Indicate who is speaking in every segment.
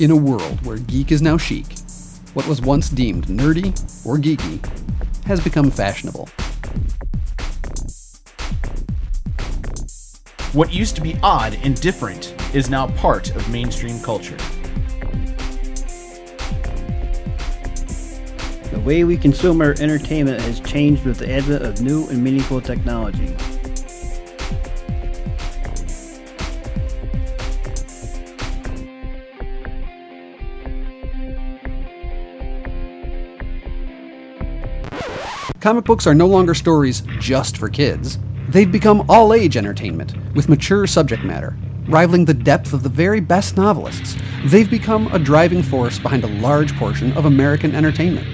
Speaker 1: In a world where geek is now chic, what was once deemed nerdy or geeky has become fashionable.
Speaker 2: What used to be odd and different is now part of mainstream culture.
Speaker 3: The way we consume our entertainment has changed with the advent of new and meaningful technology.
Speaker 1: Comic books are no longer stories just for kids. They've become all age entertainment with mature subject matter, rivaling the depth of the very best novelists. They've become a driving force behind a large portion of American entertainment.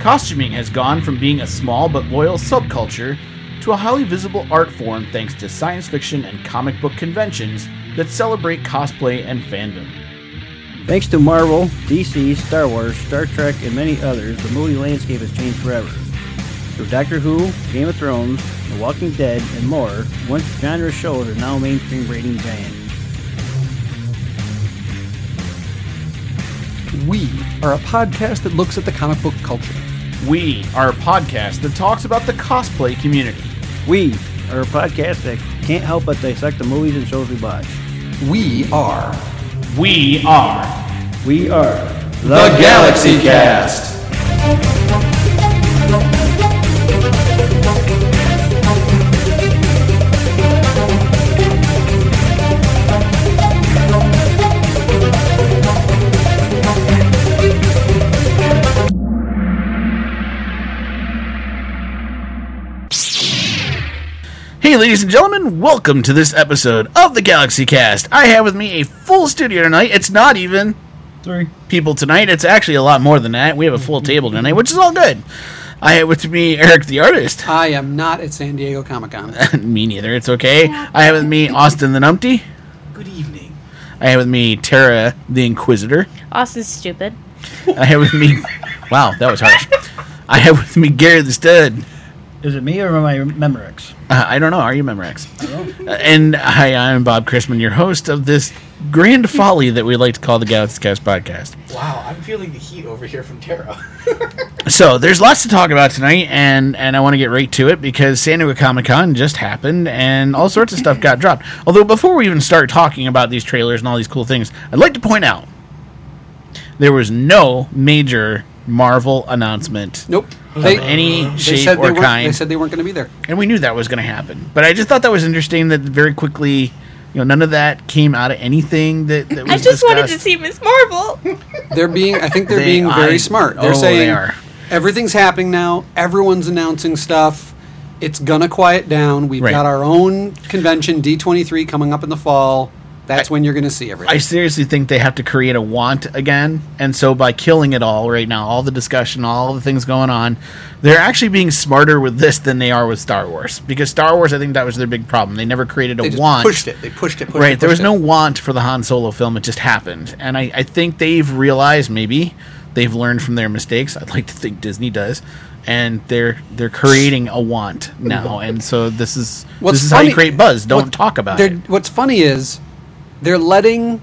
Speaker 2: Costuming has gone from being a small but loyal subculture to a highly visible art form thanks to science fiction and comic book conventions that celebrate cosplay and fandom.
Speaker 3: Thanks to Marvel, DC, Star Wars, Star Trek, and many others, the movie landscape has changed forever. Through Doctor Who, Game of Thrones, The Walking Dead, and more, once genre shows are now mainstream rating giants.
Speaker 1: We are a podcast that looks at the comic book culture.
Speaker 2: We are a podcast that talks about the cosplay community.
Speaker 3: We are a podcast that can't help but dissect the movies and shows we watch.
Speaker 1: We are
Speaker 2: We are
Speaker 3: We are
Speaker 2: the Galaxy Cast. Hey, ladies and gentlemen, welcome to this episode of the Galaxy Cast. I have with me a full studio tonight. It's not even
Speaker 3: Three.
Speaker 2: people tonight. It's actually a lot more than that. We have a full table tonight, which is all good. I have with me Eric the artist.
Speaker 1: I am not at San Diego Comic Con.
Speaker 2: me neither. It's okay. I have with me Austin the numpty. Good evening. I have with me Tara the inquisitor.
Speaker 4: Austin's stupid.
Speaker 2: I have with me. wow, that was harsh. I have with me Gary the stud.
Speaker 3: Is it me or am I Memorex?
Speaker 2: Uh, I don't know. Are you Memorex? Uh, and hi, I'm Bob Chrisman, your host of this grand folly that we like to call the Galaxy Cast podcast.
Speaker 5: Wow, I'm feeling the heat over here from Tara.
Speaker 2: So there's lots to talk about tonight, and and I want to get right to it because San Diego Comic Con just happened, and all sorts of stuff got dropped. Although before we even start talking about these trailers and all these cool things, I'd like to point out there was no major Marvel announcement
Speaker 1: Nope.
Speaker 2: of any shape
Speaker 1: said they
Speaker 2: or
Speaker 1: weren't- They
Speaker 2: kind,
Speaker 1: said they weren't going to be there.
Speaker 2: and we knew that was going to happen. But I just thought that was interesting that very quickly, you know, none of that came out of anything that, that was
Speaker 4: I just wanted to
Speaker 2: discussed.
Speaker 4: see Miss Marvel.
Speaker 1: They're being. I think they're
Speaker 2: They-
Speaker 1: being very
Speaker 2: I-
Speaker 1: smart. They're
Speaker 2: oh, they
Speaker 1: saying
Speaker 2: are.
Speaker 1: everything's happening now. Everyone's announcing stuff. It's gonna quiet down. We've
Speaker 2: Right.
Speaker 1: got our own convention D twenty three coming up in the fall. That's when you're gonna see everything.
Speaker 2: I seriously think they have to create a want again. And so by killing it all right now, all the discussion, all the things going on, they're actually being smarter with this than they are with Star Wars. Because Star Wars, I think that was their big problem. They never created a
Speaker 1: they just
Speaker 2: want.
Speaker 1: pushed it. They pushed it. Pushed
Speaker 2: right.
Speaker 1: It,
Speaker 2: there was
Speaker 1: pushed it.
Speaker 2: no want for the Han Solo film. It just happened. And I, I think they've realized maybe they've learned from their mistakes. I'd like to think Disney does. And they're they're creating a want now. And so this is
Speaker 1: What's
Speaker 2: this is how
Speaker 1: funny-
Speaker 2: you create buzz. Don't
Speaker 1: what-
Speaker 2: talk about
Speaker 1: they're-
Speaker 2: it.
Speaker 1: What's funny is they're letting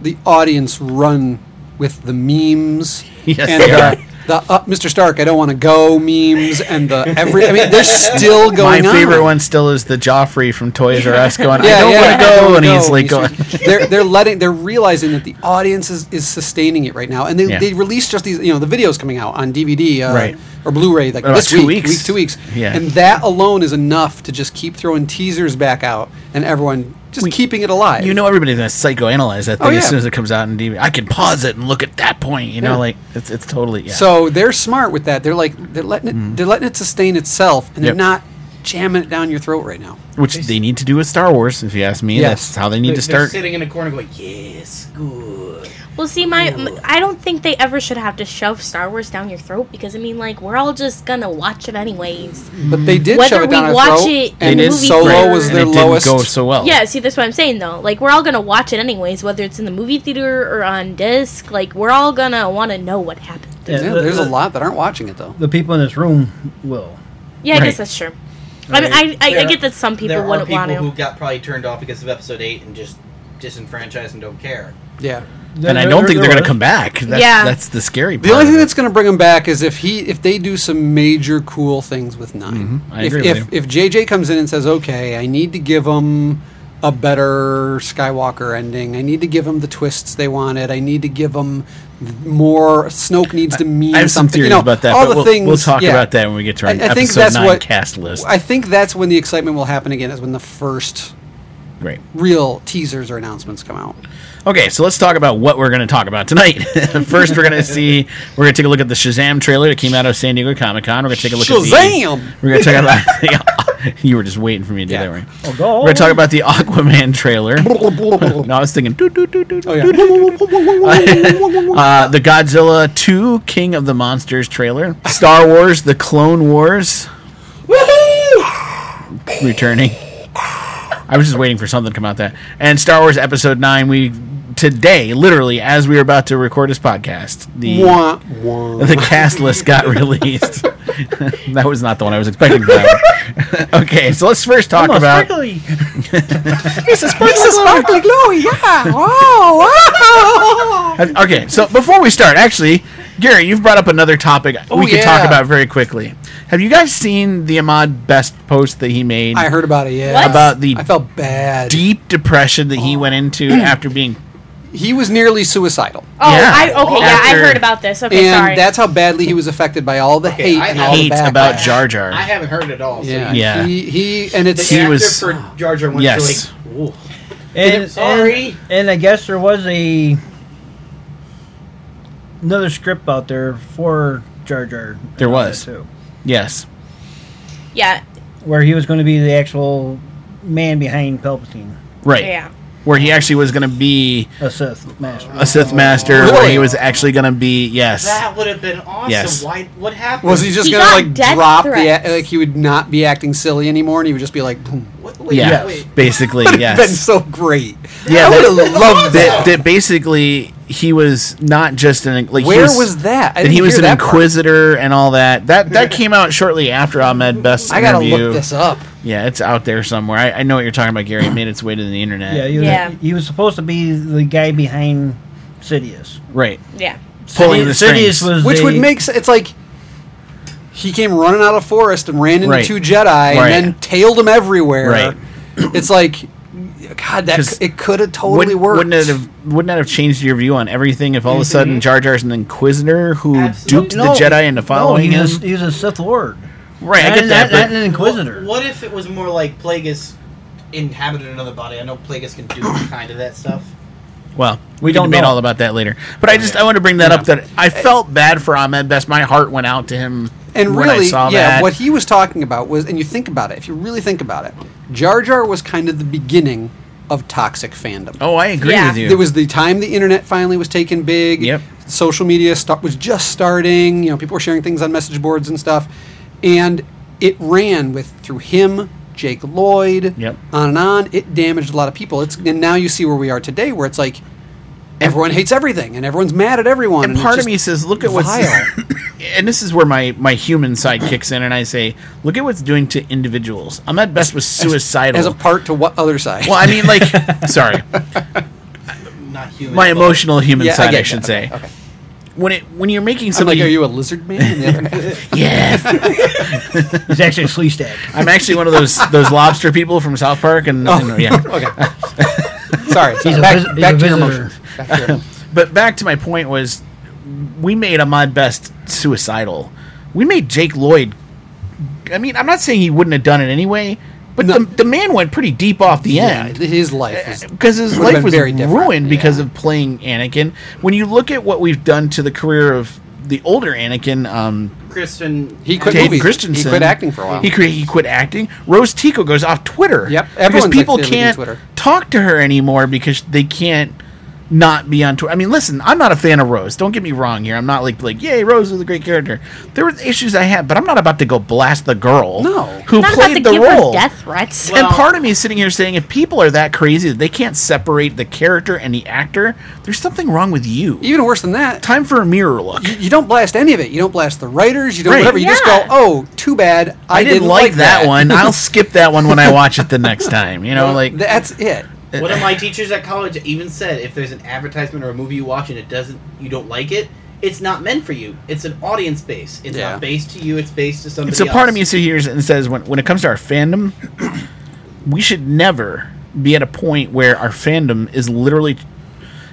Speaker 1: the audience run with the memes
Speaker 2: Yes,
Speaker 1: and
Speaker 2: they
Speaker 1: the,
Speaker 2: are.
Speaker 1: the uh, Mr. Stark, I don't want to go memes and the every. I mean, they're still
Speaker 2: My
Speaker 1: going.
Speaker 2: favorite
Speaker 1: on.
Speaker 2: one still is the Joffrey from Toys R Us going, I
Speaker 1: Yeah,
Speaker 2: don't
Speaker 1: yeah,
Speaker 2: want to
Speaker 1: I don't
Speaker 2: go.
Speaker 1: wanna
Speaker 2: And he's like,
Speaker 1: And
Speaker 2: going,
Speaker 1: he's- they're they're letting they're realizing that the audience is, is sustaining it right now, and they
Speaker 2: Yeah.
Speaker 1: they released just these you know the videos coming out on DVD uh,
Speaker 2: Right.
Speaker 1: or Blu-ray like
Speaker 2: About
Speaker 1: this
Speaker 2: two
Speaker 1: week,
Speaker 2: weeks.
Speaker 1: week two weeks,
Speaker 2: Yeah.
Speaker 1: and that alone is enough to just keep throwing teasers back out, and everyone just keeping it alive.
Speaker 2: you know, everybody's going to psychoanalyze that thing
Speaker 1: Oh, yeah.
Speaker 2: as soon as it comes out in DVD. I can pause it and look at that point. You know,
Speaker 1: Yeah.
Speaker 2: like, it's, it's totally, yeah. Mm-hmm.
Speaker 1: So they're smart with that. They're like they're letting it they're letting it sustain itself, and
Speaker 2: Yep.
Speaker 1: they're not jamming it down your throat right now.
Speaker 2: Which they need to do with Star Wars, if you ask me.
Speaker 1: Yes.
Speaker 2: That's how they need to
Speaker 5: They're
Speaker 2: start.
Speaker 5: sitting in a corner going, yes, good.
Speaker 4: Well, see, my m- I don't think they ever should have to shove Star Wars down your throat because I mean, like, we're all just gonna watch it anyways.
Speaker 1: But they did
Speaker 4: Mm-hmm. Whether
Speaker 1: shove it down
Speaker 4: we
Speaker 1: our
Speaker 4: watch
Speaker 1: throat,
Speaker 4: it in
Speaker 1: and
Speaker 4: the movie
Speaker 1: Solo
Speaker 4: theater-
Speaker 1: was
Speaker 2: and
Speaker 1: their
Speaker 2: it
Speaker 1: lowest.
Speaker 2: didn't go so well.
Speaker 4: Yeah, see, that's what I'm saying though. Like, we're all gonna watch it anyways, whether it's in the movie theater or on disc. Like, we're all gonna want to know what happened.
Speaker 1: yeah, there's a lot that aren't watching it though.
Speaker 3: The people in this room will.
Speaker 4: Yeah, I
Speaker 2: Right.
Speaker 4: guess that's true. I mean, I, I, I
Speaker 5: There-
Speaker 4: get that some people
Speaker 5: there are
Speaker 4: wouldn't
Speaker 5: people
Speaker 4: want to.
Speaker 5: who got probably turned off because of episode 8 and just disenfranchised and don't care.
Speaker 1: Yeah,
Speaker 2: and I
Speaker 3: there-
Speaker 2: don't think
Speaker 3: there
Speaker 2: they're going to
Speaker 3: was.
Speaker 2: come back. That's,
Speaker 4: Yeah.
Speaker 2: that's the scary part.
Speaker 1: The only
Speaker 2: of
Speaker 1: thing
Speaker 2: it.
Speaker 1: that's going to bring him back is if he if they do some major cool things with 9
Speaker 2: Mm-hmm. I
Speaker 1: if,
Speaker 2: agree
Speaker 1: if,
Speaker 2: with
Speaker 1: if JJ comes in and says, "Okay, I need to give him a better Skywalker ending. I need to give him the twists they wanted. I need to give him more. Snoke needs to mean
Speaker 2: I have some
Speaker 1: something.
Speaker 2: theories
Speaker 1: you know,
Speaker 2: about that.
Speaker 1: All
Speaker 2: but
Speaker 1: the
Speaker 2: we'll,
Speaker 1: things
Speaker 2: we'll talk
Speaker 1: yeah.
Speaker 2: about that when we get to our
Speaker 1: I- I think
Speaker 2: episode
Speaker 1: that's
Speaker 2: nine
Speaker 1: what-
Speaker 2: cast list.
Speaker 1: I think that's when the excitement will happen again. Is when the first
Speaker 2: Great.
Speaker 1: real teasers or announcements come out.
Speaker 2: Okay, so let's talk about what we're going to talk about tonight. First, we're going to see we're going to take a look at the Shazam trailer that came out of San Diego Comic Con. We're going to take a look
Speaker 1: Shazam!
Speaker 2: at the, We're going to talk about the, you were just waiting for me to do
Speaker 1: Yeah.
Speaker 2: that, right?
Speaker 3: Oh, go
Speaker 2: We're going to talk about the Aquaman trailer. no, I was thinking doo, doo, doo, doo,
Speaker 1: Oh
Speaker 2: doo, doo.
Speaker 1: yeah.
Speaker 2: Uh, the Godzilla 2 King of the Monsters trailer, Star Wars The Clone Wars returning. I was just waiting for something to come out that. And Star Wars Episode 9 we today literally as we were about to record this podcast, the
Speaker 1: Wah, wah.
Speaker 2: the cast list got released. that was not the one I was expecting. For that one. okay, so let's first talk about
Speaker 3: Sparkly.
Speaker 1: It's a sparkly glow, yeah. Wow, wow.
Speaker 2: Okay, so before we start, actually, Gary, you've brought up another topic we could talk
Speaker 1: Oh, yeah.
Speaker 2: about very quickly. Have you guys seen the Ahmad Best post that he made
Speaker 1: I heard about it, yeah.
Speaker 4: What?
Speaker 2: about the
Speaker 1: I felt bad.
Speaker 2: deep depression that
Speaker 1: Oh.
Speaker 2: he went into after being?
Speaker 1: He was nearly suicidal.
Speaker 4: Oh,
Speaker 2: Yeah.
Speaker 4: I okay, yeah, I
Speaker 2: After-
Speaker 4: heard about this. Okay,
Speaker 1: and
Speaker 4: sorry.
Speaker 1: that's how badly he was affected by all the hate
Speaker 5: I
Speaker 1: and all
Speaker 2: hate
Speaker 1: the backlash.
Speaker 2: about Jar Jar.
Speaker 5: I haven't heard it at all. So
Speaker 1: Yeah.
Speaker 5: you-
Speaker 2: Yeah.
Speaker 1: He, he and
Speaker 5: The
Speaker 1: it's
Speaker 2: He
Speaker 5: actor
Speaker 2: was-
Speaker 5: for Jar Jar went
Speaker 2: Yes.
Speaker 5: to like, Whoa.
Speaker 3: And,
Speaker 5: Sorry.
Speaker 3: And, and I guess there was a another script out there for Jar Jar. Uh,
Speaker 2: There was.
Speaker 3: too,
Speaker 2: Yes,
Speaker 4: yeah.
Speaker 3: where he was going to be the actual man behind Palpatine,
Speaker 2: right.
Speaker 4: Yeah.
Speaker 2: Where he actually was going to be
Speaker 3: a Sith master.
Speaker 2: a Sith Master, where
Speaker 1: Really?
Speaker 2: he was actually going to be yes.
Speaker 5: That would have been awesome.
Speaker 2: Yes.
Speaker 5: Why? What happened?
Speaker 1: was he just
Speaker 4: He
Speaker 1: gonna
Speaker 4: got
Speaker 1: like
Speaker 4: death
Speaker 1: drop
Speaker 4: threats.
Speaker 1: the like he would not be acting silly anymore and he would just be like boom.
Speaker 5: What, wait,
Speaker 2: yeah,
Speaker 5: wait.
Speaker 2: basically yes.
Speaker 1: been so great.
Speaker 2: yeah,
Speaker 1: I
Speaker 2: that-
Speaker 1: would have loved
Speaker 2: that,
Speaker 1: that.
Speaker 2: that basically he was not just an like he
Speaker 1: Where was that? I
Speaker 2: and he
Speaker 1: didn't
Speaker 2: was
Speaker 1: hear
Speaker 2: an
Speaker 1: that part.
Speaker 2: inquisitor and all that. That that came out shortly after Ahmed Best's
Speaker 1: I gotta
Speaker 2: interview.
Speaker 1: look this up.
Speaker 2: Yeah, it's out there somewhere. I, I know what you're talking about, Gary. It made its way to the internet.
Speaker 3: Yeah, he was,
Speaker 4: Yeah.
Speaker 3: he was supposed to be the guy behind Sidious.
Speaker 2: right.
Speaker 4: Yeah.
Speaker 2: Pulling the strings.
Speaker 3: Sidious was
Speaker 1: Which would
Speaker 3: the-
Speaker 1: make sense. It's like he came running out of forest and ran into
Speaker 2: Right.
Speaker 1: two Jedi
Speaker 2: Right.
Speaker 1: and then tailed them everywhere.
Speaker 2: Right.
Speaker 1: It's like, God, that
Speaker 2: 'Cause
Speaker 1: c- it could have totally
Speaker 2: Wouldn't,
Speaker 1: worked.
Speaker 2: wouldn't it have wouldn't that have changed your view on everything if all of a sudden Jar Jar's an inquisitor who
Speaker 5: Absolutely.
Speaker 2: duped the Jedi into following
Speaker 3: no, he
Speaker 2: him?
Speaker 3: Was, he was a Sith Lord.
Speaker 2: right, I
Speaker 3: Not
Speaker 2: get
Speaker 3: an-
Speaker 2: that.
Speaker 3: not-
Speaker 2: But
Speaker 3: not an Inquisitor.
Speaker 5: What, if it was more like Plagueis inhabited another body? I know Plagueis can do kind of that stuff.
Speaker 2: Well, we,
Speaker 3: don't
Speaker 2: don't debate
Speaker 3: know.
Speaker 2: all about that later. But I just I want to bring that up that I felt bad for Ahmed Best. My heart went out to him
Speaker 1: and
Speaker 2: when
Speaker 1: really,
Speaker 2: I saw
Speaker 1: yeah,
Speaker 2: that.
Speaker 1: what he was talking about was, and you think about it, if you really think about it, Jar Jar was kind of the beginning of toxic fandom.
Speaker 2: oh, I agree
Speaker 4: Yeah.
Speaker 2: with you.
Speaker 1: There was the time the internet finally was taken big.
Speaker 2: Yep.
Speaker 1: Social media sta- was just starting. You know, people were sharing things on message boards and stuff, and it ran with through him, Jake Lloyd,
Speaker 2: Yep.
Speaker 1: on and on. It damaged a lot of people. It's and now you see where we are today, where it's like everyone hates everything and everyone's mad at everyone.
Speaker 2: and
Speaker 1: it's
Speaker 2: part of
Speaker 1: just
Speaker 2: me says, look at what's
Speaker 1: vile.
Speaker 2: and this is where my my human side kicks in, and I say, look at what's doing to individuals. Ahmed Best was suicidal.
Speaker 1: as a part to what other side.
Speaker 2: well, I mean, like, sorry,
Speaker 5: Not human.
Speaker 2: my
Speaker 5: but-
Speaker 2: emotional human
Speaker 1: Yeah, I
Speaker 2: side,
Speaker 1: get
Speaker 2: I
Speaker 1: it.
Speaker 2: should
Speaker 1: Okay,
Speaker 2: say.
Speaker 1: okay.
Speaker 2: When it when you're
Speaker 1: I'm
Speaker 2: making
Speaker 1: like,
Speaker 2: somebody,
Speaker 1: are you a lizard man? And the other guy-
Speaker 2: yeah,
Speaker 3: He's actually a flea stag.
Speaker 2: I'm actually one of those those lobster people from South Park, and,
Speaker 1: Oh.
Speaker 2: and yeah,
Speaker 1: okay. Sorry, sorry.
Speaker 3: a
Speaker 1: back,
Speaker 3: vis- he's
Speaker 1: back
Speaker 3: a
Speaker 1: to your
Speaker 3: visitor.
Speaker 1: emotions. Back to your emotions.
Speaker 2: But back to my point was, we made Ahmad Best suicidal. We made Jake Lloyd. I mean, I'm not saying he wouldn't have done it anyway, but
Speaker 1: No.
Speaker 2: the, the man went pretty deep off the
Speaker 1: Yeah,
Speaker 2: end
Speaker 1: his life is
Speaker 2: because his
Speaker 1: would've
Speaker 2: life
Speaker 1: been
Speaker 2: was
Speaker 1: very different.
Speaker 2: ruined because
Speaker 1: Yeah.
Speaker 2: of playing Anakin. When you look at what we've done to the career of the older Anakin, um,
Speaker 5: Kristen.
Speaker 1: He quit
Speaker 2: Dave
Speaker 1: movies.
Speaker 2: Christensen,
Speaker 1: He quit acting for a while.
Speaker 2: He, cre- he quit acting. Rose Tico goes off Twitter.
Speaker 1: Yep,
Speaker 2: because
Speaker 1: everyone's, like,
Speaker 2: people
Speaker 1: deleting
Speaker 2: can't
Speaker 1: Twitter.
Speaker 2: talk to her anymore because they can't not be on Twitter. I mean, listen, I'm not a fan of Rose. Don't get me wrong here. I'm not like like, yay, Rose is a great character. There were issues I had, but I'm not about to go blast the girl
Speaker 1: No.
Speaker 2: who
Speaker 4: Not about to
Speaker 2: played the
Speaker 4: give
Speaker 2: role.
Speaker 4: her death threats.
Speaker 5: Well-
Speaker 2: and part of me is sitting here saying, if people are that crazy that they can't separate the character and the actor, there's something wrong with you.
Speaker 1: Even worse than that,
Speaker 2: Time for a mirror look.
Speaker 1: you don't blast any of it. You don't blast the writers. You don't
Speaker 2: Right.
Speaker 1: whatever. You just go,
Speaker 4: Yeah.
Speaker 1: oh, too bad. I,
Speaker 2: I didn't like that one. I'll skip that one when I watch it the next time. You know, like
Speaker 1: that's it.
Speaker 5: One of my teachers at college even said if there's an advertisement or a movie you watch and it doesn't, you don't like it, it's not meant for you. It's an audience base. It's
Speaker 1: Yeah.
Speaker 5: not based to you. It's based to somebody.
Speaker 2: so part of
Speaker 5: else.
Speaker 2: me is hears it and says when, when it comes to our fandom we should never be at a point where our fandom is literally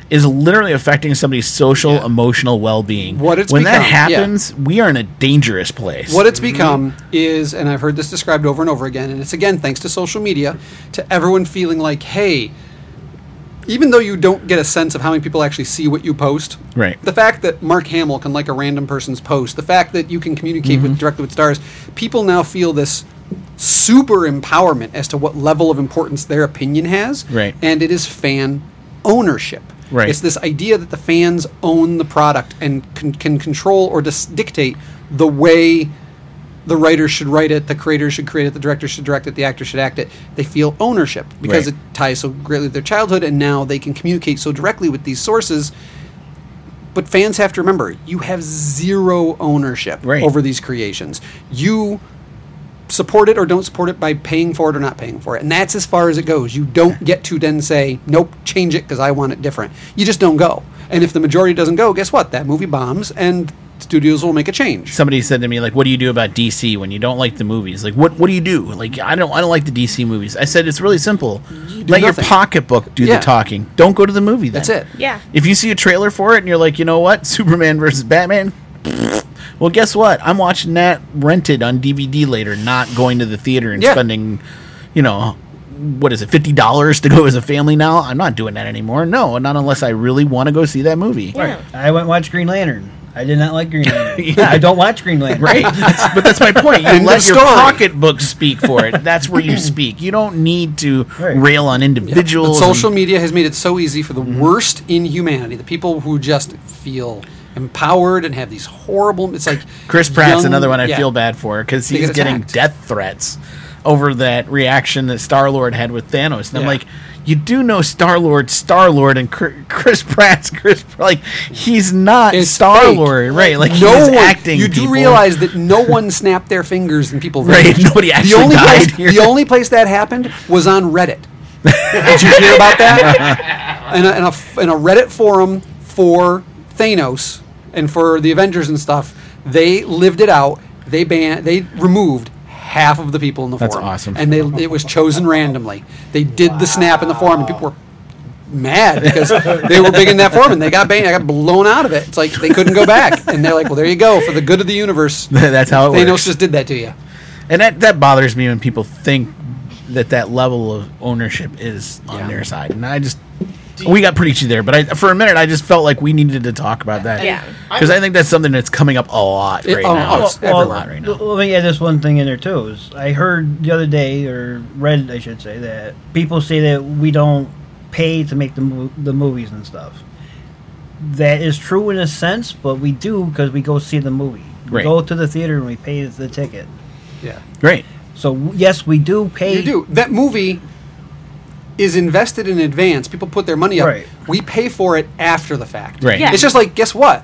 Speaker 2: is literally affecting somebody's social emotional well-being
Speaker 1: What it's
Speaker 2: when that
Speaker 1: become, yeah.
Speaker 2: happens we are in a dangerous place
Speaker 1: What it's become is, and I've heard this described over and over again, and it's again thanks to social media, to everyone feeling like, hey, even though you don't get a sense of how many people actually see what you post,
Speaker 2: Right.
Speaker 1: The fact that Mark Hamill can like a random person's post, the fact that you can communicate
Speaker 2: Mm-hmm.
Speaker 1: with directly with stars, people now feel this super empowerment as to what level of importance their opinion has,
Speaker 2: Right.
Speaker 1: And it is fan ownership,
Speaker 2: Right.
Speaker 1: It's this idea that the fans own the product and can, can control or dis- dictate the way the writer should write it, the creator should create it, the director should direct it, the actor should act it. They feel ownership because
Speaker 2: Right.
Speaker 1: it ties so greatly to their childhood, and now they can communicate so directly with these sources. But fans have to remember, you have zero ownership
Speaker 2: Right.
Speaker 1: over these creations. You support it or don't support it by paying for it or not paying for it. And that's as far as it goes. You don't get to then say, nope, change it because I want it different. You just don't go. And if the majority doesn't go, guess what? That movie bombs and studios will make a change.
Speaker 2: somebody said to me like what do you do about dc when you don't like the movies like what what do you do like i don't i don't like the dc movies i said it's really simple let your
Speaker 1: nothing.
Speaker 2: pocketbook do
Speaker 1: Yeah.
Speaker 2: the talking don't go to the movie then.
Speaker 1: That's it.
Speaker 4: Yeah.
Speaker 2: if you see a trailer for it and you're like you know what superman versus batman well guess what i'm watching that rented on dvd later not going to the theater and
Speaker 1: Yeah.
Speaker 2: spending you know what is it $50 to go as a family now i'm not doing that anymore no not unless i really want to go see that movie
Speaker 4: Yeah.
Speaker 3: I went and watched Green Lantern. I did not like Green Lantern.
Speaker 2: Yeah.
Speaker 3: I don't watch Green Lantern.
Speaker 2: Right, That's- but that's my point. You
Speaker 1: End
Speaker 2: let
Speaker 1: of
Speaker 2: your
Speaker 1: story.
Speaker 2: pocketbook speak for it. That's where you speak. You don't need to
Speaker 3: Right.
Speaker 2: rail on
Speaker 1: But
Speaker 2: individuals.
Speaker 1: social
Speaker 2: and-
Speaker 1: media has made it so easy for the
Speaker 2: Mm-hmm.
Speaker 1: worst in humanity, the people who just feel empowered and have these horrible. It's like
Speaker 2: Chris Pratt's
Speaker 1: young-
Speaker 2: another one I
Speaker 1: yeah.
Speaker 2: feel bad for because
Speaker 1: They
Speaker 2: he's
Speaker 1: get
Speaker 2: getting
Speaker 1: attacked.
Speaker 2: death threats over that reaction that Star Lord had with Thanos. And I'm
Speaker 1: Yeah.
Speaker 2: like, you do know Star Lord, Star Lord, and Chr- Chris Pratt's Chris. Like he's not
Speaker 1: It's
Speaker 2: Star
Speaker 1: fake.
Speaker 2: Lord, right? Like
Speaker 1: no
Speaker 2: he's
Speaker 1: one,
Speaker 2: acting.
Speaker 1: You do
Speaker 2: people.
Speaker 1: realize that no one snapped their fingers and people.
Speaker 2: Right,
Speaker 1: vanished.
Speaker 2: nobody actually
Speaker 1: the only
Speaker 2: died
Speaker 1: place,
Speaker 2: here.
Speaker 1: The only place that happened was on Reddit. Did you hear about that? in, a, in, a, in a Reddit forum for Thanos and for the Avengers and stuff, they lived it out. They banned. They removed half of the people in the
Speaker 2: That's
Speaker 1: forum.
Speaker 2: awesome.
Speaker 1: And they it was chosen randomly. They did the snap in the forum, and people were mad because they were big in that forum and they got banned. I got blown out of it. It's like they couldn't go back. And they're like, well, there you go for the good of the universe.
Speaker 2: That's how it
Speaker 1: Thanos
Speaker 2: works.
Speaker 1: just did that to you.
Speaker 2: And that, that bothers me when people think that that level of ownership is on
Speaker 1: Yeah.
Speaker 2: their side. And I just, we got preachy there, but I, for a minute, I just felt like we needed to talk about that.
Speaker 4: Yeah.
Speaker 2: Because I think that's something that's coming up a lot
Speaker 1: It-
Speaker 2: right
Speaker 1: oh,
Speaker 2: now.
Speaker 1: oh, it's
Speaker 2: a
Speaker 1: everywhere.
Speaker 2: lot right now.
Speaker 3: l- Let me add this one thing in there too. Is I heard the other day, or read, I should say, that people say that we don't pay to make the mo- the movies and stuff. That is true in a sense, but we do because we go see the movie. We
Speaker 2: Right.
Speaker 3: go to the theater and we pay the ticket.
Speaker 1: Yeah.
Speaker 2: Great.
Speaker 3: So w- yes, we do pay.
Speaker 1: You do. That movie is invested in advance. People put their money up.
Speaker 3: Right.
Speaker 1: We pay for it after the fact.
Speaker 2: Right.
Speaker 4: Yeah.
Speaker 1: It's just like, guess what?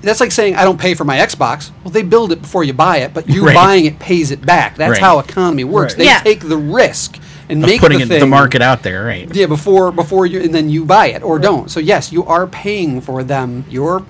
Speaker 1: That's like saying I don't pay for my Xbox. Well, they build it before you buy it, but you
Speaker 2: Right.
Speaker 1: buying it pays it back. That's
Speaker 2: Right.
Speaker 1: how economy works.
Speaker 3: Right.
Speaker 1: They
Speaker 4: Yeah.
Speaker 1: take the risk and
Speaker 2: Of
Speaker 1: make
Speaker 2: putting
Speaker 1: the,
Speaker 2: it,
Speaker 1: thing,
Speaker 2: the market out there, right?
Speaker 1: Yeah, before before you and then you buy it or don't. So yes, you are paying for them. You're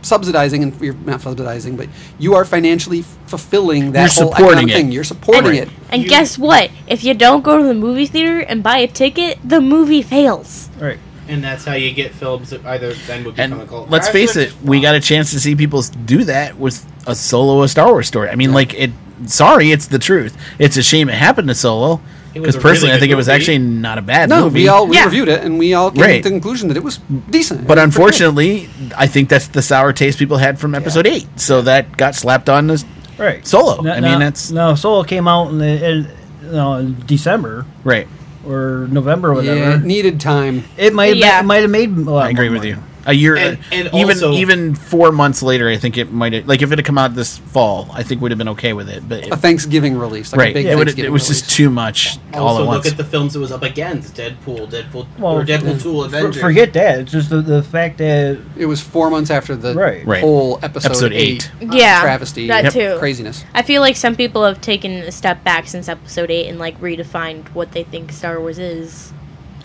Speaker 1: subsidizing and you're not subsidizing, but you are financially fulfilling that
Speaker 2: You're
Speaker 1: whole
Speaker 2: supporting
Speaker 1: economic
Speaker 2: it.
Speaker 1: thing. You're supporting
Speaker 4: And,
Speaker 1: it.
Speaker 4: and guess what? If you don't go to the movie theater and buy a ticket, the movie fails.
Speaker 3: Right.
Speaker 5: and that's how you get films that either then would become a
Speaker 2: And
Speaker 5: cult.
Speaker 2: let's
Speaker 5: classic
Speaker 2: face it, we got a chance to see people s- do that with a solo a Star Wars story. I mean, like it. Sorry, it's the truth. It's a shame it happened to Solo.
Speaker 5: It was
Speaker 2: Because
Speaker 5: a really
Speaker 2: personally, I
Speaker 5: good
Speaker 2: think it was
Speaker 5: movie.
Speaker 2: actually not a bad
Speaker 1: No,
Speaker 2: movie.
Speaker 1: we all we
Speaker 4: Yeah.
Speaker 1: reviewed it and we all came
Speaker 2: Right.
Speaker 1: to the conclusion that it was decent.
Speaker 2: But
Speaker 1: It was pretty good.
Speaker 2: unfortunately, I think that's the sour taste people had from episode eight. So that got slapped on as
Speaker 3: Right.
Speaker 2: Solo.
Speaker 3: No-
Speaker 2: I
Speaker 3: no-
Speaker 2: mean, that's
Speaker 3: no Solo came out in, the, in, you know, in December
Speaker 2: right.
Speaker 3: or November or whatever.
Speaker 1: yeah, it needed time.
Speaker 3: It might have
Speaker 4: Yeah.
Speaker 3: might have made. a lot
Speaker 2: I agree
Speaker 3: more
Speaker 2: with you.
Speaker 3: money.
Speaker 2: A year, uh,
Speaker 5: And- and
Speaker 2: even
Speaker 5: also-
Speaker 2: even four months later, I think it might have, like if it had come out this fall, I think we'd have been okay with it. But it,
Speaker 1: A Thanksgiving release, like a
Speaker 2: right,
Speaker 1: big
Speaker 2: it, would,
Speaker 1: Thanksgiving
Speaker 2: it was
Speaker 1: release.
Speaker 2: just too much all
Speaker 5: Also,
Speaker 2: at
Speaker 5: look
Speaker 2: once.
Speaker 5: at the films it was up against: Deadpool, Deadpool,
Speaker 3: Well, uh,
Speaker 5: or Deadpool
Speaker 1: yeah.
Speaker 5: Two,
Speaker 3: For,
Speaker 5: Avengers.
Speaker 3: forget that. It's just the, the fact that
Speaker 1: It was four months after the
Speaker 3: Right.
Speaker 2: Right.
Speaker 1: whole episode,
Speaker 2: Episode
Speaker 1: eight.
Speaker 4: Yeah,
Speaker 1: travesty,
Speaker 4: that
Speaker 1: and
Speaker 4: too.
Speaker 1: craziness.
Speaker 4: I feel like some people have taken a step back since episode 8 and like redefined what they think Star Wars is.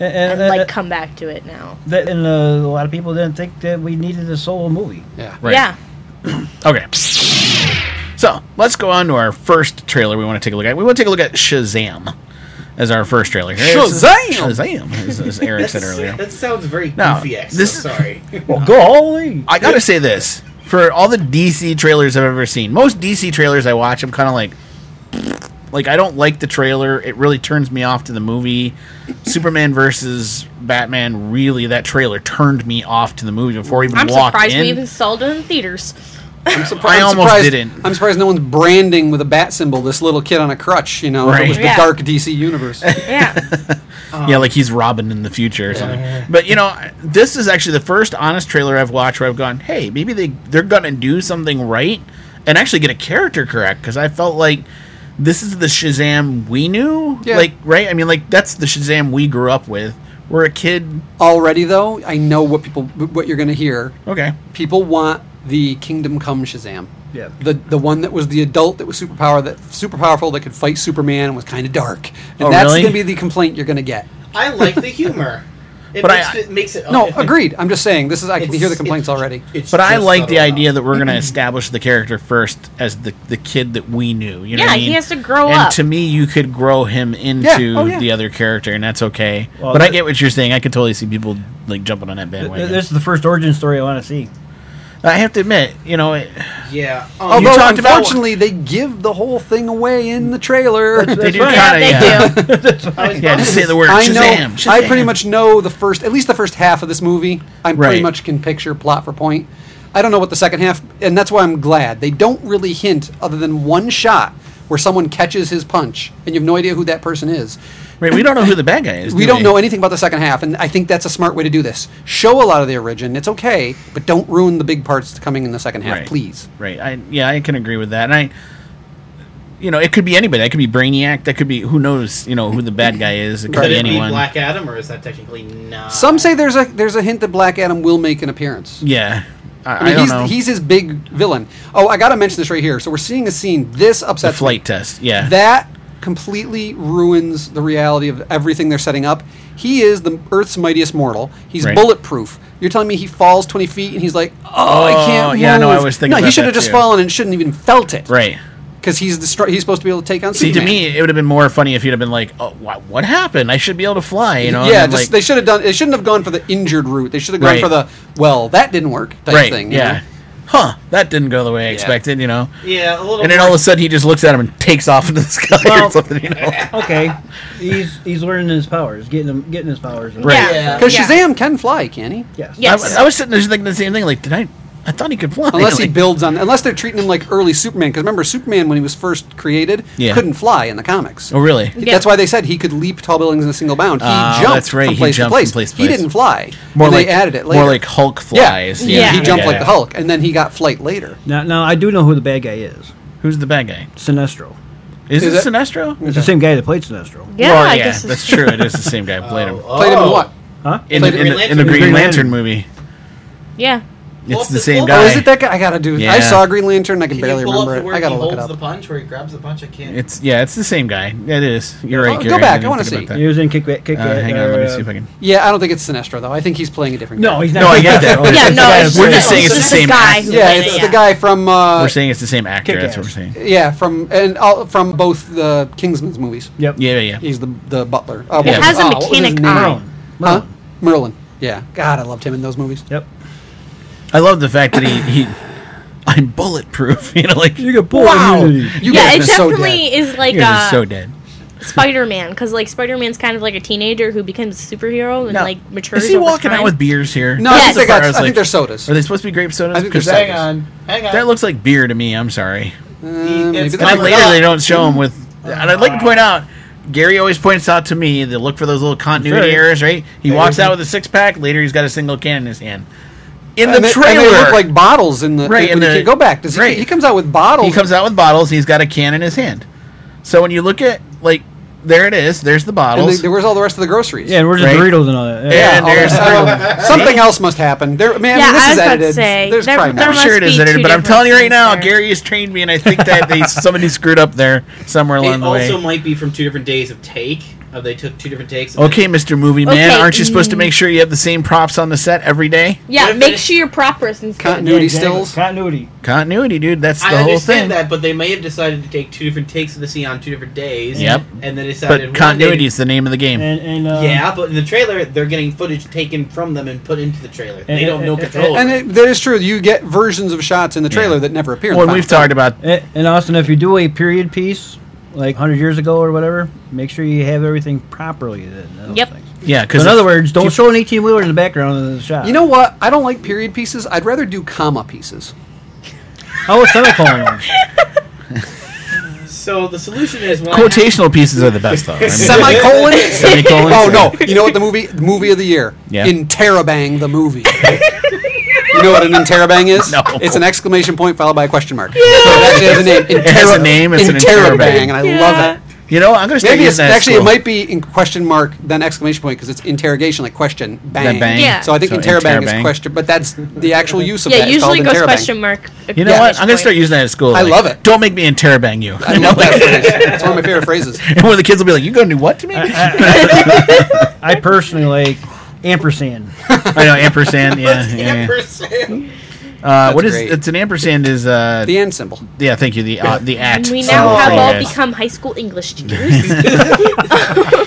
Speaker 3: And,
Speaker 4: and
Speaker 3: and,
Speaker 2: Uh,
Speaker 4: like
Speaker 3: like,
Speaker 4: come back to it now.
Speaker 3: uh, and uh, a lot of people didn't think that we needed a solo movie.
Speaker 1: Yeah.
Speaker 2: Right.
Speaker 4: Yeah.
Speaker 2: Okay. So let's go on to our first trailer we want to take a look at. We want to take a look at Shazam as our first trailer.
Speaker 1: Shazam!
Speaker 2: Shazam, as, as Eric said
Speaker 5: That's-
Speaker 2: earlier.
Speaker 5: That sounds very
Speaker 2: No,
Speaker 5: goofy. No,
Speaker 2: this is-
Speaker 5: sorry.
Speaker 3: Well, go all the way.
Speaker 2: I gotta say this for all the DC trailers I've ever seen. Most DC trailers I watch, I'm kind of like, like I don't like the trailer. It really turns me off to the movie. Superman versus Batman. Really, that trailer turned me off to the movie before I even
Speaker 4: I'm
Speaker 2: walked
Speaker 4: surprised
Speaker 2: in.
Speaker 4: we even saw it in the theaters.
Speaker 1: I'm surprised.
Speaker 2: I
Speaker 1: I'm
Speaker 2: almost
Speaker 1: surprised-
Speaker 2: didn't.
Speaker 1: I'm surprised no one's branding with a bat symbol this little kid on a crutch. You know, if
Speaker 2: Right.
Speaker 1: it was the
Speaker 4: Yeah.
Speaker 1: dark DC universe.
Speaker 4: Yeah.
Speaker 2: yeah, like he's Robin in the future or something. But you know, this is actually the first honest trailer I've watched where I've gone, "Hey, maybe they they're gonna do something right and actually get a character correct." Because I felt like this is the Shazam we knew,
Speaker 1: Yeah.
Speaker 2: like right. I mean, like that's the Shazam we grew up with. We're a kid.
Speaker 1: Already though, I know what people what you're going to hear.
Speaker 2: Okay,
Speaker 1: People want the Kingdom Come Shazam.
Speaker 3: Yeah.
Speaker 1: The the one that was the adult that was super power that super powerful that could fight Superman and was kind of dark. And
Speaker 2: Oh,
Speaker 1: that's
Speaker 2: really?
Speaker 1: going to be the complaint you're going to get.
Speaker 5: I like the humor. It,
Speaker 2: But I-
Speaker 5: makes, it makes it
Speaker 1: No, agreed. I'm just saying this is I can
Speaker 5: It's-
Speaker 1: hear the complaints
Speaker 5: it's-
Speaker 1: already.
Speaker 5: it's
Speaker 2: but I
Speaker 5: just
Speaker 2: like
Speaker 5: subtle
Speaker 2: the idea
Speaker 5: enough.
Speaker 2: that we're gonna establish the character first as the the kid that we knew. You know
Speaker 4: Yeah,
Speaker 2: what I
Speaker 4: he
Speaker 2: mean?
Speaker 4: has to grow
Speaker 2: and
Speaker 4: up.
Speaker 2: to me, you could grow him into
Speaker 1: oh, yeah.
Speaker 2: the other character, and that's okay.
Speaker 3: Well,
Speaker 2: but I
Speaker 3: that-
Speaker 2: get what you're saying. I could totally see people like jumping on that bandwagon.
Speaker 3: This is the first origin story I want to see.
Speaker 2: I have to admit, you know, it,
Speaker 5: Yeah. Um,
Speaker 1: Although
Speaker 2: talked about-
Speaker 1: unfortunately they give the whole thing away in the trailer.
Speaker 2: they do
Speaker 3: right.
Speaker 4: yeah,
Speaker 2: kind of.
Speaker 4: they
Speaker 2: Yeah,
Speaker 4: do.
Speaker 5: I was
Speaker 2: Yeah,
Speaker 5: about
Speaker 2: just
Speaker 5: to
Speaker 2: say the word
Speaker 1: I know.
Speaker 2: Shazam.
Speaker 1: I
Speaker 2: Shazam.
Speaker 1: pretty much know the first, at least the first half of this movie. I
Speaker 2: Right.
Speaker 1: pretty much can picture plot for point. I don't know what the second half, and that's why I'm glad they don't really hint other than one shot where someone catches his punch, and you have no idea who that person is.
Speaker 2: Right, we don't know who the bad guy is.
Speaker 1: We
Speaker 2: do
Speaker 1: don't know anything about the second half, and I think that's a smart way to do this. Show a lot of the origin; it's okay, but don't ruin the big parts coming in the second half,
Speaker 2: Right.
Speaker 1: please.
Speaker 2: Right. I yeah, I can agree with that. And I, you know, it could be anybody. That could be Brainiac. That could be who knows. You know who the bad guy is. It could
Speaker 5: Could
Speaker 2: be
Speaker 5: it be
Speaker 2: anyone.
Speaker 5: Black Adam, or is that technically not?
Speaker 1: Some say there's a there's a hint that Black Adam will make an appearance.
Speaker 2: Yeah. I, I,
Speaker 1: I mean,
Speaker 2: don't
Speaker 1: he's,
Speaker 2: know.
Speaker 1: he's his big villain. Oh, I got to mention this right here. So we're seeing a scene. This
Speaker 2: the
Speaker 1: upsets me.
Speaker 2: flight test. Yeah.
Speaker 1: That completely ruins the reality of everything they're setting up. He is the Earth's mightiest mortal. He's
Speaker 2: Right.
Speaker 1: bulletproof. You're telling me he falls 20 feet and he's like, oh, I
Speaker 2: Oh,
Speaker 1: can't move.
Speaker 2: yeah, no, I was thinking
Speaker 1: No, he
Speaker 2: about
Speaker 1: should
Speaker 2: that
Speaker 1: have just
Speaker 2: too.
Speaker 1: fallen and shouldn't even felt it.
Speaker 2: right.
Speaker 1: Because he's the str- he's supposed to be able to take on
Speaker 2: See, to
Speaker 1: Superman.
Speaker 2: me, it would have been more funny if he'd have been like, "Oh, wha- what happened? I should be able to fly." You know?
Speaker 1: yeah,
Speaker 2: and
Speaker 1: just,
Speaker 2: then,
Speaker 1: they
Speaker 2: like,
Speaker 1: should have done. They shouldn't have gone for the injured route. They should have gone
Speaker 2: Right.
Speaker 1: for the well, that didn't work type
Speaker 2: right.
Speaker 1: thing. you
Speaker 2: yeah.
Speaker 1: know?
Speaker 2: Huh? That didn't go the way I expected. You know.
Speaker 5: Yeah, a little.
Speaker 2: And then
Speaker 5: more-
Speaker 2: all of a sudden, he just looks at him and takes off into the sky or
Speaker 3: Well-
Speaker 2: something. You know.
Speaker 3: Okay, he's he's learning his powers, getting him getting his powers.
Speaker 2: Right.
Speaker 4: Yeah.
Speaker 1: Because Shazam can fly, can he?
Speaker 3: Yes.
Speaker 4: Yeah.
Speaker 2: I,
Speaker 4: Yes.
Speaker 2: I was sitting there just thinking the same thing. Like, did I? I thought he could fly.
Speaker 1: Unless he
Speaker 2: Like,
Speaker 1: builds on, unless they're treating him like early Superman. Because remember, Superman when he was first created
Speaker 2: Yeah.
Speaker 1: couldn't fly in the comics.
Speaker 2: oh, really?
Speaker 4: Yeah.
Speaker 1: That's why they said he could leap tall buildings in a single bound. He
Speaker 2: Ah,
Speaker 1: jumped
Speaker 2: that's right,
Speaker 1: from
Speaker 2: he
Speaker 1: place
Speaker 2: jumped
Speaker 1: to place.
Speaker 2: from place to
Speaker 1: He
Speaker 2: place.
Speaker 1: didn't fly.
Speaker 2: More
Speaker 1: and
Speaker 2: like
Speaker 1: they added it later.
Speaker 2: More like Hulk flies.
Speaker 1: Yeah.
Speaker 4: Yeah.
Speaker 1: He jumped
Speaker 2: Yeah.
Speaker 1: like the Hulk, and then he got flight later.
Speaker 3: Now, now I do know who the bad guy is.
Speaker 2: Who's the bad guy?
Speaker 3: Sinestro.
Speaker 2: Is,
Speaker 1: Is
Speaker 2: it
Speaker 1: it-
Speaker 2: Sinestro?
Speaker 3: It's the same guy that played Sinestro.
Speaker 4: Yeah,
Speaker 2: Well,
Speaker 4: I
Speaker 2: yeah,
Speaker 4: guess
Speaker 2: that's
Speaker 4: it's,
Speaker 2: true. It is the same guy. I Played him
Speaker 5: Oh,
Speaker 1: Played him in
Speaker 5: oh.
Speaker 1: what?
Speaker 3: Huh?
Speaker 2: in,
Speaker 1: Played
Speaker 2: in,
Speaker 5: Green
Speaker 2: the, in the
Speaker 5: Lantern.
Speaker 2: Green
Speaker 3: Green
Speaker 2: Lantern
Speaker 3: Lantern.
Speaker 2: movie.
Speaker 4: yeah.
Speaker 5: Well,
Speaker 2: It's the
Speaker 5: this-
Speaker 2: same
Speaker 5: oh,
Speaker 2: guy.
Speaker 1: Oh, is it that guy? I gotta do.
Speaker 2: Yeah.
Speaker 1: I saw Green Lantern. I can,
Speaker 5: Can
Speaker 1: barely
Speaker 5: you pull
Speaker 1: remember
Speaker 5: up
Speaker 1: it.
Speaker 5: the word
Speaker 1: I gotta
Speaker 5: he
Speaker 1: look it
Speaker 5: holds
Speaker 1: up.
Speaker 5: the punch where he grabs the punch? I can't.
Speaker 2: It's yeah, it's the same guy. It is. You're right.
Speaker 1: Oh,
Speaker 2: you're
Speaker 1: go
Speaker 2: right.
Speaker 1: back.
Speaker 2: didn't
Speaker 1: I wanna
Speaker 2: think about
Speaker 1: see.
Speaker 3: He was in Kick. kick
Speaker 2: that. Uh, hang on. Let me see if I can.
Speaker 1: yeah, I don't think it's Sinestro though. I think he's playing a different.
Speaker 3: No,
Speaker 1: guy.
Speaker 3: he's not.
Speaker 2: No, I get that.
Speaker 3: It's
Speaker 4: Yeah,
Speaker 3: the
Speaker 4: no,
Speaker 3: guy
Speaker 4: it's
Speaker 3: that
Speaker 2: We're
Speaker 3: played
Speaker 2: just
Speaker 3: Sinestro.
Speaker 2: saying it's the
Speaker 4: It's the
Speaker 2: same
Speaker 4: guy
Speaker 2: act.
Speaker 4: who-
Speaker 1: Yeah, it's
Speaker 4: Yeah.
Speaker 1: the guy from. Uh,
Speaker 2: We're saying it's the same actor. That's what we're
Speaker 3: Kick-Ass.
Speaker 2: saying.
Speaker 1: yeah, from and all, from both the Kingsman's movies.
Speaker 3: Yep.
Speaker 2: Yeah, yeah, yeah.
Speaker 1: He's the the butler. Oh, what
Speaker 2: Yeah.
Speaker 1: was-
Speaker 2: Has
Speaker 4: a
Speaker 1: oh, what was his
Speaker 4: mechanic
Speaker 1: name?
Speaker 4: eye.
Speaker 1: Huh? Merlin. Yeah. God, I loved him in those movies.
Speaker 3: Yep.
Speaker 2: I love the fact that he he. I'm bulletproof. You know, like
Speaker 3: You get bored.
Speaker 1: Wow. You
Speaker 4: yeah,
Speaker 1: guys
Speaker 4: it
Speaker 1: are so
Speaker 4: definitely is like
Speaker 2: you're
Speaker 4: uh,
Speaker 2: just so dead.
Speaker 4: Spider-Man, because like Spider-Man's kind of like a teenager who becomes a superhero and
Speaker 2: No.
Speaker 4: like matures.
Speaker 2: Is he
Speaker 4: over
Speaker 2: walking
Speaker 4: time.
Speaker 2: out with beers here?
Speaker 1: No,
Speaker 4: Yes.
Speaker 1: I, think they got,
Speaker 2: I was
Speaker 1: I
Speaker 2: like-
Speaker 1: think they're sodas.
Speaker 2: Are they supposed to be grape sodas?
Speaker 1: I think they're
Speaker 2: 'Cause
Speaker 1: sodas.
Speaker 5: hang on, hang on.
Speaker 2: That looks like beer to me. I'm sorry.
Speaker 1: Uh, maybe
Speaker 5: It's
Speaker 1: they're
Speaker 2: And then
Speaker 5: Oh,
Speaker 1: sodas.
Speaker 2: later
Speaker 5: yeah.
Speaker 2: they don't show him with. And I'd like to point out, Gary always points out to me the look for those little continuity
Speaker 3: Right.
Speaker 2: errors. Right? He walks
Speaker 5: Mhm.
Speaker 2: out with a six pack. Later he's got a single can in his hand. In
Speaker 1: and
Speaker 2: the
Speaker 1: they,
Speaker 2: trailer,
Speaker 1: and they look like bottles in the
Speaker 2: Right,
Speaker 1: right.
Speaker 2: in
Speaker 1: In
Speaker 2: the-
Speaker 1: go back. Does he,
Speaker 2: right.
Speaker 1: he comes out with bottles?
Speaker 2: he comes out with bottles. He's got a can in his hand. So when you look at like, there it is. There's the
Speaker 1: and they,
Speaker 2: bottles.
Speaker 1: there was all the rest of the groceries.
Speaker 3: Yeah, and we're just
Speaker 2: Right.
Speaker 3: Doritos and all that.
Speaker 2: Yeah,
Speaker 1: Yeah,
Speaker 2: and
Speaker 1: all
Speaker 2: there's
Speaker 1: that. Um, something else must happen. There, I mean, I mean,
Speaker 4: Yeah,
Speaker 1: this is
Speaker 4: I was about to
Speaker 1: edited.
Speaker 4: say,
Speaker 1: There's
Speaker 4: there-
Speaker 1: probably
Speaker 4: there
Speaker 1: not.
Speaker 2: I'm
Speaker 4: must
Speaker 2: sure it
Speaker 4: be
Speaker 2: is edited,
Speaker 4: two
Speaker 2: but I'm
Speaker 4: different
Speaker 2: telling you right
Speaker 4: scenes
Speaker 2: now,
Speaker 4: there.
Speaker 2: Gary has trained me, and I think that they somebody screwed up there somewhere along
Speaker 5: It
Speaker 2: the way.
Speaker 5: also might be from two different days of take. Oh, they took two different takes. and
Speaker 2: Okay,
Speaker 5: then-
Speaker 2: Mr. Movie Man,
Speaker 4: Okay,
Speaker 2: aren't you supposed to make sure you have the same props on the set every day?
Speaker 5: What
Speaker 4: Yeah,
Speaker 5: if
Speaker 4: make
Speaker 5: it-
Speaker 4: sure you're proper since
Speaker 1: Continuity
Speaker 3: exactly.
Speaker 1: stills.
Speaker 3: Continuity.
Speaker 2: Continuity, dude. That's the
Speaker 5: I
Speaker 2: whole
Speaker 5: understand
Speaker 2: thing.
Speaker 5: that, but they may have decided to take two different takes of the scene on two different days.
Speaker 2: Yep.
Speaker 5: And they decided
Speaker 2: But
Speaker 5: one
Speaker 2: continuity
Speaker 5: day-
Speaker 2: is the name of the game.
Speaker 3: And and uh,
Speaker 5: yeah, but in the trailer, they're getting footage taken from them and put into the trailer. They
Speaker 3: and-
Speaker 5: don't know
Speaker 3: and-
Speaker 5: control.
Speaker 1: And
Speaker 5: over
Speaker 1: it, that is true. You get versions of shots in the trailer
Speaker 2: Yeah.
Speaker 1: that never appear. in the
Speaker 2: Well,
Speaker 1: final
Speaker 2: we've
Speaker 1: cut.
Speaker 2: talked about
Speaker 3: A- And Austin, if you do a period piece, like 100 years ago or whatever, make sure you have everything properly. Then. those
Speaker 4: Yep.
Speaker 3: things.
Speaker 2: yeah.
Speaker 3: So
Speaker 2: Because
Speaker 3: in other words, don't show an 18 wheeler in the background of the shot.
Speaker 1: You know what? I don't like period pieces. I'd rather do comma pieces.
Speaker 3: how was semicolon? ones?
Speaker 5: it. So the solution is one.
Speaker 2: quotational pieces are the best though. I mean,
Speaker 1: Semicolon.
Speaker 2: semicolons.
Speaker 1: Oh no! You know what the movie movie of the year?
Speaker 2: Yeah.
Speaker 1: Interrobang the movie. you know what an interrobang is?
Speaker 2: No.
Speaker 1: It's an exclamation point followed by a question mark. So it actually has a name.
Speaker 2: It has a name, it's an interrobang.
Speaker 1: and I
Speaker 4: Yeah.
Speaker 1: love it.
Speaker 2: You know, I'm gonna start
Speaker 1: Maybe it's
Speaker 2: using that. at
Speaker 1: actually it
Speaker 2: school.
Speaker 1: might be in question mark then exclamation point because it's interrogation like question bang.
Speaker 2: Then bang.
Speaker 4: Yeah.
Speaker 1: So I think
Speaker 2: So
Speaker 1: interrobang,
Speaker 2: interrobang.
Speaker 1: is question, but that's the actual use of
Speaker 4: Yeah,
Speaker 1: that. It's
Speaker 4: usually
Speaker 1: called
Speaker 4: goes
Speaker 1: interrobang.
Speaker 4: question mark.
Speaker 2: You know what? I'm gonna start using that at school.
Speaker 1: I love it.
Speaker 2: Don't make me interrobang you.
Speaker 1: I love that phrase. It's one of my favorite phrases.
Speaker 2: and one of the kids will be like, "You gonna do what to me?"
Speaker 3: I personally like ampersand.
Speaker 2: I know ampersand. Yeah.
Speaker 5: What's
Speaker 2: yeah, yeah.
Speaker 5: ampersand?
Speaker 2: Uh, what
Speaker 1: That's
Speaker 2: is?
Speaker 1: great.
Speaker 2: It's an ampersand. Is uh,
Speaker 1: The end symbol.
Speaker 2: yeah. Thank you. The uh, the at.
Speaker 4: And we
Speaker 2: symbol
Speaker 4: now
Speaker 2: for
Speaker 4: have
Speaker 2: you
Speaker 4: all
Speaker 2: guys.
Speaker 4: become high school English teachers.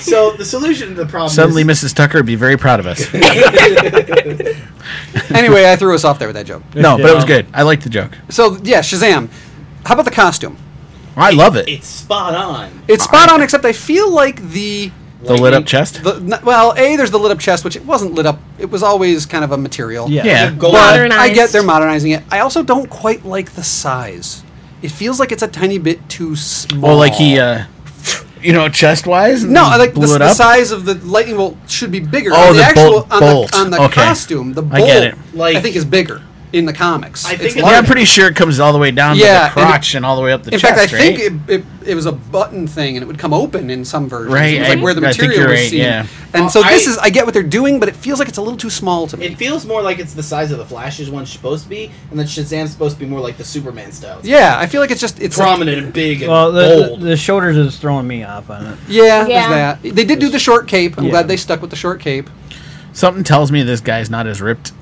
Speaker 5: So the solution to the problem
Speaker 2: Suddenly,
Speaker 5: is,
Speaker 2: Mrs. Tucker would be very proud of us.
Speaker 1: Anyway, I threw us off there with that joke.
Speaker 2: No, but it was
Speaker 3: Yeah.
Speaker 2: good. I liked the joke.
Speaker 1: So yeah, Shazam. How about the costume?
Speaker 2: I love it.
Speaker 5: it's spot on.
Speaker 1: It's spot on, except I feel like the
Speaker 2: The lit up chest.
Speaker 1: the n- well, a there's the lit up chest, which it wasn't lit up. It was always kind of a material.
Speaker 3: Yeah.
Speaker 2: Yeah.
Speaker 5: Gold-
Speaker 1: But I get
Speaker 4: Modernized.
Speaker 1: they're modernizing it. I also don't quite like the size. It feels like it's a tiny bit too small.
Speaker 2: Well, like he, uh, you know, chest wise.
Speaker 1: no, I like the,
Speaker 2: blew it
Speaker 1: the
Speaker 2: up.
Speaker 1: size of the lightning bolt should be bigger.
Speaker 2: Oh,
Speaker 1: On
Speaker 2: the
Speaker 1: actual
Speaker 2: bolt-
Speaker 1: on
Speaker 2: bolt.
Speaker 1: the, on the
Speaker 2: Okay.
Speaker 1: costume, the
Speaker 2: I
Speaker 1: bolt
Speaker 2: get it.
Speaker 5: Like-
Speaker 1: I think is bigger in the comics.
Speaker 5: I think
Speaker 1: It's
Speaker 5: it's-
Speaker 2: Yeah,
Speaker 1: larger.
Speaker 2: I'm pretty sure it comes all the way down
Speaker 1: Yeah,
Speaker 2: to
Speaker 1: and
Speaker 2: the
Speaker 1: it-
Speaker 2: crotch and all the way up the
Speaker 1: in
Speaker 2: chest.
Speaker 1: fact, I
Speaker 2: right?
Speaker 1: think it, it, it was a button thing, and it would come open in some versions.
Speaker 2: Right,
Speaker 1: It was
Speaker 2: I-
Speaker 1: like where the
Speaker 2: I think
Speaker 1: material
Speaker 2: you're
Speaker 1: was
Speaker 2: right,
Speaker 1: seen.
Speaker 2: yeah.
Speaker 1: And
Speaker 5: Well,
Speaker 1: so this
Speaker 5: I-
Speaker 1: is I get what they're doing, but it feels like it's a little too small to me.
Speaker 5: It feels more like it's the size of the Flash's one's supposed to be, and then Shazam's supposed to be more like the Superman style. It's
Speaker 1: yeah, I feel like it's just it's like-
Speaker 5: prominent and big and
Speaker 3: Well, the,
Speaker 5: bold.
Speaker 3: the, the shoulders is throwing me off on it.
Speaker 1: yeah,
Speaker 4: Yeah.
Speaker 1: there's that. They did do the short cape. I'm
Speaker 3: Yeah.
Speaker 1: glad they stuck with the short cape.
Speaker 2: Something tells me this guy's not as ripped.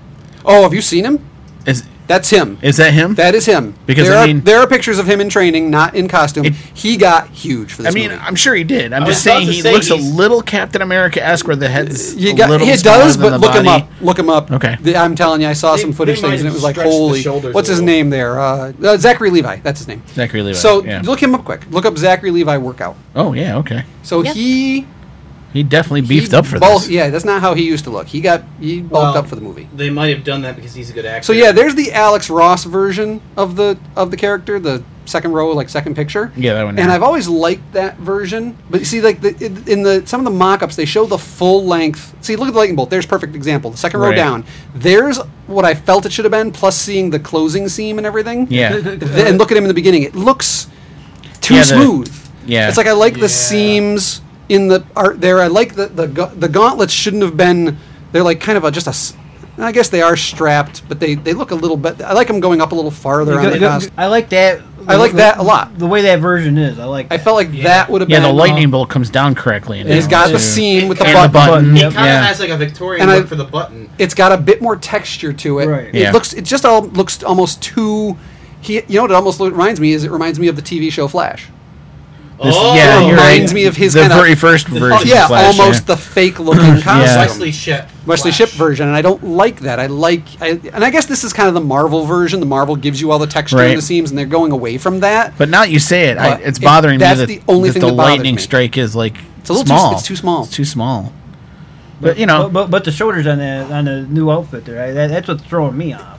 Speaker 1: Oh, have you seen him?
Speaker 2: Is
Speaker 1: That's him.
Speaker 2: is that him?
Speaker 1: that is him.
Speaker 2: Because,
Speaker 1: there
Speaker 2: I
Speaker 1: are
Speaker 2: mean-
Speaker 1: there are pictures of him in training, not in costume.
Speaker 2: It-
Speaker 1: he got huge for
Speaker 2: I
Speaker 1: this
Speaker 2: mean,
Speaker 1: movie.
Speaker 2: I'm sure he did. I'm
Speaker 5: I
Speaker 2: just
Speaker 5: was about
Speaker 2: saying
Speaker 5: to
Speaker 2: he
Speaker 5: say
Speaker 2: looks a
Speaker 5: he's-
Speaker 2: little Captain America esque, where the head's
Speaker 1: you
Speaker 2: a
Speaker 1: got
Speaker 2: little
Speaker 1: he
Speaker 2: smaller
Speaker 1: does,
Speaker 2: than
Speaker 1: but
Speaker 2: the
Speaker 1: look him
Speaker 2: body.
Speaker 1: up. Look him up.
Speaker 2: Okay.
Speaker 1: The- I'm telling you, I saw
Speaker 5: They-
Speaker 1: some footage
Speaker 5: they might
Speaker 1: things, and it
Speaker 5: have
Speaker 1: was like,
Speaker 5: stretched the
Speaker 1: holy,
Speaker 5: shoulders
Speaker 1: what's
Speaker 5: a
Speaker 1: his
Speaker 5: little.
Speaker 1: name there? Uh, uh, Zachary Levi. That's his name.
Speaker 2: Zachary Levi.
Speaker 1: So
Speaker 2: yeah.
Speaker 1: look him up quick. Look up Zachary Levi workout.
Speaker 2: Oh yeah, okay.
Speaker 1: So
Speaker 4: Yep.
Speaker 1: he
Speaker 2: He definitely beefed
Speaker 1: he
Speaker 2: up for
Speaker 1: bulk-
Speaker 2: this.
Speaker 1: Yeah, that's not how he used to look. He got he bulked
Speaker 5: Well,
Speaker 1: up for the movie.
Speaker 5: Um, They might have done that because he's a good actor.
Speaker 1: So yeah, there's the Alex Ross version of the of the character, the second row, like second picture.
Speaker 2: Yeah, that one,
Speaker 1: And
Speaker 2: yeah.
Speaker 1: I've always liked that version, but you see, like the, in the some of the mock-ups, they show the full length. See, look at the lightning bolt. There's perfect example. The second row
Speaker 2: Right.
Speaker 1: down. There's what I felt it should have been. Plus, seeing the closing seam and everything.
Speaker 2: Yeah.
Speaker 1: Th- and look at him in the beginning. It looks too
Speaker 2: Yeah, the-
Speaker 1: smooth.
Speaker 2: yeah.
Speaker 1: It's like I like
Speaker 5: Yeah.
Speaker 1: the seams in the art there. I like the the ga- the gauntlets shouldn't have been. They're like kind of a just a. s- I guess they are strapped, but they they look a little bit. I like them going up a little farther on
Speaker 3: Go-
Speaker 1: the
Speaker 3: go-
Speaker 1: cost.
Speaker 3: I like that.
Speaker 1: I like that a lot.
Speaker 3: The way that version is, I like.
Speaker 1: I
Speaker 3: that.
Speaker 1: felt like that would have
Speaker 2: Yeah,
Speaker 1: been. uh,
Speaker 2: the lightning bolt comes down correctly.
Speaker 1: It's uh, got the
Speaker 2: too.
Speaker 1: seam with the
Speaker 2: and the
Speaker 1: button.
Speaker 2: button.
Speaker 3: Button,
Speaker 5: it
Speaker 3: yep.
Speaker 5: kind of
Speaker 2: Yeah.
Speaker 5: has like a Victorian
Speaker 1: And I-
Speaker 5: look for the button.
Speaker 1: It's got a bit more texture to it.
Speaker 3: Right.
Speaker 1: It
Speaker 2: Yeah.
Speaker 1: looks. It just all looks almost too. He, you know what it almost lo- reminds me is it reminds me of the TV show Flash.
Speaker 2: This-
Speaker 5: oh,
Speaker 2: yeah, you're
Speaker 1: reminds
Speaker 2: right.
Speaker 1: me of his
Speaker 2: the
Speaker 1: kinda- Oh,
Speaker 2: very first version.
Speaker 1: yeah,
Speaker 2: of Flash,
Speaker 1: almost
Speaker 2: yeah.
Speaker 1: the fake looking costume.
Speaker 5: Wesley Ship.
Speaker 1: Wesley Ship version, and I don't like that. I like, I, and I guess this is kind of the Marvel version. The Marvel gives you all the texture
Speaker 2: Right.
Speaker 1: and the seams, and they're going away from that.
Speaker 2: But now you say it, I,
Speaker 1: But
Speaker 2: it's
Speaker 1: it-
Speaker 2: bothering me
Speaker 1: that's
Speaker 2: that
Speaker 1: the only
Speaker 2: that
Speaker 1: thing
Speaker 2: the
Speaker 1: that bothers
Speaker 2: lightning
Speaker 1: me.
Speaker 2: strike is like
Speaker 1: a little too-
Speaker 2: small.
Speaker 1: it's too small.
Speaker 2: It's too small. But you know,
Speaker 3: But, but but the shoulders on the on the new outfit there, I, that, that's what's throwing me off.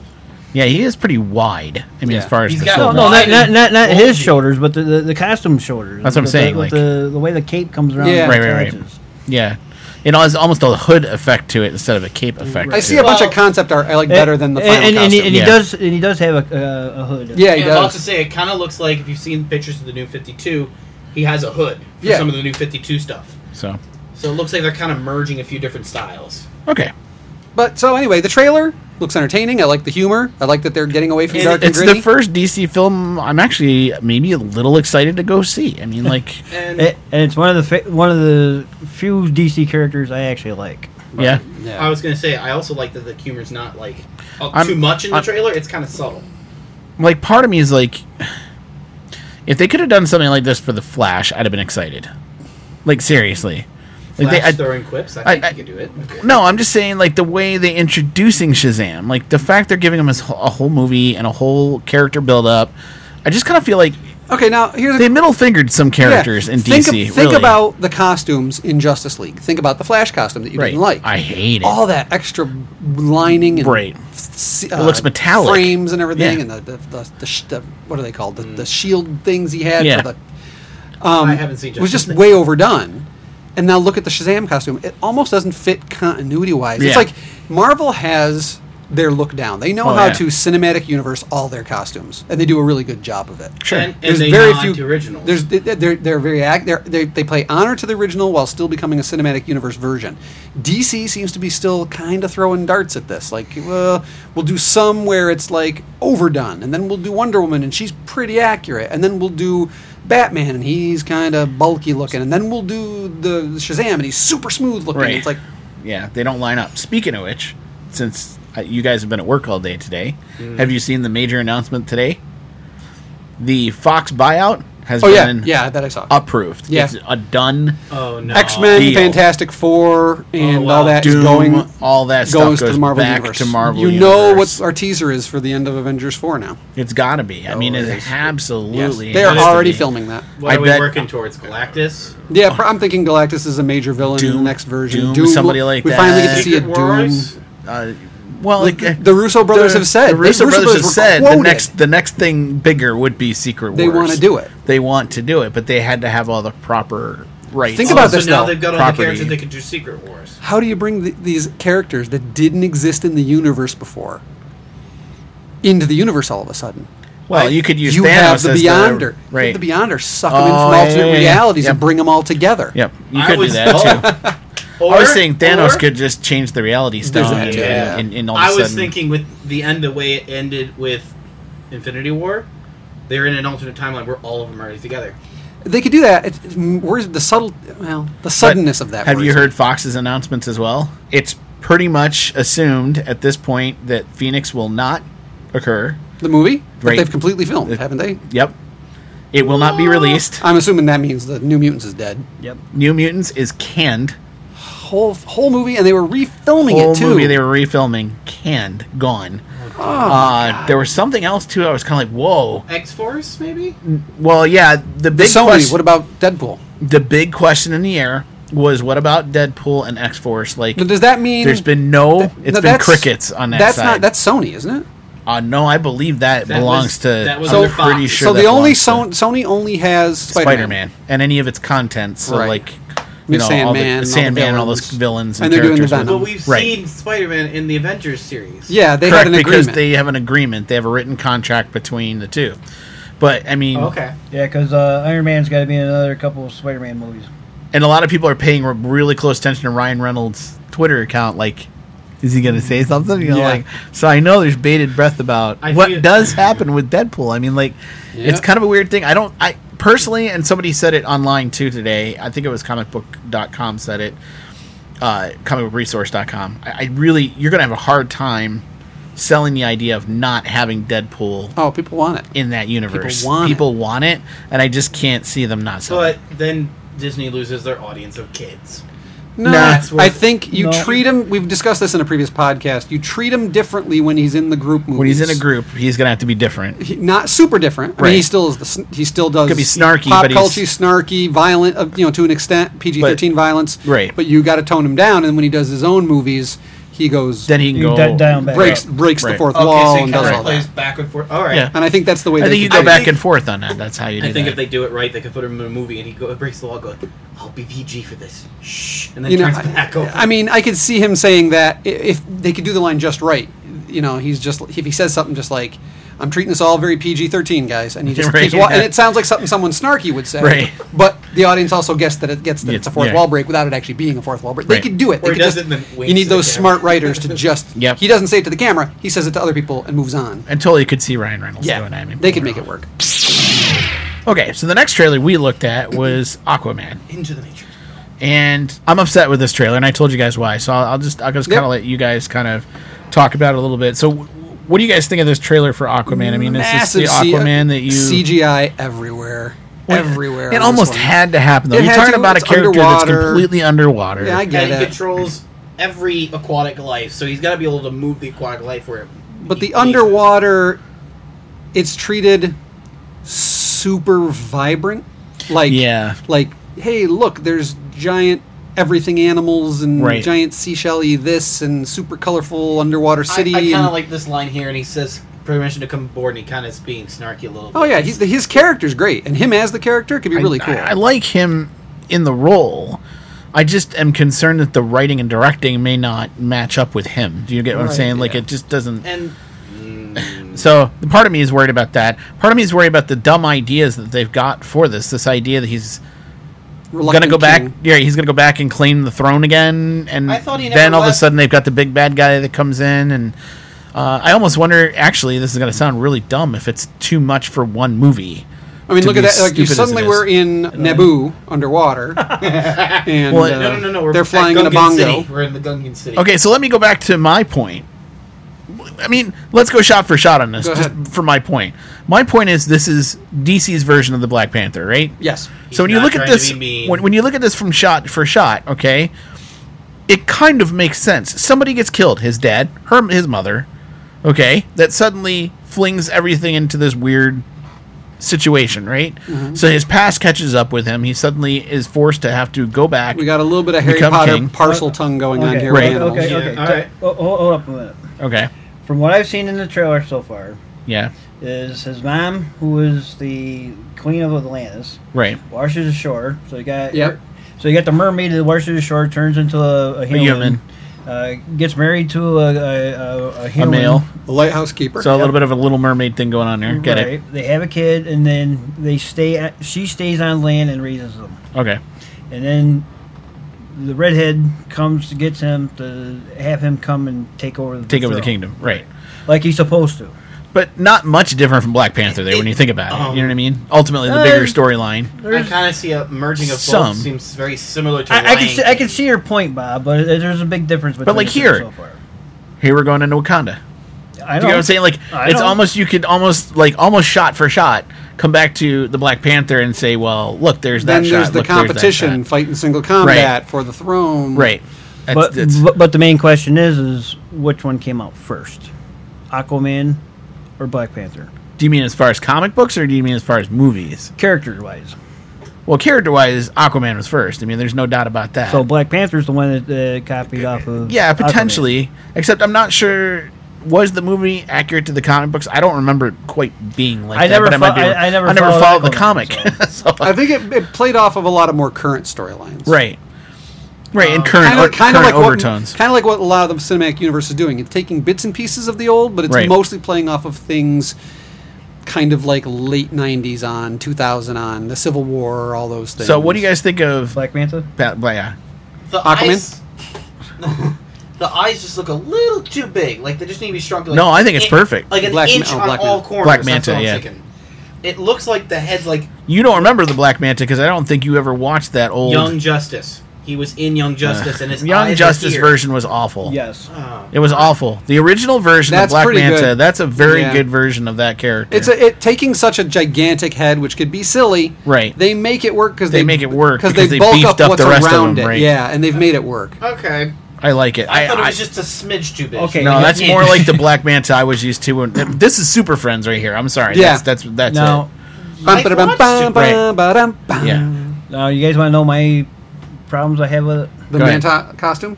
Speaker 2: yeah, he is pretty wide. I mean,
Speaker 1: Yeah.
Speaker 2: as far as
Speaker 5: He's
Speaker 2: the
Speaker 5: got-
Speaker 3: No,
Speaker 2: shoulder.
Speaker 3: no, not not not, not
Speaker 5: Bulgy.
Speaker 3: his shoulders, but the, the, the costume shoulders.
Speaker 2: That's what I'm
Speaker 3: With the-
Speaker 2: saying,
Speaker 3: with
Speaker 2: like-
Speaker 3: the the way the cape comes around.
Speaker 1: Yeah.
Speaker 3: and
Speaker 2: Right, right, right.
Speaker 3: attaches.
Speaker 2: yeah, it has almost a hood effect to it instead of a cape effect.
Speaker 1: I
Speaker 2: to
Speaker 1: see
Speaker 2: it.
Speaker 1: a bunch of
Speaker 5: Well-
Speaker 1: concept art I
Speaker 2: Eh,
Speaker 1: like better than the
Speaker 3: and,
Speaker 1: final
Speaker 3: and, and,
Speaker 1: costume.
Speaker 3: he, and
Speaker 2: Yeah.
Speaker 3: he does and he does have a, uh, a hood.
Speaker 1: yeah, he
Speaker 5: Yeah, I was about to
Speaker 1: does.
Speaker 5: say, it kind of looks like if you've seen pictures of the new 52, he has a hood for
Speaker 1: Yeah.
Speaker 5: some of the new 52 stuff.
Speaker 2: So
Speaker 5: So it looks like they're kind of merging a few different styles.
Speaker 2: okay,
Speaker 1: But so anyway, the trailer looks entertaining. I like the humor. I like that they're getting away from
Speaker 5: It's-
Speaker 1: dark and
Speaker 2: It's
Speaker 1: gritty.
Speaker 2: the first DC film I'm actually maybe a little excited to go see. I mean, like,
Speaker 5: And
Speaker 3: It, and it's one of the fa- one of the few DC characters I actually like.
Speaker 2: yeah.
Speaker 5: I was gonna say, I also like that the humor's not like uh,
Speaker 2: I'm-
Speaker 5: too much in the
Speaker 2: I'm-
Speaker 5: trailer. It's kind of subtle.
Speaker 2: Like, part of me is like, if they could have done something like this for The Flash, I'd have been excited. Like, seriously. Like, they,
Speaker 5: Flash
Speaker 2: I,
Speaker 5: throwing quips. I
Speaker 2: I-
Speaker 5: think
Speaker 2: I-
Speaker 5: you could do it.
Speaker 2: No, I'm just saying, like the way they introducing Shazam, like the fact they're giving him his, wh- a whole movie and a whole character build up. I just kind of feel like
Speaker 1: Okay, now here's a
Speaker 2: they middle fingered some
Speaker 1: Yeah,
Speaker 2: characters in DC.
Speaker 1: Think, of- think
Speaker 2: really.
Speaker 1: about the costumes in Justice League. Think about the Flash costume that you
Speaker 2: right.
Speaker 1: didn't like.
Speaker 2: I hate it.
Speaker 1: All that extra lining and
Speaker 2: Right.
Speaker 1: s- uh,
Speaker 2: looks metallic.
Speaker 1: frames and everything,
Speaker 2: Yeah.
Speaker 1: and the the, the, the, sh- the what are they called? The, the shield things he had.
Speaker 2: Yeah.
Speaker 1: For the,
Speaker 2: Um,
Speaker 5: I haven't seen.
Speaker 1: was just
Speaker 5: Justice League.
Speaker 1: way overdone. And now look at the Shazam costume. It almost doesn't fit continuity wise. It's
Speaker 2: Yeah.
Speaker 1: like Marvel has their look down. They know
Speaker 2: Oh,
Speaker 1: how
Speaker 2: yeah.
Speaker 1: to cinematic universe all their costumes, and they do a really good job of it.
Speaker 2: Sure.
Speaker 5: And, and
Speaker 1: There's
Speaker 5: they
Speaker 1: very
Speaker 5: nod
Speaker 1: few
Speaker 5: to originals.
Speaker 1: There's they're, they're very act. They're, they they play honor to the original while still becoming a cinematic universe version. DC seems to be still kind of throwing darts at this. Like, well, we'll do some where it's like overdone, and then we'll do Wonder Woman, and she's pretty accurate, and then we'll do Batman, and he's kind of bulky looking, and then we'll do the Shazam, and he's super smooth looking.
Speaker 2: Right.
Speaker 1: It's like
Speaker 2: yeah, they don't line up. Speaking of which, since uh, you guys have been at work all day today, have you seen the major announcement today? The Fox buyout has
Speaker 1: oh yeah,
Speaker 2: been
Speaker 1: yeah, that I saw.
Speaker 2: approved.
Speaker 1: Yeah.
Speaker 2: It's a done.
Speaker 5: Oh no.
Speaker 1: X Men,
Speaker 2: deal.
Speaker 1: Fantastic Four, and
Speaker 5: wow.
Speaker 1: all that is
Speaker 2: Oh, Doom,
Speaker 1: going.
Speaker 2: all that stuff
Speaker 1: Goes
Speaker 2: goes,
Speaker 1: to the Marvel
Speaker 2: back
Speaker 1: universe.
Speaker 2: to Marvel.
Speaker 1: You know
Speaker 2: Universe.
Speaker 1: what our teaser is for the end of Avengers four now.
Speaker 2: It's got to be. I mean,
Speaker 5: Oh,
Speaker 2: it
Speaker 5: it's-
Speaker 2: absolutely.
Speaker 1: Yes. They are
Speaker 2: has to
Speaker 1: already
Speaker 2: be.
Speaker 1: filming that.
Speaker 5: What
Speaker 2: I
Speaker 5: are we
Speaker 2: bet-
Speaker 5: working towards? Galactus.
Speaker 1: Yeah, pr- I'm thinking Galactus is a major villain in the
Speaker 2: Doom-
Speaker 1: next version.
Speaker 2: Doom, somebody like
Speaker 1: we finally get to
Speaker 2: that.
Speaker 1: see a
Speaker 5: Secret
Speaker 1: Doom.
Speaker 5: Wars?
Speaker 2: Uh, well, like,
Speaker 1: The, the Russo brothers
Speaker 2: the-
Speaker 1: have said.
Speaker 2: the Russo,
Speaker 1: they,
Speaker 2: brothers have said
Speaker 1: were
Speaker 2: the
Speaker 1: quoted.
Speaker 2: next the next thing bigger would be Secret Wars.
Speaker 1: They wanna do it.
Speaker 2: They want to do it, but they had to have all the proper rights.
Speaker 1: Think
Speaker 5: Oh,
Speaker 1: about
Speaker 5: so
Speaker 1: this,
Speaker 5: now
Speaker 1: though.
Speaker 5: they've got all
Speaker 2: Property.
Speaker 5: the characters that could do Secret Wars.
Speaker 1: How do you bring th these characters that didn't exist in the universe before into the universe all of a sudden?
Speaker 2: Well, you could use
Speaker 1: you
Speaker 2: Thanos
Speaker 1: have the
Speaker 2: as
Speaker 1: Beyonder. You
Speaker 2: right?
Speaker 1: have the Beyonder suck them in
Speaker 2: Oh,
Speaker 1: from
Speaker 2: yeah,
Speaker 1: alternate
Speaker 2: yeah, yeah.
Speaker 1: realities
Speaker 2: Yep.
Speaker 1: and bring them all together.
Speaker 2: Yep, you
Speaker 5: I
Speaker 2: could do
Speaker 5: was-
Speaker 2: that too.
Speaker 5: Or,
Speaker 2: I was saying Thanos
Speaker 5: or-
Speaker 2: could just change the reality stone,
Speaker 1: that
Speaker 2: and,
Speaker 1: too, yeah.
Speaker 2: and, and all of a
Speaker 5: I was
Speaker 2: sudden-
Speaker 5: thinking with the end, the way it ended with Infinity War, they're in an alternate timeline where all of them are already together.
Speaker 1: They could do that. It's, it's- where's the subtle? Well, the
Speaker 2: But
Speaker 1: suddenness of that.
Speaker 2: Have you
Speaker 1: worries me.
Speaker 2: heard Fox's announcements as well? It's pretty much assumed at this point that Phoenix will not occur.
Speaker 1: the movie that
Speaker 2: Right.
Speaker 1: they've completely filmed?
Speaker 2: It-
Speaker 1: Haven't they?
Speaker 2: Yep. It will not be
Speaker 1: Ah.
Speaker 2: released.
Speaker 1: I'm assuming that means the New Mutants is dead.
Speaker 3: Yep.
Speaker 2: New Mutants is canned.
Speaker 1: whole whole movie, and they were refilming
Speaker 2: Whole
Speaker 1: it too. Oh,
Speaker 2: movie they were refilming. Canned. Gone. uh, there was something else too. I was kind of like, whoa.
Speaker 5: X Force, maybe.
Speaker 2: Well, yeah. The big
Speaker 1: Sony.
Speaker 2: question,
Speaker 1: What about Deadpool?
Speaker 2: the big question in the air was, what about Deadpool and X Force? Like,
Speaker 1: But does that mean
Speaker 2: there's been no. It's
Speaker 1: No,
Speaker 2: been
Speaker 1: that's-
Speaker 2: crickets on that
Speaker 1: That's
Speaker 2: side.
Speaker 1: not that's Sony, isn't it?
Speaker 2: Uh, no, I believe that,
Speaker 5: That
Speaker 2: belongs
Speaker 5: was-
Speaker 2: to.
Speaker 5: that was
Speaker 2: I'm
Speaker 5: under Fox.
Speaker 2: pretty sure.
Speaker 1: so
Speaker 2: that
Speaker 1: the only
Speaker 2: belongs to
Speaker 1: Sony, Sony only has Spider Man.
Speaker 2: Spider-Man and any of its content. So
Speaker 1: Right.
Speaker 2: like,
Speaker 1: New
Speaker 2: you know, all
Speaker 1: Sandman, all
Speaker 2: the
Speaker 1: the
Speaker 2: Sandman, and all
Speaker 1: villains.
Speaker 2: those villains, and,
Speaker 1: And they're doing the
Speaker 2: characters
Speaker 1: Venom.
Speaker 5: But
Speaker 2: with-
Speaker 5: we've
Speaker 2: Right.
Speaker 5: seen Spider-Man in the Avengers series.
Speaker 1: Um, Yeah, they
Speaker 2: Correct,
Speaker 1: had an
Speaker 2: because
Speaker 1: agreement.
Speaker 2: they have an agreement. They have a written contract between the two. But I mean,
Speaker 5: Okay.
Speaker 3: Yeah, because uh, Iron Man's got to be in another couple of Spider-Man movies.
Speaker 2: and a lot of people are paying re- really close attention to Ryan Reynolds' Twitter account. Like, is he going to say something? You know,
Speaker 1: Yeah.
Speaker 2: like. So I know there's bated breath about
Speaker 5: I
Speaker 2: what
Speaker 5: think it-
Speaker 2: does happen with Deadpool. I mean, like,
Speaker 1: Yeah.
Speaker 2: it's kind of a weird thing. I don't. I personally, and somebody said it online too today. I think it was comicbook.com said it. Uh, comicbookresource.com. I, I really, you're going to have a hard time selling the idea of not having Deadpool
Speaker 1: oh, people want it.
Speaker 2: in that universe.
Speaker 1: People want it.
Speaker 2: want it, and I just can't see them not selling.
Speaker 5: But then Disney loses their audience of kids.
Speaker 1: No,
Speaker 5: That's what-
Speaker 1: I think you
Speaker 3: No.
Speaker 1: treat him. We've discussed this in a previous podcast. You treat him differently when he's in the group movies.
Speaker 2: when he's in a group, he's going to have to be different.
Speaker 1: He- not super different. I mean, he
Speaker 2: Right.
Speaker 1: still is the sn- he still does
Speaker 2: Could be snarky,
Speaker 1: pop
Speaker 2: but he's-
Speaker 1: culture, snarky, violent. Uh, you know, to an extent, PG thirteen violence.
Speaker 2: Right.
Speaker 1: But you got to tone him down. And when he does his own movies, he goes
Speaker 2: Then he can
Speaker 3: You
Speaker 2: go
Speaker 3: d- down back.
Speaker 1: breaks
Speaker 2: Right.
Speaker 1: breaks the
Speaker 2: Right.
Speaker 1: fourth
Speaker 5: Okay,
Speaker 1: wall
Speaker 5: so
Speaker 1: and
Speaker 5: it
Speaker 1: does
Speaker 5: kind
Speaker 1: all
Speaker 5: of plays
Speaker 1: that.
Speaker 5: back and forth. All right.
Speaker 2: Yeah.
Speaker 1: And I think that's the way.
Speaker 2: I
Speaker 1: they
Speaker 2: think you
Speaker 1: could
Speaker 2: go
Speaker 1: do it.
Speaker 2: back
Speaker 5: think-
Speaker 2: and forth on that. That's how you do.
Speaker 5: I think
Speaker 2: that.
Speaker 5: if they do it right, they could put him in a movie and he go, breaks the law, going, "I'll be PG for this." Shh, and then
Speaker 1: You know,
Speaker 5: turns
Speaker 1: I,
Speaker 5: back over.
Speaker 1: I mean, I could see him saying that i- if they could do the line just right. You know, he's just if he says something just like. I'm treating this all very PG-13, guys, and he just
Speaker 2: Right,
Speaker 1: keeps wa-
Speaker 2: yeah.
Speaker 1: and it sounds like something someone snarky would say.
Speaker 2: Right.
Speaker 1: But the audience also guessed that it gets that
Speaker 2: Yeah,
Speaker 1: it's a fourth
Speaker 2: yeah.
Speaker 1: wall break without it actually being a fourth wall break. They
Speaker 2: Right.
Speaker 1: could do it. They
Speaker 5: Or he
Speaker 1: could
Speaker 5: does
Speaker 1: just-
Speaker 5: it and then
Speaker 1: you
Speaker 5: winks
Speaker 1: need
Speaker 5: at the
Speaker 1: those
Speaker 5: camera.
Speaker 1: smart writers to just.
Speaker 2: Yep.
Speaker 1: He doesn't say it to the camera. He says it to other people and moves on.
Speaker 2: Until you could see Ryan Reynolds doing that. I mean,
Speaker 1: they could make it work.
Speaker 2: Okay, so the next trailer we looked at was Aquaman,
Speaker 5: Into the Matrix.
Speaker 2: and I'm upset with this trailer, and I told you guys why. So I'll, I'll just I'll just
Speaker 1: Yep.
Speaker 2: kind of let you guys kind of talk about it a little bit. So, w- what do you guys think of this trailer for Aquaman? I mean, is this the
Speaker 1: Massive C-
Speaker 2: Aquaman that you
Speaker 1: CGI everywhere, everywhere. on
Speaker 2: It
Speaker 1: this
Speaker 2: almost
Speaker 1: one.
Speaker 2: had to happen though.
Speaker 1: It
Speaker 2: You're
Speaker 1: had
Speaker 2: talking
Speaker 1: to,
Speaker 2: about a
Speaker 1: it's
Speaker 2: character that's
Speaker 1: underwater.
Speaker 2: completely underwater.
Speaker 1: Yeah, I get
Speaker 5: And he
Speaker 1: it.
Speaker 5: controls every aquatic life, so he's got to be able to move the aquatic life where. It
Speaker 1: But
Speaker 5: he
Speaker 1: the
Speaker 5: pleases.
Speaker 1: underwater, it's treated super vibrant. Like
Speaker 2: Yeah.
Speaker 1: like hey, look, there's giant everything animals and
Speaker 2: Right.
Speaker 1: giant seashelly this and super colorful underwater
Speaker 5: I-
Speaker 1: city.
Speaker 5: I, kind
Speaker 1: and-
Speaker 5: of like this line here, and he says permission to come aboard, and he kind of is being snarky a little. bit.
Speaker 1: oh yeah, he's, his character's great, and him as the character could be really
Speaker 2: I-
Speaker 1: cool.
Speaker 2: I, I like him in the role. I just am concerned that the writing and directing may not match up with him. Do you get what I'm
Speaker 1: Right,
Speaker 2: saying? Like
Speaker 5: yeah.
Speaker 2: it just doesn't.
Speaker 5: And
Speaker 2: So the part of me is worried about that. Part of me is worried about the dumb ideas that they've got for this. This idea that he's
Speaker 1: Reluctant
Speaker 2: gonna go back.
Speaker 1: king.
Speaker 2: Yeah, he's gonna go back and claim the throne again, and
Speaker 5: I thought he never
Speaker 2: then all of a
Speaker 5: left.
Speaker 2: sudden they've got the big bad guy that comes in, and uh, I almost wonder. Actually, this is gonna sound really dumb if it's too much for one movie.
Speaker 1: I mean,
Speaker 2: to
Speaker 1: look at
Speaker 2: be
Speaker 1: that. Like you
Speaker 2: stupid as it
Speaker 1: suddenly
Speaker 2: is.
Speaker 1: were in Naboo underwater, and
Speaker 2: Well,
Speaker 1: uh,
Speaker 5: no, no, no, no. We're
Speaker 1: they're
Speaker 5: at
Speaker 1: flying in a
Speaker 5: Gungan
Speaker 1: bongo.
Speaker 5: City. We're in the Gungan City.
Speaker 2: Okay, so let me go back to my point. I mean, let's go shot for shot on this,
Speaker 1: Go
Speaker 2: just
Speaker 1: ahead.
Speaker 2: for my point. My point is this is DC's version of the Black Panther, right?
Speaker 1: Yes,
Speaker 2: so when you
Speaker 5: not
Speaker 2: look at
Speaker 5: trying to
Speaker 2: this
Speaker 5: be mean.
Speaker 2: when, when you look at this from shot for shot okay it kind of makes sense somebody gets killed his dad her his mother okay that suddenly flings everything into this weird situation right
Speaker 5: Mm-hmm.
Speaker 2: so his past catches up with him he suddenly is forced to have to go back
Speaker 1: we got a little bit of Harry
Speaker 2: Become
Speaker 1: Potter
Speaker 2: king.
Speaker 1: parcel tongue going on
Speaker 3: okay,
Speaker 1: here.
Speaker 2: Right.
Speaker 1: with
Speaker 3: Okay,
Speaker 1: animals.
Speaker 3: okay,
Speaker 5: Yeah,
Speaker 3: okay.
Speaker 5: all
Speaker 3: So-
Speaker 5: right.
Speaker 3: oh, hold, hold up a minute.
Speaker 2: okay
Speaker 3: From what I've seen in the trailer so far,
Speaker 2: yeah
Speaker 3: is his mom, who is the queen of Atlantis,
Speaker 2: right
Speaker 3: washes ashore. So you got
Speaker 1: Yep.
Speaker 3: So you got the mermaid that washes ashore, turns into a, a human,
Speaker 2: human.
Speaker 3: uh, gets married to a a, a, a, human,
Speaker 2: male.
Speaker 1: The lighthouse keeper.
Speaker 2: so a little bit of a little mermaid thing going on there get
Speaker 3: right?
Speaker 2: it
Speaker 3: They have a kid, and then they stay. At, she stays on land and raises them,
Speaker 2: okay
Speaker 3: and then the redhead comes to gets him to have him come and take over the
Speaker 2: take over the
Speaker 3: throne,
Speaker 2: kingdom right
Speaker 3: like he's supposed to.
Speaker 2: but not much different from black panther there when you think about it you know what i mean ultimately the
Speaker 3: Uh,
Speaker 2: bigger storyline
Speaker 5: I kind of see a merging of
Speaker 2: Some.
Speaker 5: both. Seems very similar to.
Speaker 3: I, I can
Speaker 5: Lion
Speaker 3: see, I
Speaker 5: King.
Speaker 3: can see your point, Bob, but it- there's a big difference. Between
Speaker 2: like,
Speaker 3: the two
Speaker 2: here-
Speaker 3: so far.
Speaker 2: here we're going into wakanda
Speaker 3: I
Speaker 2: Do you know what I'm saying? Like
Speaker 3: I
Speaker 2: it's
Speaker 3: don't.
Speaker 2: almost you could almost like almost shot for shot come back to the Black Panther and say, well, look, there's that
Speaker 1: then
Speaker 2: shot.
Speaker 1: there's the
Speaker 2: look, that
Speaker 1: competition,
Speaker 2: shot.
Speaker 1: fighting single combat for the throne.
Speaker 2: right? That's,
Speaker 3: But,
Speaker 2: that's-
Speaker 3: but but the main question is is which one came out first, Aquaman or Black Panther?
Speaker 2: do you mean as far as comic books or do you mean as far as movies?
Speaker 3: Character wise,
Speaker 2: Well, character wise, Aquaman was first. I mean, there's no doubt about that.
Speaker 3: so Black Panther's the one that uh, copied off of.
Speaker 2: Uh, yeah,
Speaker 3: Aquaman.
Speaker 2: potentially. Except I'm not sure. Was the movie accurate to the comic books? I don't remember it quite being like
Speaker 3: I
Speaker 2: that.
Speaker 3: never
Speaker 2: but might
Speaker 3: fo-
Speaker 2: be-
Speaker 3: I- I never
Speaker 2: I never
Speaker 3: followed
Speaker 2: followed the
Speaker 3: Aquaman,
Speaker 2: comic, so.
Speaker 1: I think it, it played off of a lot of more current storylines.
Speaker 2: right, right,
Speaker 3: Um,
Speaker 2: and current,
Speaker 1: Kind of, kind of
Speaker 2: current
Speaker 1: like
Speaker 2: overtones.
Speaker 1: what, kind of like what a lot of the cinematic universe is doing. It's taking bits and pieces of the old, but it's
Speaker 2: Right.
Speaker 1: mostly playing off of things, kind of like late '90s on, 2000 on, the Civil War, all those things.
Speaker 2: so, what do you guys think of
Speaker 3: Black Panther.
Speaker 2: Ba- Bla- yeah.
Speaker 5: the
Speaker 1: Aquaman?
Speaker 5: eyes. the eyes just look a little too big. Like they just need to be shrunk. Like,
Speaker 2: No, I think it's
Speaker 5: in-
Speaker 2: perfect.
Speaker 5: Like an
Speaker 1: Black Ma-
Speaker 5: inch
Speaker 1: oh,
Speaker 5: on
Speaker 1: Black
Speaker 5: all
Speaker 1: Manta.
Speaker 5: corners.
Speaker 2: Black
Speaker 5: that's what
Speaker 2: Manta,
Speaker 5: I'm
Speaker 2: yeah.
Speaker 5: thinking. It looks like the head's like
Speaker 2: You don't remember the Black Manta because I don't think you ever watched that old Uh,
Speaker 5: Young Justice. He was in Young Justice, and his
Speaker 2: Young
Speaker 5: eyes are
Speaker 2: Justice
Speaker 5: here.
Speaker 2: version was awful.
Speaker 3: Yes.
Speaker 5: Oh.
Speaker 2: It was awful. The original version
Speaker 1: That's
Speaker 2: of Black
Speaker 1: pretty
Speaker 2: Manta,
Speaker 1: good.
Speaker 2: that's a very
Speaker 1: Yeah.
Speaker 2: good version of that character.
Speaker 1: It's a, it taking such a gigantic head, which could be silly.
Speaker 2: Right.
Speaker 1: They make it work because
Speaker 2: They
Speaker 1: they,
Speaker 2: make it work
Speaker 1: because
Speaker 2: because
Speaker 1: they
Speaker 2: they
Speaker 1: bulk
Speaker 2: beefed
Speaker 1: up,
Speaker 2: up
Speaker 1: what's
Speaker 2: the rest of
Speaker 1: around
Speaker 2: them,
Speaker 1: it.
Speaker 2: right.
Speaker 1: Yeah, and they've made it work.
Speaker 5: Okay.
Speaker 2: I like it.
Speaker 5: I,
Speaker 2: I,
Speaker 5: thought it was
Speaker 2: I-
Speaker 5: just a smidge too big.
Speaker 3: Okay.
Speaker 2: no,
Speaker 3: Yeah.
Speaker 2: that's more like the Black Manta I was used to. When, this is Super Friends right here. I'm sorry.
Speaker 1: Yeah.
Speaker 2: That's that's, that's
Speaker 3: Now,
Speaker 1: Bum,
Speaker 5: I
Speaker 1: ba-da-bum,
Speaker 5: watched
Speaker 1: bum,
Speaker 5: it,
Speaker 1: bum, ba-dum, bum.
Speaker 2: it.
Speaker 1: Um,
Speaker 2: Yeah.
Speaker 3: now you guys want to know my problems I have with it?
Speaker 1: The
Speaker 2: Go ahead.
Speaker 1: Manta costume?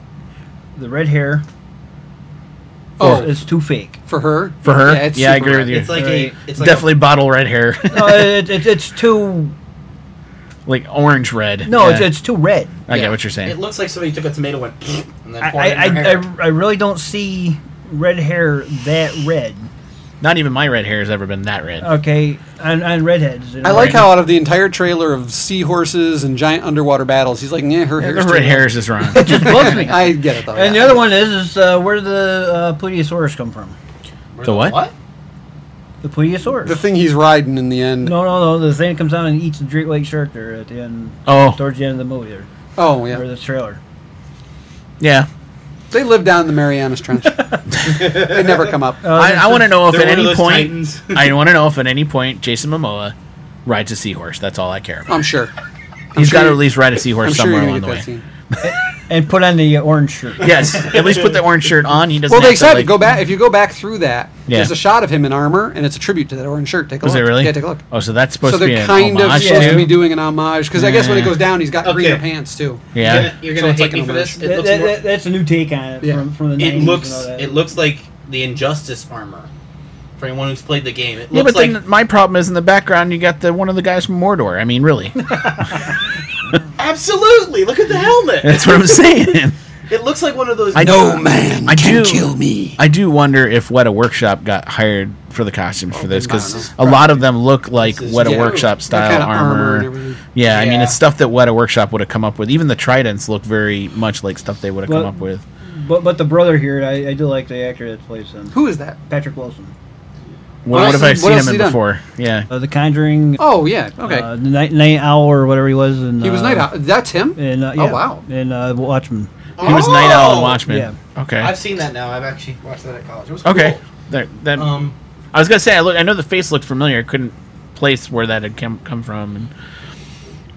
Speaker 3: The red hair.
Speaker 1: Oh.
Speaker 3: is it's too fake.
Speaker 1: For her?
Speaker 2: For her?
Speaker 1: it's
Speaker 2: Yeah, I
Speaker 1: super
Speaker 2: agree
Speaker 1: rad.
Speaker 2: with you.
Speaker 5: It's like
Speaker 3: Right.
Speaker 5: a. It's like
Speaker 2: Definitely bottle red hair.
Speaker 3: No, it, it, it's too.
Speaker 2: like orange red.
Speaker 3: No,
Speaker 2: Yeah.
Speaker 3: it's, it's too red.
Speaker 2: I
Speaker 5: yeah.
Speaker 2: get what you're
Speaker 5: A, it
Speaker 2: saying.
Speaker 5: looks like somebody took a tomato and and then
Speaker 3: I
Speaker 5: poured it
Speaker 3: I,
Speaker 5: in their
Speaker 3: I,
Speaker 5: hair.
Speaker 3: I, I really don't see red hair that red.
Speaker 2: Not even my red hair has ever been that
Speaker 1: Oh,
Speaker 2: red.
Speaker 3: Okay, on, on redheads.
Speaker 1: I like how out of the entire trailer of seahorses and giant underwater battles, he's like, yeah, her
Speaker 2: The
Speaker 1: hair's too
Speaker 2: red
Speaker 1: long."
Speaker 2: hair is just wrong.
Speaker 3: just bugs me.
Speaker 1: I get it though.
Speaker 3: and the
Speaker 1: Oh, yeah.
Speaker 3: other one is is uh, where did the uh, Plesiosaurus come from?
Speaker 5: Where's
Speaker 2: The what?
Speaker 3: The Plesiosaurus.
Speaker 1: the thing he's riding in the end.
Speaker 3: No, no, no. The thing that comes out and eats the great white shark there at the end,
Speaker 2: Oh,
Speaker 3: towards the end of the movie there,
Speaker 1: Oh
Speaker 3: or
Speaker 1: yeah,
Speaker 3: the trailer.
Speaker 2: yeah.
Speaker 1: they live down in the Marianas Trench. they never come up.
Speaker 3: Uh,
Speaker 2: I, I want to know if
Speaker 5: They're
Speaker 2: at
Speaker 5: one of
Speaker 2: any
Speaker 5: those
Speaker 2: point
Speaker 5: titans.
Speaker 2: I want to know if at any point Jason Momoa rides a seahorse. That's all I care about.
Speaker 1: I'm sure.
Speaker 2: He's
Speaker 1: sure
Speaker 2: got to
Speaker 1: you-
Speaker 2: at least ride a seahorse
Speaker 1: I'm sure
Speaker 2: somewhere
Speaker 1: you're gonna
Speaker 2: along
Speaker 1: get
Speaker 2: the
Speaker 1: that
Speaker 2: way.
Speaker 1: scene.
Speaker 3: and put on the uh, orange shirt.
Speaker 2: Yes, at least put the orange shirt on. He doesn't.
Speaker 1: Well, they
Speaker 2: have to,
Speaker 1: said
Speaker 2: like-
Speaker 1: go back. If you go back through that,
Speaker 2: Yeah.
Speaker 1: there's a shot of him in armor, and it's a tribute to that orange shirt. Take a
Speaker 2: Was
Speaker 1: look.
Speaker 2: it really?
Speaker 1: Yeah, take a look.
Speaker 2: Oh, so that's supposed
Speaker 1: So
Speaker 2: to be
Speaker 1: they're
Speaker 2: an
Speaker 1: kind of
Speaker 2: homage
Speaker 1: supposed
Speaker 2: to.
Speaker 1: to be doing an homage because I guess when it
Speaker 2: Yeah.
Speaker 1: goes down, he's got
Speaker 5: Okay.
Speaker 1: greener pants too.
Speaker 2: yeah.
Speaker 5: You're
Speaker 1: So
Speaker 5: gonna
Speaker 1: it's
Speaker 5: hate
Speaker 1: like an
Speaker 5: me for this.
Speaker 1: homage.
Speaker 5: It
Speaker 3: That-
Speaker 5: looks
Speaker 3: that-
Speaker 5: more.
Speaker 3: that- that's a new take on it
Speaker 1: Yeah.
Speaker 3: from, from the 90s.
Speaker 5: It
Speaker 3: and
Speaker 5: looks.
Speaker 3: all that.
Speaker 5: It looks like the Injustice armor. For anyone who's played the game, it
Speaker 2: Yeah,
Speaker 5: looks
Speaker 2: but
Speaker 5: like
Speaker 2: then my problem is in the background you got the one of the guys from Mordor. I mean, really,
Speaker 5: absolutely. Look at the helmet.
Speaker 2: that's what I'm saying.
Speaker 5: it looks like one of those.
Speaker 2: I
Speaker 1: No man
Speaker 2: I
Speaker 1: can
Speaker 2: do-
Speaker 1: kill me.
Speaker 2: I do wonder if Weta Workshop got hired for the costumes for this
Speaker 1: this
Speaker 2: because a lot of them look like
Speaker 5: This is
Speaker 2: Weta
Speaker 5: true.
Speaker 2: Workshop
Speaker 1: That
Speaker 2: style
Speaker 1: kinda
Speaker 2: armor.
Speaker 1: and everything.
Speaker 2: yeah, I mean
Speaker 5: Yeah.
Speaker 2: it's stuff that Weta Workshop would have come up with. Even the tridents look very much like stuff they would have come
Speaker 3: Well-
Speaker 2: up with.
Speaker 3: But but the brother here, I, I do like the actor that plays him,
Speaker 1: Who is that?
Speaker 3: Patrick Wilson.
Speaker 2: What, what
Speaker 1: else
Speaker 2: have
Speaker 1: has-
Speaker 2: I
Speaker 1: what
Speaker 2: seen
Speaker 1: else
Speaker 2: him
Speaker 1: has
Speaker 2: in
Speaker 1: he done?
Speaker 2: before? Yeah,
Speaker 3: Uh, the Conjuring.
Speaker 1: Oh yeah, okay.
Speaker 3: Uh, the night, night Owl or whatever he was. In,
Speaker 1: he was
Speaker 3: uh,
Speaker 1: night out. That's him.
Speaker 3: In, uh,
Speaker 1: Oh,
Speaker 3: yeah,
Speaker 1: wow.
Speaker 3: In uh, Watchmen.
Speaker 2: he was Night Owl and
Speaker 5: Oh!
Speaker 2: Watchmen.
Speaker 3: Yeah.
Speaker 2: Okay,
Speaker 5: I've seen that now. I've actually watched that at college. It was
Speaker 2: okay.
Speaker 5: cool.
Speaker 2: There- that-
Speaker 5: Um,
Speaker 2: I was gonna say I look. I know the face looked familiar. I couldn't place where that had come come from. And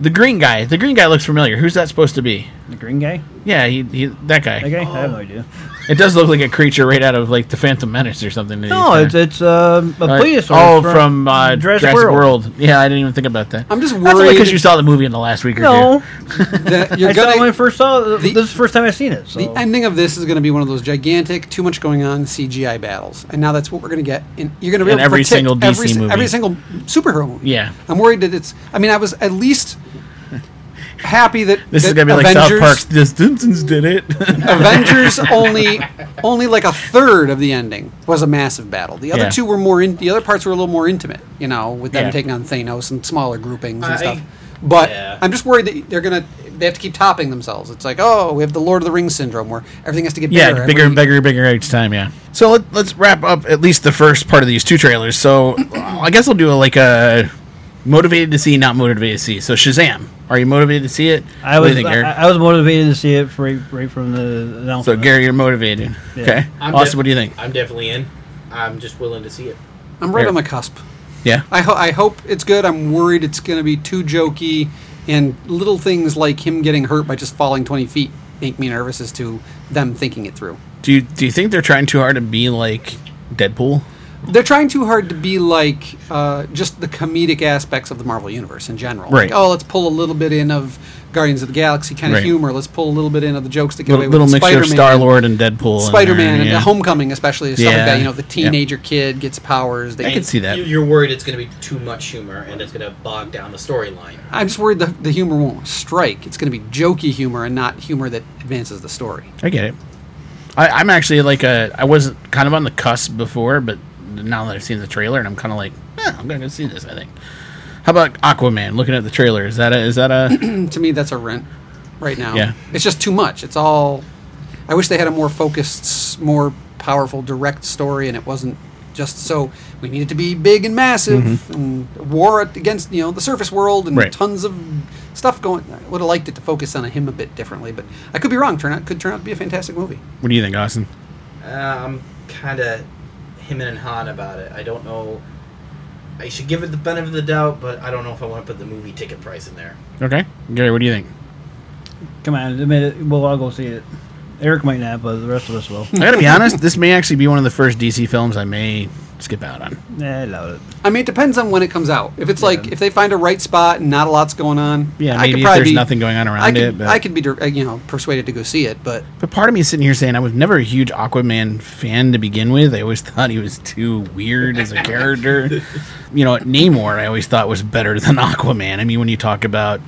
Speaker 2: the green guy. The green guy looks familiar. Who's that supposed to be?
Speaker 3: The green guy.
Speaker 2: Yeah, he, he that guy.
Speaker 3: That guy. I
Speaker 1: Oh.
Speaker 3: have no idea.
Speaker 2: It does look like a creature right out of like the Phantom Menace or something. that
Speaker 3: No,
Speaker 2: he's
Speaker 3: it's it's um, a
Speaker 2: kinda-
Speaker 3: plesiosaurus.
Speaker 2: Oh, from uh,
Speaker 3: Jurassic
Speaker 2: Jurassic,
Speaker 3: World.
Speaker 2: World. Yeah, I didn't even think about that.
Speaker 1: I'm just
Speaker 2: That's only
Speaker 1: worried-
Speaker 2: because you saw the movie in the last week or
Speaker 3: No,
Speaker 1: That-
Speaker 3: I
Speaker 1: you're
Speaker 3: saw it when I
Speaker 1: gonna.
Speaker 3: first saw. it.
Speaker 1: The-
Speaker 3: this is the first time I've seen it. So.
Speaker 1: The ending of this is going to be one of those gigantic, too much going on CGI battles, and now that's what we're going to get. In, you're going to be
Speaker 2: In
Speaker 1: able to
Speaker 2: every
Speaker 1: predict
Speaker 2: single DC
Speaker 1: every, si-
Speaker 2: movie.
Speaker 1: every single superhero movie.
Speaker 2: Yeah.
Speaker 1: I'm worried that it's. I mean, I was at least happy that
Speaker 2: This is
Speaker 1: that
Speaker 2: gonna be like South
Speaker 1: Avengers-
Speaker 2: Park's. The Stinsons did it.
Speaker 1: Avengers only only like a third of the ending was a massive battle. The other
Speaker 2: Yeah.
Speaker 1: two were more in, the other parts were a little more intimate, you know, with them
Speaker 2: Yeah.
Speaker 1: taking on Thanos and smaller groupings and
Speaker 5: I-
Speaker 1: stuff. But
Speaker 5: yeah.
Speaker 1: I'm just worried that they're gonna they have to keep topping themselves. It's like oh, we have the Lord of the Rings syndrome where everything has to get
Speaker 2: yeah,
Speaker 1: bigger,
Speaker 2: bigger
Speaker 1: every-
Speaker 2: and bigger, bigger each time. Yeah. So let, let's wrap up at least the first part of these two trailers. So I guess we'll do a, like a motivated to see, not motivated to see. So Shazam, are you motivated to see it?
Speaker 3: I
Speaker 2: What do
Speaker 3: was
Speaker 2: you think,
Speaker 3: I,
Speaker 2: Eric?
Speaker 3: I was motivated to see it right, right from the
Speaker 2: so
Speaker 3: announcement.
Speaker 2: Gary, you're motivated.
Speaker 3: Yeah.
Speaker 2: Okay.
Speaker 5: I'm
Speaker 2: Austin,
Speaker 5: def-
Speaker 2: what do you think?
Speaker 5: I'm definitely in. I'm just willing to see it.
Speaker 1: I'm right
Speaker 2: Here.
Speaker 1: on the cusp.
Speaker 2: Yeah.
Speaker 1: I, ho- I hope it's good. I'm worried it's gonna be too jokey, and little things like him getting hurt by just falling 20 feet make me nervous as to them thinking it through.
Speaker 2: Do you do you think they're trying too hard to be like Deadpool?
Speaker 1: they're trying too hard to be like uh, just the comedic aspects of the Marvel universe in general.
Speaker 2: Right.
Speaker 1: Like, oh, let's pull a little bit in of Guardians of the Galaxy kind of
Speaker 2: Right.
Speaker 1: humor. Let's pull a little bit in of the jokes that get away
Speaker 2: Little, little
Speaker 1: with
Speaker 2: mixture of
Speaker 1: Spider-Man,
Speaker 2: Star Lord and Deadpool. in
Speaker 1: Spider-Man,
Speaker 2: there,
Speaker 1: and
Speaker 2: yeah.
Speaker 1: the Homecoming, especially stuff like
Speaker 2: Yeah.
Speaker 1: that. You know, the teenager kid gets powers. They,
Speaker 2: I could see that.
Speaker 5: You, you're worried it's going to be too much humor and it's going to bog down the storyline.
Speaker 1: I'm just worried the, the humor won't strike. It's going to be jokey humor and not humor that advances the story.
Speaker 2: I get it. I, I'm actually like a. I was kind of on the cusp before, but now that I've seen the trailer, and I'm kind of like, eh, I'm going to see this. I think. How about Aquaman? Looking at the trailer, is that a, is that a?
Speaker 1: to me that's a rent right now
Speaker 2: Yeah.
Speaker 1: it's just too much it's all i wish they had a more focused s- more powerful direct story and it wasn't just so we needed to be big and massive and war it against you know the surface world and
Speaker 2: Mm-hmm. Right.
Speaker 1: tons of stuff going i would have liked it to focus on him a bit differently but i could be wrong turn out could turn out to be a fantastic movie
Speaker 2: what do you think, Austin?
Speaker 5: Uh, I'm kind of him and Han about it. I don't know. I should give it the benefit of the doubt, but I don't know if I want to put the movie ticket price in there.
Speaker 2: Okay, Gary, what do you think?
Speaker 3: Come on, I mean, we'll all go see it. Eric might not, but the rest of us will.
Speaker 2: I gotta be honest. This may actually be one of the first DC films I may skip out on.
Speaker 3: nah, I doubt it.
Speaker 1: i mean it depends on when it comes out if it's like if they find a right spot and not a lot's going on
Speaker 2: Yeah,
Speaker 1: i
Speaker 2: maybe
Speaker 1: could
Speaker 2: if
Speaker 1: probably
Speaker 2: there's
Speaker 1: be,
Speaker 2: nothing going on around
Speaker 1: I could,
Speaker 2: it, but-
Speaker 1: i could be dir- uh, you know persuaded to go see it but
Speaker 2: But part of me is sitting here saying I was never a huge Aquaman fan to begin with. I always thought he was too weird as a character. you know, Namor I always thought was better than Aquaman. I mean, when you talk about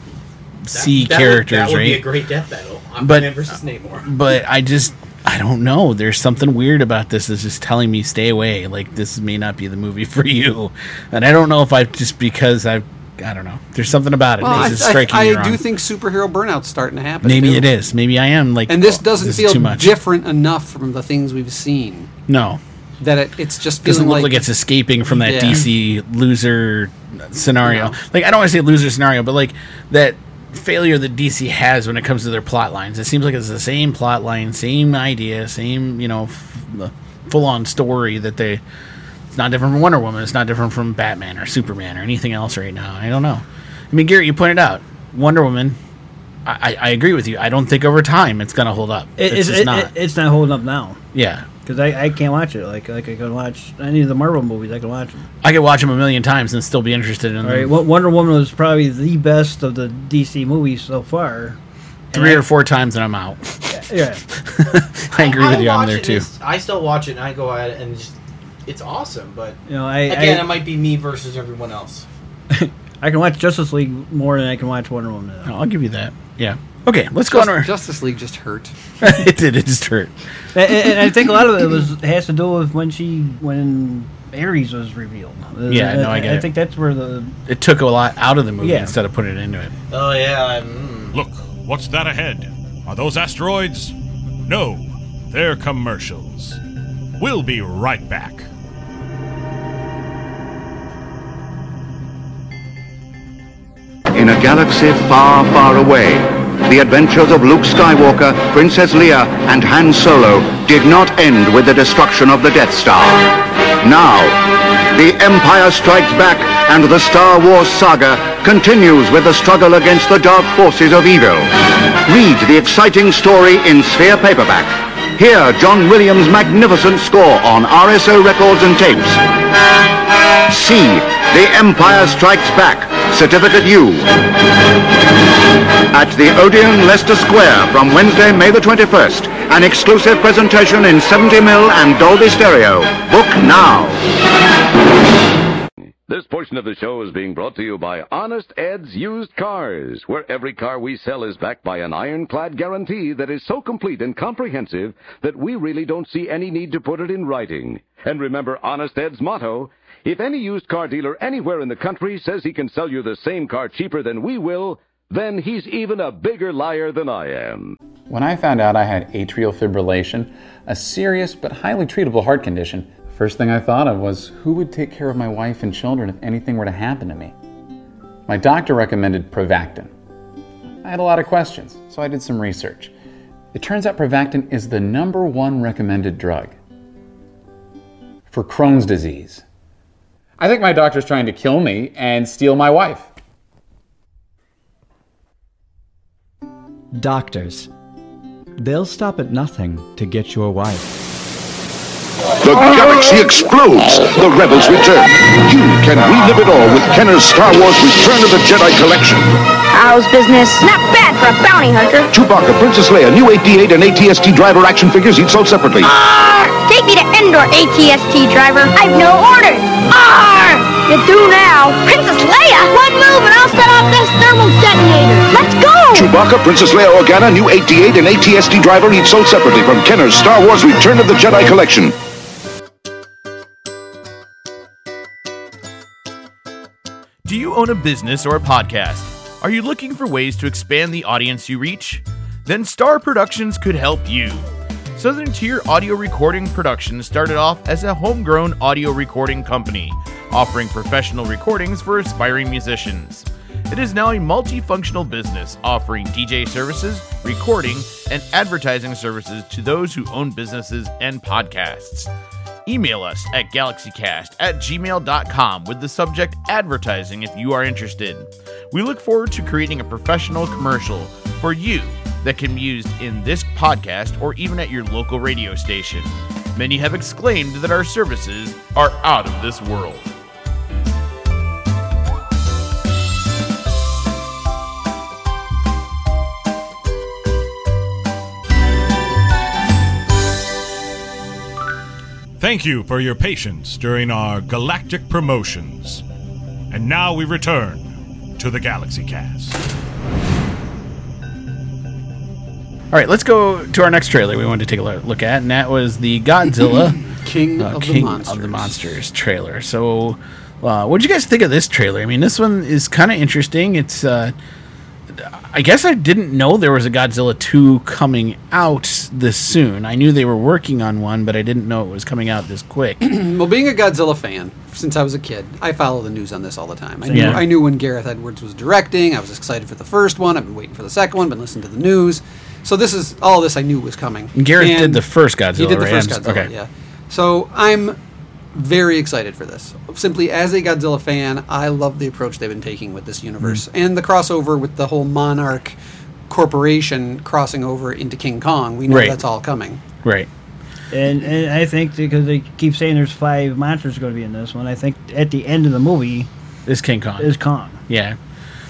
Speaker 2: sea
Speaker 5: That would-
Speaker 2: characters,
Speaker 5: that would be a
Speaker 2: right?
Speaker 5: great death battle.
Speaker 2: But-
Speaker 5: Aquaman versus Namor.
Speaker 2: but I just I don't know. There's something weird about this. It's just telling me stay away. Like this may not be the movie for you. And I don't know if I just because I, I don't know. There's something about it.
Speaker 1: Well,
Speaker 2: that's
Speaker 1: Oh, I,
Speaker 2: just
Speaker 1: I-
Speaker 2: striking me
Speaker 1: I
Speaker 2: wrong.
Speaker 1: do think superhero burnout's starting to happen.
Speaker 2: Maybe
Speaker 1: too.
Speaker 2: it is. Maybe I am like.
Speaker 1: And this
Speaker 2: oh,
Speaker 1: doesn't
Speaker 2: is
Speaker 1: feel
Speaker 2: too much.
Speaker 1: different enough from the things we've seen
Speaker 2: no,
Speaker 1: that it, it's just feeling
Speaker 2: doesn't look like,
Speaker 1: like
Speaker 2: it's escaping from that
Speaker 1: Yeah.
Speaker 2: DC loser scenario.
Speaker 1: No.
Speaker 2: Like I don't want to say loser scenario, but like that failure that DC has when it comes to their plot lines. It seems like it's the same plot line, same idea, same you know, f- full on story that they. It's not different from Wonder Woman. It's not different from Batman or Superman or anything else right now. I don't know. I mean, Garrett, you pointed out Wonder Woman. I, I, I agree with you. I don't think over time it's going to hold up.
Speaker 3: It,
Speaker 2: it's
Speaker 3: it's,
Speaker 2: just
Speaker 3: it-
Speaker 2: not.
Speaker 3: it- it's not holding up now
Speaker 2: yeah.
Speaker 3: because I, I can't watch it. Like like I can watch any of the Marvel movies. I can watch them.
Speaker 2: I could watch them a million times and still be interested in
Speaker 3: All
Speaker 2: them.
Speaker 3: right, well, Wonder Woman was probably the best of the DC movies so far.
Speaker 2: three
Speaker 3: And
Speaker 2: or four times and I'm out.
Speaker 3: I- Yeah,
Speaker 2: I agree with you on
Speaker 5: watch
Speaker 2: there
Speaker 5: it,
Speaker 2: too.
Speaker 5: it's- I still watch it and I go at it and just, it's awesome. But
Speaker 3: you know, I
Speaker 5: again,
Speaker 3: I,
Speaker 5: it might be me versus everyone else.
Speaker 3: I can watch Justice League more than I can watch Wonder Woman. Now.
Speaker 2: I'll give you that. Yeah. Okay, let's go on.
Speaker 1: Just,
Speaker 2: Our,
Speaker 1: Justice League just hurt.
Speaker 2: it did. It just hurt.
Speaker 3: and, and- and I think a lot of it was has to do with when she when Ares was revealed. Uh,
Speaker 2: Yeah, no, I get
Speaker 3: I
Speaker 2: it.
Speaker 3: think that's where the
Speaker 2: It took a lot out of the movie
Speaker 3: Yeah.
Speaker 2: instead of putting it into it.
Speaker 5: Oh yeah, i
Speaker 2: hmm.
Speaker 5: mm.
Speaker 6: Look, what's that ahead? Are those asteroids? No, they're commercials. We'll be right back.
Speaker 7: In a galaxy far, far away, the adventures of Luke Skywalker, Princess Leia, and Han Solo did not end with the destruction of the Death Star. Now, the Empire Strikes Back and the Star Wars saga continues with the struggle against the dark forces of evil. Read the exciting story in Sphere Paperback. Hear John Williams' magnificent score on RSO records and tapes. See The Empire Strikes Back, Certificate U. At the Odeon Leicester Square from Wednesday, May the 21st. An exclusive presentation in 70mm and Dolby Stereo. Book now.
Speaker 8: This portion of the show is being brought to you by Honest Ed's Used Cars, where every car we sell is backed by an ironclad guarantee that is so complete and comprehensive that we really don't see any need to put it in writing. And remember Honest Ed's motto, if any used car dealer anywhere in the country says he can sell you the same car cheaper than we will, then he's even a bigger liar than I am.
Speaker 9: When I found out I had atrial fibrillation, a serious but highly treatable heart condition, the first thing I thought of was who would take care of my wife and children if anything were to happen to me? My doctor recommended Prevactin. I had a lot of questions, so I did some research. It turns out Prevactin is the number one recommended drug for Crohn's disease. I think my doctor's trying to kill me and steal my wife.
Speaker 10: Doctors. They'll stop at nothing to get your wife.
Speaker 7: The galaxy explodes. The rebels return. You can relive it all with Kenner's Star Wars Return of the Jedi collection.
Speaker 11: How's business? Not bad for a bounty hunter.
Speaker 7: Chewbacca, Princess Leia, new AT-8 and ATST driver action figures each sold separately.
Speaker 11: Arr! Take me to Endor, ATST driver. I've no orders. Arr! You do now. Princess Leia! One move and I'll set off this thermal detonator. Let's go!
Speaker 7: Chewbacca, Princess Leia Organa, new AT-8 and ATSD driver each sold separately from Kenner's Star Wars Return of the Jedi collection.
Speaker 12: Do you own a business or a podcast? Are you looking for ways to expand the audience you reach? Then Star Productions could help you. Southern Tier Audio Recording Productions started off as a homegrown audio recording company, offering professional recordings for aspiring musicians. It is now a multifunctional business offering DJ services, recording, and advertising services to those who own businesses and podcasts. Email us at galaxycast at gmail.com with the subject advertising if you are interested. We look forward to creating a professional commercial for you that can be used in this podcast or even at your local radio station. Many have exclaimed that our services are out of this world.
Speaker 6: Thank you for your patience during our galactic promotions. And now we return to the Galaxy Cast.
Speaker 2: All right, let's go to our next trailer we wanted to take a lo- look at, and that was the Godzilla
Speaker 1: King,
Speaker 2: uh,
Speaker 1: of,
Speaker 2: King
Speaker 1: the
Speaker 2: of
Speaker 1: Monsters.
Speaker 2: the Monsters trailer. So, uh, what did you guys think of this trailer? I mean, this one is kind of interesting. It's, uh, I guess I didn't know there was a Godzilla 2 coming out this soon. I knew they were working on one, but I didn't know it was coming out this quick.
Speaker 1: well, being a Godzilla fan since I was a kid, I follow the news on this all the time. I knew,
Speaker 2: Yeah.
Speaker 1: I knew when Gareth Edwards was directing. I was excited for the first one. I've been waiting for the second one. Been listening to the news. So this is all this I knew was coming.
Speaker 2: Gareth
Speaker 1: And
Speaker 2: did the first Godzilla,
Speaker 1: He did the
Speaker 2: right?
Speaker 1: first
Speaker 2: I'm s-
Speaker 1: Godzilla.
Speaker 2: okay.
Speaker 1: Yeah. So I'm very excited for this. Simply as a Godzilla fan, I love the approach they've been taking with this universe
Speaker 2: Mm-hmm.
Speaker 1: and the crossover with the whole Monarch corporation crossing over into King Kong. We know
Speaker 2: Right.
Speaker 1: that's all coming.
Speaker 2: Right.
Speaker 3: And, and I think because they keep saying there's five monsters going to be in this one, I think at the end of the movie
Speaker 2: This King Kong.
Speaker 3: is Kong.
Speaker 2: Yeah.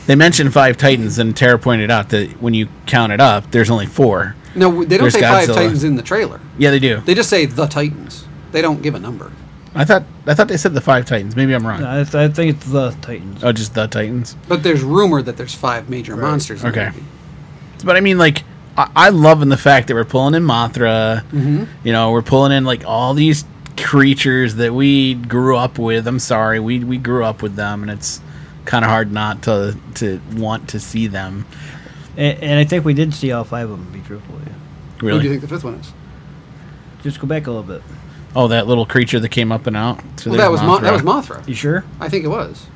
Speaker 2: They mentioned five titans, and Tara pointed out that when you count it up, there's only four.
Speaker 1: No, they don't
Speaker 2: There's
Speaker 1: say five
Speaker 2: Godzilla.
Speaker 1: Titans in the trailer.
Speaker 2: Yeah, they do.
Speaker 1: They just say the Titans. They don't give a number.
Speaker 2: I thought I thought they said the five titans. Maybe I'm wrong.
Speaker 3: No, I, th- I think it's the Titans.
Speaker 2: Oh, just the titans.
Speaker 1: But there's rumor that there's five major monsters. In the
Speaker 2: Okay.
Speaker 1: movie.
Speaker 2: But I mean, like, I, I love in the fact that we're pulling in Mothra.
Speaker 1: Mhm.
Speaker 2: You know, we're pulling in like all these creatures that we grew up with. I'm sorry, we we grew up with them, and it's kind of hard not to to want to see them.
Speaker 3: And, and I think we did see all five of them, to be truthful with you.
Speaker 1: Who do you
Speaker 2: Really?
Speaker 1: think the fifth one is?
Speaker 3: Just go back a little bit.
Speaker 2: Oh, that little creature that came up and out. So
Speaker 1: well,
Speaker 2: there's
Speaker 1: that was Mo- that was Mothra.
Speaker 3: You sure?
Speaker 1: I think it was.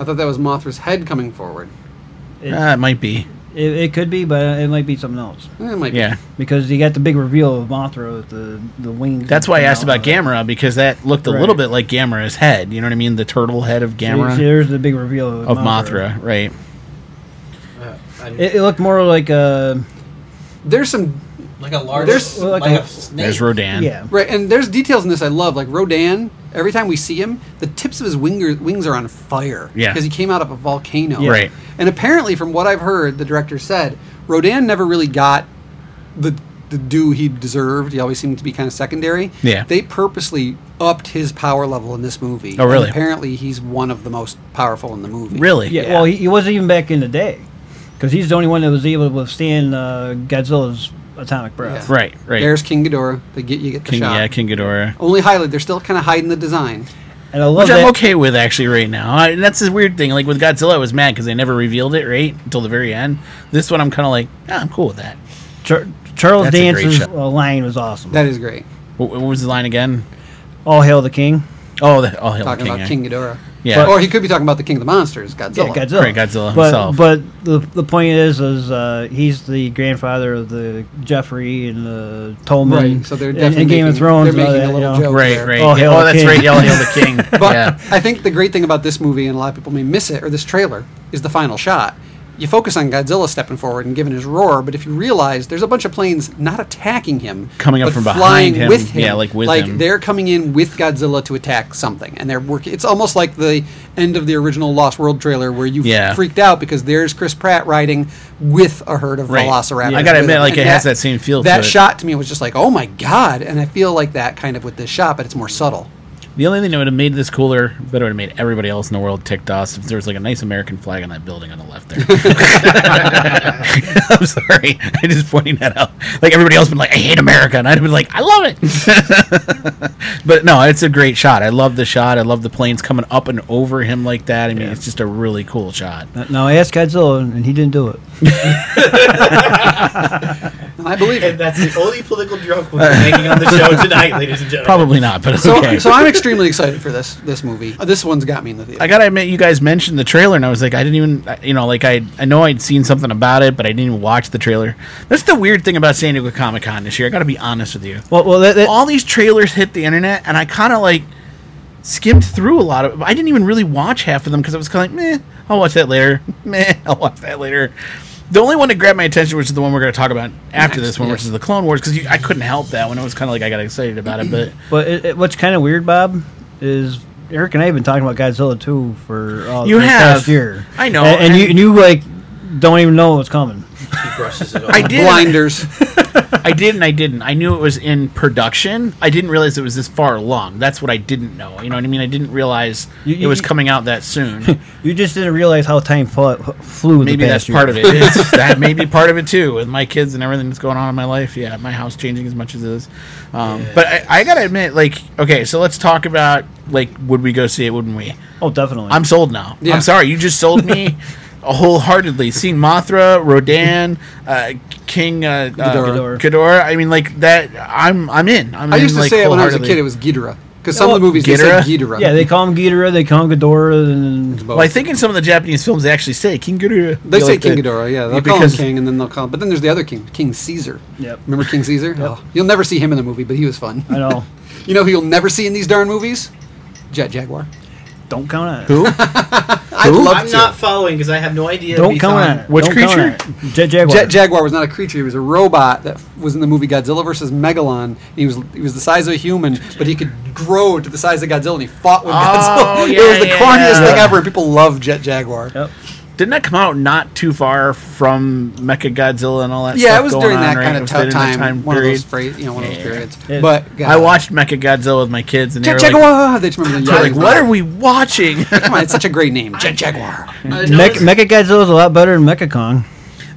Speaker 1: I thought that was Mothra's head coming forward.
Speaker 3: It,
Speaker 2: Ah, it might be.
Speaker 3: it, it could be, but it might be something else.
Speaker 1: Eh, It might be.
Speaker 2: Yeah.
Speaker 3: Because you got the big reveal of Mothra with the, the wings.
Speaker 2: That's why I asked about
Speaker 3: Gamma.
Speaker 2: Gamera because that looked a little
Speaker 3: Right.
Speaker 2: bit like Gamera's head. You know what I mean? The turtle head of Gamera
Speaker 3: See, there's the big reveal of,
Speaker 2: of Mothra, right?
Speaker 5: Uh, I'm-
Speaker 3: It, it looked more like a
Speaker 1: There's some
Speaker 5: like a large,
Speaker 1: There's-
Speaker 5: like,
Speaker 3: like
Speaker 5: a
Speaker 3: a-
Speaker 5: snake.
Speaker 2: There's Rodan.
Speaker 3: yeah.
Speaker 1: right, and there's details in this I love. Like Rodan, every time we see him, the tips of his winger, wings are on fire.
Speaker 2: Yeah.
Speaker 1: because he came out of a volcano.
Speaker 2: Yeah. Right.
Speaker 1: And apparently, from what I've heard, the director said Rodan never really got the the due he deserved. He always seemed to be kind of secondary.
Speaker 2: Yeah.
Speaker 1: They purposely upped his power level in this movie.
Speaker 2: Oh,
Speaker 1: and
Speaker 2: really?
Speaker 1: apparently, he's one of the most powerful in the movie.
Speaker 2: Really?
Speaker 3: Yeah, well, he, he wasn't even back in the day because he's the only one that was able to withstand uh, Godzilla's atomic breath.
Speaker 1: Yeah.
Speaker 2: Right, right.
Speaker 1: There's King Ghidorah. They get you get the
Speaker 2: King,
Speaker 1: shot.
Speaker 2: yeah, King Ghidorah.
Speaker 1: Only highlight. They're still kind of hiding the design.
Speaker 3: And I love
Speaker 2: Which
Speaker 3: that.
Speaker 2: I'm okay with actually right now. I, and that's the weird thing. Like with Godzilla, I was mad because they never revealed it right until the very end. This one, I'm kind of like, ah, I'm cool with that.
Speaker 3: Char- Charles
Speaker 2: That's a great
Speaker 3: Dance's
Speaker 2: shot.
Speaker 3: uh, line was awesome.
Speaker 1: That is great.
Speaker 2: What, what was the line again?
Speaker 3: All hail the king.
Speaker 2: Oh, the, oh, Hail the
Speaker 1: talking
Speaker 2: King.
Speaker 1: about
Speaker 2: yeah.
Speaker 1: King Ghidorah.
Speaker 2: Yeah.
Speaker 1: Or he could be talking about the King of the Monsters, Godzilla.
Speaker 3: Yeah, Godzilla.
Speaker 2: Right, Godzilla
Speaker 3: but,
Speaker 2: himself.
Speaker 3: But the, the point is, is uh, he's the grandfather of the Jeffrey and the Tolman.
Speaker 1: Right, so they're
Speaker 3: in-
Speaker 1: definitely
Speaker 3: in Game
Speaker 1: making-
Speaker 3: of Thrones.
Speaker 1: they're
Speaker 3: and all
Speaker 1: making a
Speaker 3: that, you
Speaker 1: little
Speaker 3: know.
Speaker 1: joke.
Speaker 2: Right,
Speaker 1: there.
Speaker 2: right.
Speaker 3: Oh,
Speaker 2: Oh,
Speaker 3: Hail the
Speaker 2: that's
Speaker 3: King.
Speaker 2: right. Yell, hail the king.
Speaker 1: But
Speaker 2: yeah.
Speaker 1: I think the great thing about this movie, and a lot of people may miss it, or this trailer, is the final shot. You focus on Godzilla stepping forward and giving his roar, but if you realize there's a bunch of planes not attacking him,
Speaker 2: Coming up
Speaker 1: but
Speaker 2: from behind
Speaker 1: flying
Speaker 2: him.
Speaker 1: with him,
Speaker 2: Yeah, like with
Speaker 1: like
Speaker 2: him.
Speaker 1: they're coming in with Godzilla to attack something, and they're working. It's almost like the end of the original Lost World trailer where you
Speaker 2: Yeah.
Speaker 1: freaked out because there's Chris Pratt riding with a herd of
Speaker 2: Right.
Speaker 1: velociraptors.
Speaker 2: I gotta
Speaker 1: with
Speaker 2: admit,
Speaker 1: him,
Speaker 2: like,
Speaker 1: and
Speaker 2: it has that same feel to
Speaker 1: That
Speaker 2: it.
Speaker 1: shot to me was just like, oh my god, and I feel like that kind of with this shot, but it's more subtle.
Speaker 2: The only thing that would have made this cooler, but it would have made everybody else in the world ticked off if there was like a nice American flag on that building on the left there. I'm sorry. I just pointing that out. Like everybody else been like, I hate America, and I'd have been like, I love it. but no, it's a great shot. I love the shot. I love the planes coming up and over him like that. I mean, it's just a really cool shot.
Speaker 3: Now I asked Godzilla, and he didn't do it.
Speaker 1: I believe it.
Speaker 5: and that's the only political joke we're making on the show tonight, ladies and gentlemen.
Speaker 2: Probably not, but it's
Speaker 1: So,
Speaker 2: okay.
Speaker 1: so I'm extremely excited for this this movie. Uh, This one's got me in the theater.
Speaker 2: I gotta admit, you guys mentioned the trailer, and I was like, I didn't even, I- you know, like I, I know I'd seen something about it, but I didn't even watch the trailer. That's the weird thing about San Diego Comic Con this year. I gotta be honest with you.
Speaker 3: Well, well, that, that,
Speaker 2: All these trailers hit the internet, and I kind of like skimmed through a lot of. I didn't even really watch half of them because I was kind of like, meh, I'll watch that later. Meh, I'll watch that later. The only one that grabbed my attention, which is the one we're going to talk about
Speaker 1: Next,
Speaker 2: after this one, which
Speaker 1: yes.
Speaker 2: is the Clone Wars, because I couldn't help that one. I was kind of like I got excited about it, but
Speaker 3: But it, it, what's kind of weird, Bob, is Eric and I have been talking about Godzilla 2 for all
Speaker 2: You
Speaker 3: the
Speaker 2: have.
Speaker 3: past year.
Speaker 2: I know,
Speaker 3: and, and you
Speaker 2: and-
Speaker 3: and you like don't even know what's coming.
Speaker 5: He brushes it off.
Speaker 2: I did I did and I didn't. I knew it was in production. I didn't realize it was this far along. That's what I didn't know. You know what I mean? I didn't realize it was coming out that soon.
Speaker 3: You just didn't realize how time fl- flew.
Speaker 2: maybe
Speaker 3: the
Speaker 2: that's
Speaker 3: past year.
Speaker 2: part of it. It's, that may be part of it too, with my kids and everything that's going on in my life. Yeah, my house changing as much as it is. Um, But I, I gotta admit, like, okay, so let's talk about like, would we go see it? Wouldn't we?
Speaker 3: Oh, definitely.
Speaker 2: I'm sold now.
Speaker 3: Yeah.
Speaker 2: I'm sorry, you just sold me. Wholeheartedly, seeing Mothra, Rodan, uh, King uh,
Speaker 1: Ghidorah.
Speaker 2: Uh, Ghidorah. I mean, like that. I'm I'm in. I'm
Speaker 1: I
Speaker 2: in,
Speaker 1: used to
Speaker 2: like,
Speaker 1: say it when I was a
Speaker 2: wholeheartedly. Oh,
Speaker 1: kid. It was Ghidorah because some of the movies they said Ghidorah.
Speaker 3: Yeah, they call him Ghidorah. They call him Ghidorah. And
Speaker 2: Well, I think in some of the Japanese films they actually say King Ghidorah.
Speaker 1: They
Speaker 2: You know,
Speaker 1: say
Speaker 2: like
Speaker 1: King
Speaker 2: the-
Speaker 1: Ghidorah, yeah. They'll call him
Speaker 2: because-
Speaker 1: King, and then they'll call. Him, but then there's the other King, King Caesar.
Speaker 3: Yep.
Speaker 1: Remember King Caesar? Oh, you'll never see him in the movie, but he was fun.
Speaker 3: I know.
Speaker 1: you know who you'll never see in these darn movies? Jet Jaguar.
Speaker 3: Don't count on it.
Speaker 2: Who?
Speaker 1: I'd love
Speaker 5: I'm
Speaker 1: to.
Speaker 5: not following because I have no idea. if
Speaker 3: Don't
Speaker 5: he's
Speaker 3: count on it. Don't count on it. Jet Jaguar.
Speaker 1: Jet Jaguar was not a creature. He was a robot that was in the movie Godzilla versus Megalon. He was he was the size of a human, but he could grow to the size of Godzilla. and He fought with Godzilla. it was the corniest thing ever. People love Jet Jaguar.
Speaker 2: Didn't that come out not too far from Mecha Godzilla and all that?
Speaker 1: Yeah,
Speaker 2: stuff
Speaker 1: it was
Speaker 2: going
Speaker 1: during
Speaker 2: on,
Speaker 1: that
Speaker 2: right?
Speaker 1: kind
Speaker 2: It
Speaker 1: of
Speaker 2: was
Speaker 1: tough
Speaker 2: during that
Speaker 1: time, one of those
Speaker 2: period.
Speaker 1: phrase, you know, one of those periods.
Speaker 2: Yeah.
Speaker 1: But
Speaker 2: I
Speaker 1: God.
Speaker 2: watched Mecha Godzilla with my kids, and they
Speaker 1: Jet
Speaker 2: were like,
Speaker 1: Jaguar. They just remember the
Speaker 2: They're like,
Speaker 1: yelling.
Speaker 2: "What are we watching?"
Speaker 1: Come on, it's such a great name, Jet Jaguar.
Speaker 5: Uh,
Speaker 3: Mech- Mecha Godzilla is a lot better than Mecha Kong.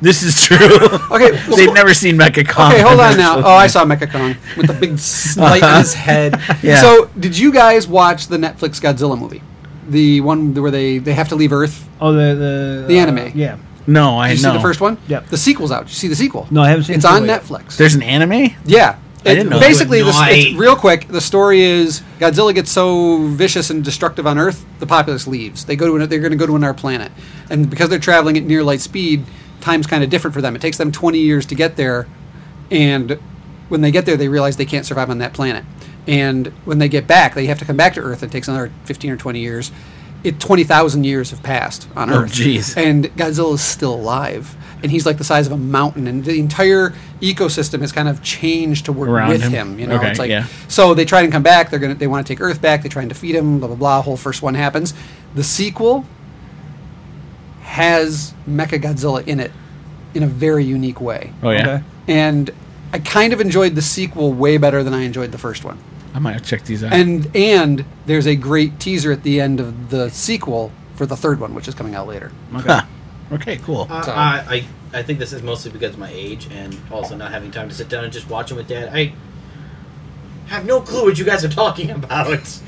Speaker 2: This is true.
Speaker 1: Okay, well,
Speaker 2: they've never seen Mecha Kong.
Speaker 1: Okay, hold on now. Oh, I saw Mecha Kong with the big slight in his head.
Speaker 2: Yeah.
Speaker 1: So, did you guys watch the Netflix Godzilla movie? The one where they, they have to leave Earth?
Speaker 3: Oh, the the,
Speaker 1: The
Speaker 3: uh,
Speaker 1: anime.
Speaker 3: Yeah.
Speaker 2: No,
Speaker 1: Did
Speaker 2: I
Speaker 1: you see
Speaker 2: know.
Speaker 1: the first one?
Speaker 3: Yeah.
Speaker 1: The sequel's out. Did you see the sequel?
Speaker 3: No, I haven't seen
Speaker 1: It's
Speaker 3: the
Speaker 1: on
Speaker 3: sequel yet.
Speaker 1: Netflix.
Speaker 2: There's an anime.
Speaker 1: Yeah.
Speaker 2: I didn't know that.
Speaker 1: Basically, the,
Speaker 2: Good
Speaker 1: it's
Speaker 2: night.
Speaker 1: real quick. The story is Godzilla gets so vicious and destructive on Earth, the populace leaves. They go to an, they're going to go to another planet, and because they're traveling at near light speed, time's kind of different for them. It takes them 20 years to get there, and when they get there, they realize they can't survive on that planet. And when they get back, they have to come back to Earth. It takes another 15 or 20 years. It 20,000 years have passed on
Speaker 2: Oh,
Speaker 1: Earth.
Speaker 2: jeez.
Speaker 1: And Godzilla's still alive. And he's like the size of a mountain, and the entire ecosystem has kind of changed to work
Speaker 2: Around
Speaker 1: with
Speaker 2: him?
Speaker 1: him. You know,
Speaker 2: Okay,
Speaker 1: it's like
Speaker 2: yeah.
Speaker 1: so they try and come back. They're gonna they want to take Earth back. They try and defeat him. Blah blah blah. Whole first one happens. The sequel has Mecha Godzilla in it in a very unique way.
Speaker 2: Oh yeah,
Speaker 1: And I kind of enjoyed the sequel way better than I enjoyed the first one.
Speaker 2: I might have checked these out.
Speaker 1: And and there's a great teaser at the end of the sequel for the third one, which is coming out later.
Speaker 2: Huh. okay, cool.
Speaker 5: Uh, I, I I think this is mostly because of my age and also not having time to sit down and just watch them with dad. I have no clue what you guys are talking about.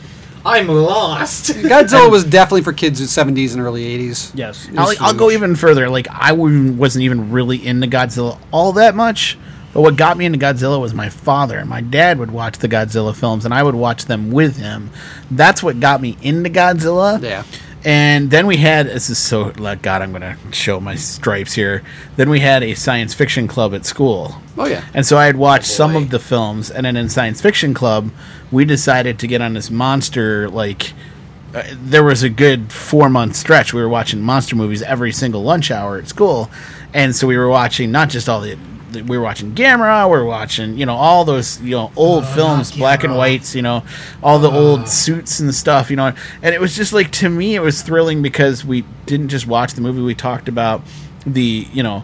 Speaker 5: I'm lost.
Speaker 1: Godzilla was definitely for kids in the 70s and early 80s.
Speaker 3: Yes.
Speaker 2: I'll, I'll go even further. Like I wouldn't- wasn't even really into Godzilla all that much, but what got me into Godzilla was my father. And My dad would watch the Godzilla films, and I would watch them with him. That's what got me into Godzilla.
Speaker 1: Yeah.
Speaker 2: And then we had this is so like God, I'm gonna show my stripes here. Then we had a science fiction club at school.
Speaker 1: Oh, yeah. Oh,
Speaker 2: And so I had watched some of the films, and then in science fiction club, we decided to get on this monster like uh, there was a good four month stretch we were watching monster movies every single lunch hour at school, and so we were watching not just all the the- we were watching Gamera, we were watching you know all those you know old films, black and whites, you know all the old suits and stuff, you know, and it was just like to me it was thrilling because we didn't just watch the movie, we talked about the you know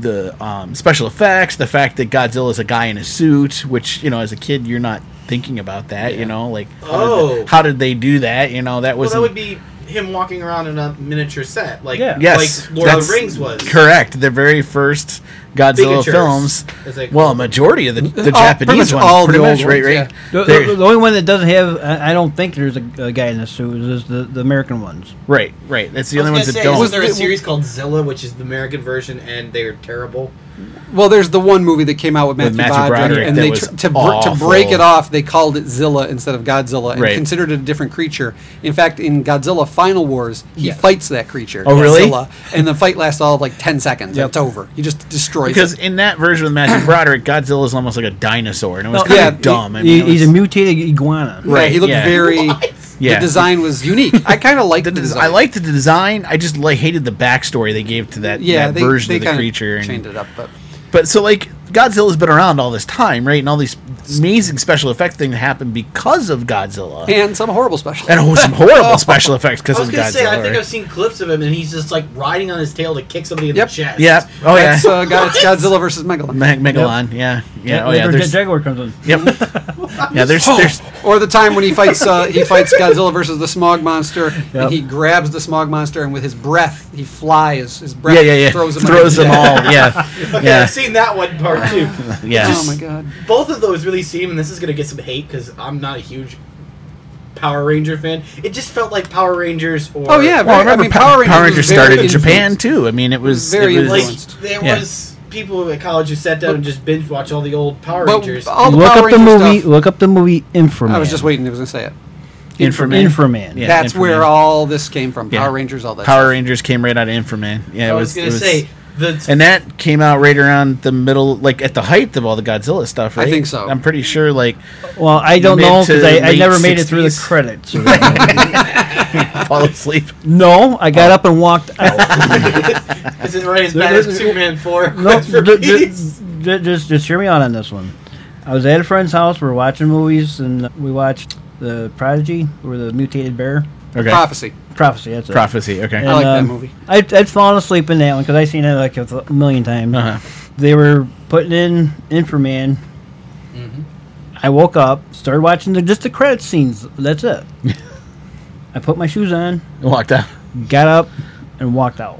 Speaker 2: the um, special effects, the fact that Godzilla is a guy in a suit, which you know as a kid you're not thinking about that, you know, like how did
Speaker 5: Oh.
Speaker 2: they- how did they do that? You know, that
Speaker 5: well,
Speaker 2: was
Speaker 5: that would be him walking around in a miniature set, like
Speaker 3: Yeah.
Speaker 2: yes,
Speaker 5: like Lord of
Speaker 2: that's
Speaker 5: the Rings was.
Speaker 2: correct. The very first Godzilla
Speaker 5: Bigatures,
Speaker 2: films.
Speaker 5: as they
Speaker 2: Well, a majority of the, the
Speaker 1: All- pretty
Speaker 2: Japanese
Speaker 1: much
Speaker 2: ones,
Speaker 1: all
Speaker 2: pretty
Speaker 1: the
Speaker 2: much,
Speaker 1: old
Speaker 2: right,
Speaker 1: ones,
Speaker 2: right.
Speaker 3: The,
Speaker 2: There-
Speaker 3: the, the only one that doesn't have, I, I don't think there's a, a guy in this suit, is the, the American ones.
Speaker 2: right, right. That's the
Speaker 5: I was
Speaker 2: only ones
Speaker 5: gonna
Speaker 2: that
Speaker 5: say,
Speaker 2: don't.
Speaker 5: Wasn't there a series called Zilla, which is the American version, and they're terrible?
Speaker 1: Well, there's the one movie that came out with Matthew,
Speaker 2: With Matthew
Speaker 1: Broderick,
Speaker 2: Broderick
Speaker 1: and
Speaker 2: that
Speaker 1: they
Speaker 2: was
Speaker 1: tr- to, br- to break it
Speaker 2: awful.
Speaker 1: off, they called it Zilla instead of Godzilla and
Speaker 2: Right.
Speaker 1: considered it a different creature. In fact, in Godzilla Final Wars, he
Speaker 2: Yes.
Speaker 1: fights that creature.
Speaker 2: Oh, really?
Speaker 1: Zilla, and the fight lasts all of like ten seconds. and it's over. He just destroys.
Speaker 2: because
Speaker 1: it.
Speaker 2: in that version with Matthew Broderick, Godzilla is almost like a dinosaur, and it was
Speaker 1: No,
Speaker 2: kind
Speaker 1: yeah,
Speaker 2: of dumb. I
Speaker 3: He-
Speaker 2: mean, it
Speaker 3: he's
Speaker 2: was-
Speaker 3: a mutated iguana.
Speaker 1: right, he looked
Speaker 2: yeah.
Speaker 1: very.
Speaker 2: Yeah.
Speaker 1: The design was unique. I kind of liked the,
Speaker 2: des-
Speaker 1: design.
Speaker 2: I liked the design. I just like hated the backstory they gave to that,
Speaker 1: Yeah,
Speaker 2: that
Speaker 1: they,
Speaker 2: version
Speaker 1: they
Speaker 2: of the
Speaker 1: kinda
Speaker 2: creature. and-
Speaker 1: changed it up, but
Speaker 2: But so like Godzilla's been around all this time, right? And all these amazing special effect things happened because of Godzilla.
Speaker 1: and some horrible special.
Speaker 2: And oh, some horrible special effects
Speaker 5: I
Speaker 2: because
Speaker 5: was
Speaker 2: of
Speaker 5: gonna
Speaker 2: Godzilla.
Speaker 5: say, I think
Speaker 2: right?
Speaker 5: I've seen clips of him, and he's just like riding on his tail to kick somebody in the chest.
Speaker 2: Yep. Oh, yeah.
Speaker 1: That's, uh, God, it's Godzilla versus Megalon.
Speaker 2: Meg- Megalon, yeah, yeah, oh yeah.
Speaker 3: Red
Speaker 2: There's,
Speaker 3: Jaguar comes in.
Speaker 2: yep. yeah, there's,
Speaker 1: Oh,
Speaker 2: there's,
Speaker 1: or the time when he fights uh, he fights Godzilla versus the Smog Monster, and he grabs the Smog Monster, and with his breath he flies. His breath
Speaker 2: yeah, yeah, yeah.
Speaker 1: throws him.
Speaker 2: Throws them all. Yeah,
Speaker 5: Okay,
Speaker 2: yeah,
Speaker 5: I've seen that one part too.
Speaker 2: yeah.
Speaker 1: Oh my god!
Speaker 5: Both of those really seem, and this is gonna get some hate because I'm not a huge Power Ranger fan. It just felt like Power Rangers or
Speaker 1: Oh, yeah,
Speaker 2: Well, I remember
Speaker 1: I mean,
Speaker 2: Power
Speaker 1: Power
Speaker 2: Rangers,
Speaker 1: Rangers was very
Speaker 2: started in Japan
Speaker 1: influenced.
Speaker 2: too. I mean, it was
Speaker 1: Very
Speaker 2: it was,
Speaker 5: like
Speaker 1: influenced.
Speaker 5: there
Speaker 2: Yeah.
Speaker 5: was people at college who sat down and just binge watch all the old Power
Speaker 1: But
Speaker 5: Rangers.
Speaker 1: all the
Speaker 3: look
Speaker 1: Power
Speaker 3: up the
Speaker 1: Ranger
Speaker 3: movie.
Speaker 1: stuff-
Speaker 3: Look up the movie Inframan.
Speaker 1: I was just waiting. I was gonna say it.
Speaker 2: Inframan.
Speaker 3: Inframan.
Speaker 2: Yeah,
Speaker 1: That's
Speaker 2: Inframan.
Speaker 1: where all this came from.
Speaker 2: Yeah.
Speaker 1: Power Rangers, all that.
Speaker 2: Power Rangers came right out of Inframan. Yeah,
Speaker 5: I
Speaker 2: it
Speaker 5: was,
Speaker 2: was.
Speaker 5: gonna
Speaker 2: it was-
Speaker 5: say the
Speaker 2: and that came out right around the middle, like at the height of all the Godzilla stuff.
Speaker 1: I
Speaker 2: Right?
Speaker 1: think so.
Speaker 2: I'm pretty sure. Like
Speaker 3: Well, I don't
Speaker 2: Mid
Speaker 3: know
Speaker 2: to
Speaker 3: because I, I
Speaker 2: late
Speaker 3: never made it through the
Speaker 2: 60s.
Speaker 3: credits.
Speaker 2: fall asleep.
Speaker 3: no, I
Speaker 2: Oh.
Speaker 3: got up and walked out.
Speaker 5: is it right as bad as Superman four?
Speaker 3: no,
Speaker 5: Quest for
Speaker 3: ju- ju-
Speaker 5: Peace?
Speaker 3: ju- just just hear me out on this one. I was at a friend's house. We were watching movies, and we watched the Prodigy or the Mutated Bear
Speaker 2: Okay.
Speaker 1: prophecy.
Speaker 3: Prophecy. That's it.
Speaker 2: Prophecy. Okay.
Speaker 1: I like that
Speaker 3: um,
Speaker 1: movie.
Speaker 3: I'd, I'd fallen asleep in that one because I seen it like a th- million times.
Speaker 2: Uh-huh.
Speaker 3: They were putting in Inframan. I woke up, started watching the, just the credit scenes. That's it. I put my shoes on,
Speaker 2: Walked out.
Speaker 3: got up, and walked out.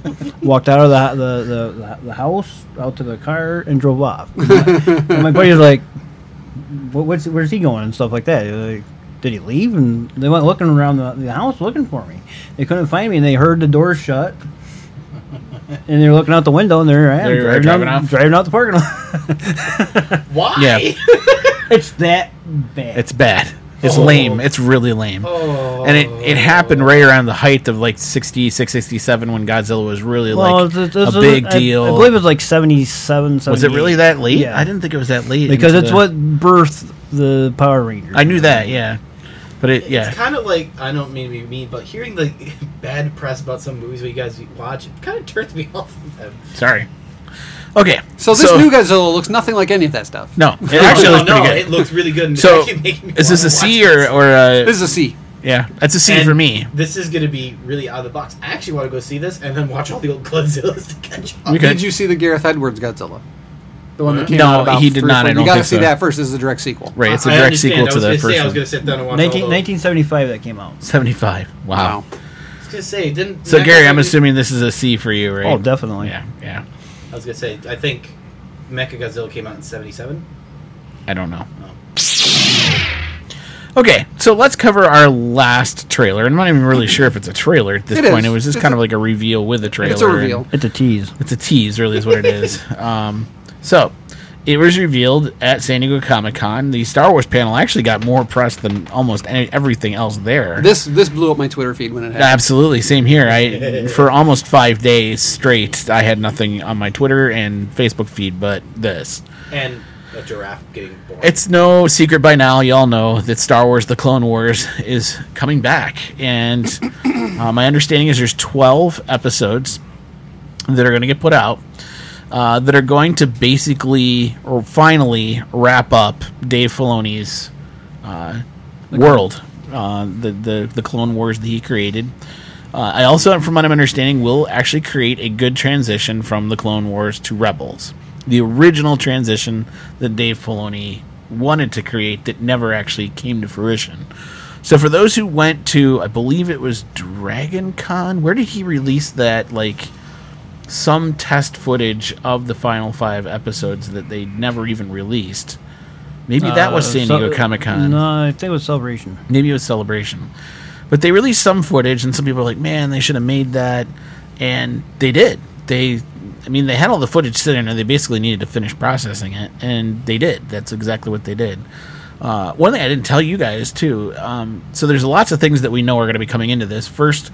Speaker 3: walked out of the, the, the, the house, out to the car, and drove off. And my, and my buddy's like, what, what's, where's he going? And stuff like that. They're like, Did he leave? And they went looking around the, the house looking for me. They couldn't find me, and they heard the door shut. And they were looking out the window, and there I am
Speaker 2: There you are,
Speaker 3: driving,
Speaker 2: driving
Speaker 3: out,
Speaker 2: off.
Speaker 3: driving out the parking lot.
Speaker 5: Why?
Speaker 2: Yeah.
Speaker 3: it's that bad.
Speaker 2: It's bad. It's lame. It's really lame.
Speaker 5: Oh.
Speaker 2: And it, it happened right around the height of like 66, 67 when Godzilla was really like
Speaker 3: th- this
Speaker 2: a
Speaker 3: is-
Speaker 2: big
Speaker 3: I-
Speaker 2: deal.
Speaker 3: I, believe it was like 77,
Speaker 2: was it really
Speaker 3: 78.
Speaker 2: that late?
Speaker 3: Yeah.
Speaker 2: I didn't think it was that late.
Speaker 3: because
Speaker 2: into
Speaker 3: it's
Speaker 2: the-
Speaker 3: what birthed the Power Rangers.
Speaker 2: I knew that. Yeah, but it yeah.
Speaker 5: It's kind of like I don't mean to be mean, but hearing the bad press about some movies we guys watch, it kind of turns me off of them.
Speaker 2: Sorry. Okay.
Speaker 1: So this new Godzilla looks nothing like any of that stuff.
Speaker 2: No, it actually
Speaker 5: No,
Speaker 2: looks
Speaker 5: Oh, no,
Speaker 2: pretty good.
Speaker 5: It looks really good. And
Speaker 2: so
Speaker 5: it's actually making me
Speaker 2: is this
Speaker 5: wanna
Speaker 2: a
Speaker 5: watch
Speaker 2: C
Speaker 5: this.
Speaker 2: or or a,
Speaker 1: This is a C.
Speaker 2: yeah? That's a C
Speaker 5: And
Speaker 2: for me.
Speaker 5: This is going to be really out of the box. I actually want to go see this and then watch all the old Godzillas to catch up.
Speaker 2: We could-
Speaker 1: Did you see the Gareth Edwards Godzilla? The one that came
Speaker 2: No,
Speaker 1: out about
Speaker 2: he did
Speaker 1: three or
Speaker 2: not,
Speaker 1: four-
Speaker 2: I don't
Speaker 1: you gotta
Speaker 2: think
Speaker 1: see
Speaker 2: so.
Speaker 1: that first. This is a direct sequel.
Speaker 2: right, it's a
Speaker 5: I
Speaker 2: direct
Speaker 5: understand.
Speaker 2: sequel
Speaker 5: I
Speaker 2: to
Speaker 5: was
Speaker 2: the
Speaker 5: gonna say,
Speaker 2: first
Speaker 5: I was
Speaker 2: one.
Speaker 5: going to sit down and watch
Speaker 3: 19,
Speaker 5: all those.
Speaker 3: 1975 that came out.
Speaker 2: Seventy-five. Wow.
Speaker 1: Wow.
Speaker 5: I was going to say, didn't.
Speaker 2: So
Speaker 5: Matt
Speaker 2: Gary, I'm
Speaker 5: Godzilla-
Speaker 2: assuming this is a C for you, right?
Speaker 3: Oh, definitely.
Speaker 2: Yeah, yeah.
Speaker 5: I was going to say, I think Mechagodzilla came out in 77.
Speaker 2: I don't know. Okay, so let's cover our last trailer. I'm not even really sure if it's a trailer at this
Speaker 1: It
Speaker 2: point.
Speaker 1: is.
Speaker 2: It was just
Speaker 1: It's
Speaker 2: kind
Speaker 1: a-
Speaker 2: of like a reveal with a trailer.
Speaker 1: It's a
Speaker 2: and-
Speaker 1: reveal.
Speaker 3: It's a tease.
Speaker 2: It's a tease, really, is what it is. um, so, it was revealed at San Diego Comic Con. The Star Wars panel actually got more press than almost any, everything else there.
Speaker 1: This this blew up my Twitter feed when it happened.
Speaker 2: Absolutely, same here. I for almost five days straight, I had nothing on my Twitter and Facebook feed but this.
Speaker 5: And a giraffe getting born.
Speaker 2: It's no secret by now, y'all know that Star Wars: The Clone Wars is coming back, and uh, my understanding is there's 12 episodes that are going to get put out uh, that are going to basically or finally wrap up Dave Filoni's uh, world, uh, the the the Clone Wars that he created. Uh, I also, from what I'm understanding, will actually create a good transition from the Clone Wars to Rebels, the original transition that Dave Filoni wanted to create that never actually came to fruition. So, for those who went to, I believe it was Dragon Con, where did he release that? Like some test footage of the final five episodes that they never even released. Maybe that was
Speaker 3: Uh,
Speaker 2: San
Speaker 3: so-
Speaker 2: Diego Comic Con
Speaker 3: No, I think it was Celebration.
Speaker 2: maybe it was celebration but they released some footage and some people were like man they should have made that and they did they i mean they had all the footage sitting there they basically needed to finish processing it and they did that's exactly what they did uh, one thing i didn't tell you guys too um, so there's lots of things that we know are going to be coming into this first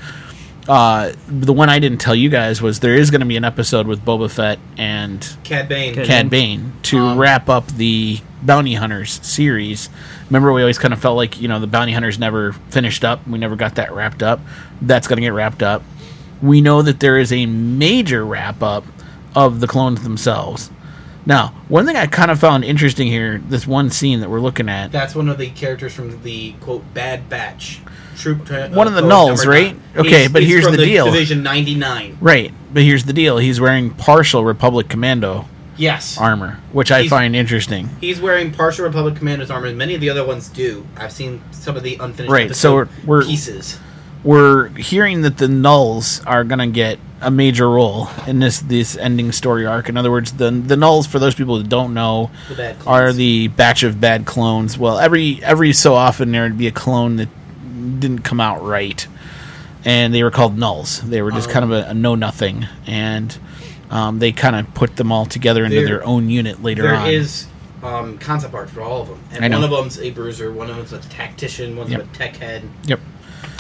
Speaker 2: uh, the one i didn't tell you guys was there is going to be an episode with boba fett and
Speaker 5: Cad Bane.
Speaker 2: Cad Bane to wrap up the Bounty Hunters series. Remember, we always kind of felt like you know the Bounty Hunters never finished up. We never got that wrapped up. That's going to get wrapped up. We know that there is a major wrap up of the clones themselves. Now, one thing I kind of found interesting here, this one scene that we're looking at,
Speaker 5: That's one of the characters from the quote Bad Batch troop. Tra-
Speaker 2: One of the
Speaker 5: authority
Speaker 2: nulls,
Speaker 5: number
Speaker 2: right?
Speaker 5: nine.
Speaker 2: Okay,
Speaker 5: He's-
Speaker 2: but
Speaker 5: he's
Speaker 2: here's
Speaker 5: from
Speaker 2: the deal.
Speaker 5: Division ninety nine.
Speaker 2: Right, but here's the deal: he's wearing partial Republic Commando
Speaker 5: Yes.
Speaker 2: armor, which I
Speaker 5: He's-
Speaker 2: find interesting.
Speaker 5: He's wearing partial Republic Commander's armor. and Many of the other ones do. I've seen some of the unfinished
Speaker 2: Right, so
Speaker 5: episode
Speaker 2: we're- we're-
Speaker 5: pieces.
Speaker 2: We're hearing that the nulls are going to get a major role in this this ending story arc. In other words, the the nulls, for those people that don't know,
Speaker 5: The bad clones.
Speaker 2: are the batch of bad clones. Well, every every so often there would be a clone that didn't come out right, and they were called nulls. They were just
Speaker 5: Oh.
Speaker 2: kind of a, a know nothing, and um, they kind of put them all together into
Speaker 5: There-
Speaker 2: their own unit later
Speaker 5: There
Speaker 2: on.
Speaker 5: is um, concept art for all of them,
Speaker 2: I
Speaker 5: and
Speaker 2: know.
Speaker 5: one of them's a bruiser, one of them's a tactician, one's
Speaker 2: Yep.
Speaker 5: a tech head.
Speaker 2: Yep.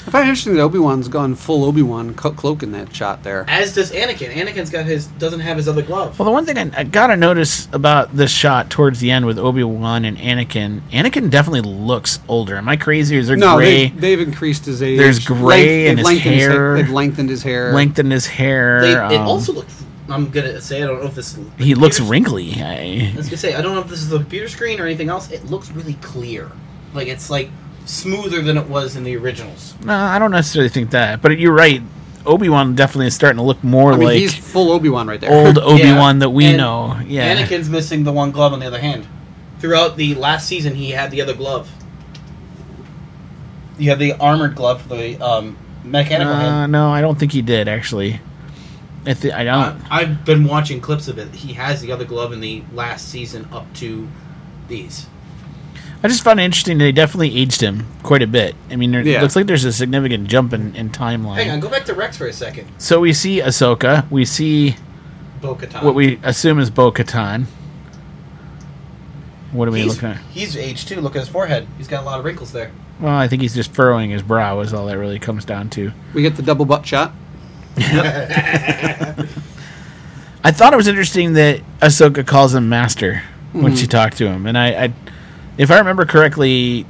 Speaker 1: I find it interesting that Obi Wan's gone full Obi Wan cloak in that shot there.
Speaker 5: As does Anakin. Anakin's got his doesn't have his other glove.
Speaker 2: Well, the one thing I, I gotta notice about this shot towards the end with Obi Wan and Anakin, Anakin definitely looks older. Am I crazy? Or is there
Speaker 1: No,
Speaker 2: gray?
Speaker 1: They've, they've increased his age.
Speaker 2: There's gray in
Speaker 1: they've
Speaker 2: his
Speaker 1: lengthened
Speaker 2: hair.
Speaker 1: they've lengthened his hair.
Speaker 2: lengthened his hair.
Speaker 5: They, it
Speaker 2: um,
Speaker 5: also looks. I'm gonna say I don't know if this.
Speaker 2: he looks
Speaker 5: computers-
Speaker 2: wrinkly.
Speaker 5: I
Speaker 2: I,
Speaker 5: was gonna say I don't know if this is the computer screen or anything else. It looks really clear. Like it's like smoother than it was in the originals.
Speaker 2: no, I don't necessarily think that, but you're right. Obi Wan definitely is starting to look more
Speaker 1: I mean,
Speaker 2: like
Speaker 1: he's full Obi Wan right there.
Speaker 2: old Obi Wan
Speaker 5: Yeah,
Speaker 2: that we
Speaker 5: and
Speaker 2: know. Yeah,
Speaker 5: Anakin's missing the one glove on the other hand. Throughout the last season, he had the other glove. You have the armored glove for the um, mechanical
Speaker 2: Uh,
Speaker 5: hand.
Speaker 2: no, I don't think he did actually. I, thi- I don't.
Speaker 5: I, have been watching clips of it. He has the other glove in the last season up to these.
Speaker 2: I just found it interesting. They definitely aged him quite a bit. I mean, there
Speaker 5: Yeah.
Speaker 2: looks like there's a significant jump in, in timeline.
Speaker 5: Hang on, go back to Rex for a second.
Speaker 2: So we see Ahsoka. We see
Speaker 5: Bo Katan.
Speaker 2: what we assume is Bo Katan. What are we
Speaker 5: he's,
Speaker 2: looking at?
Speaker 5: he's aged too. Look at his forehead. He's got a lot of wrinkles there.
Speaker 2: Well, I think he's just furrowing his brow, is all that really comes down to.
Speaker 1: We get the double butt shot.
Speaker 2: I thought it was interesting that Ahsoka calls him Master when
Speaker 1: Mhm.
Speaker 2: she talked to him. And I, I, if I remember correctly,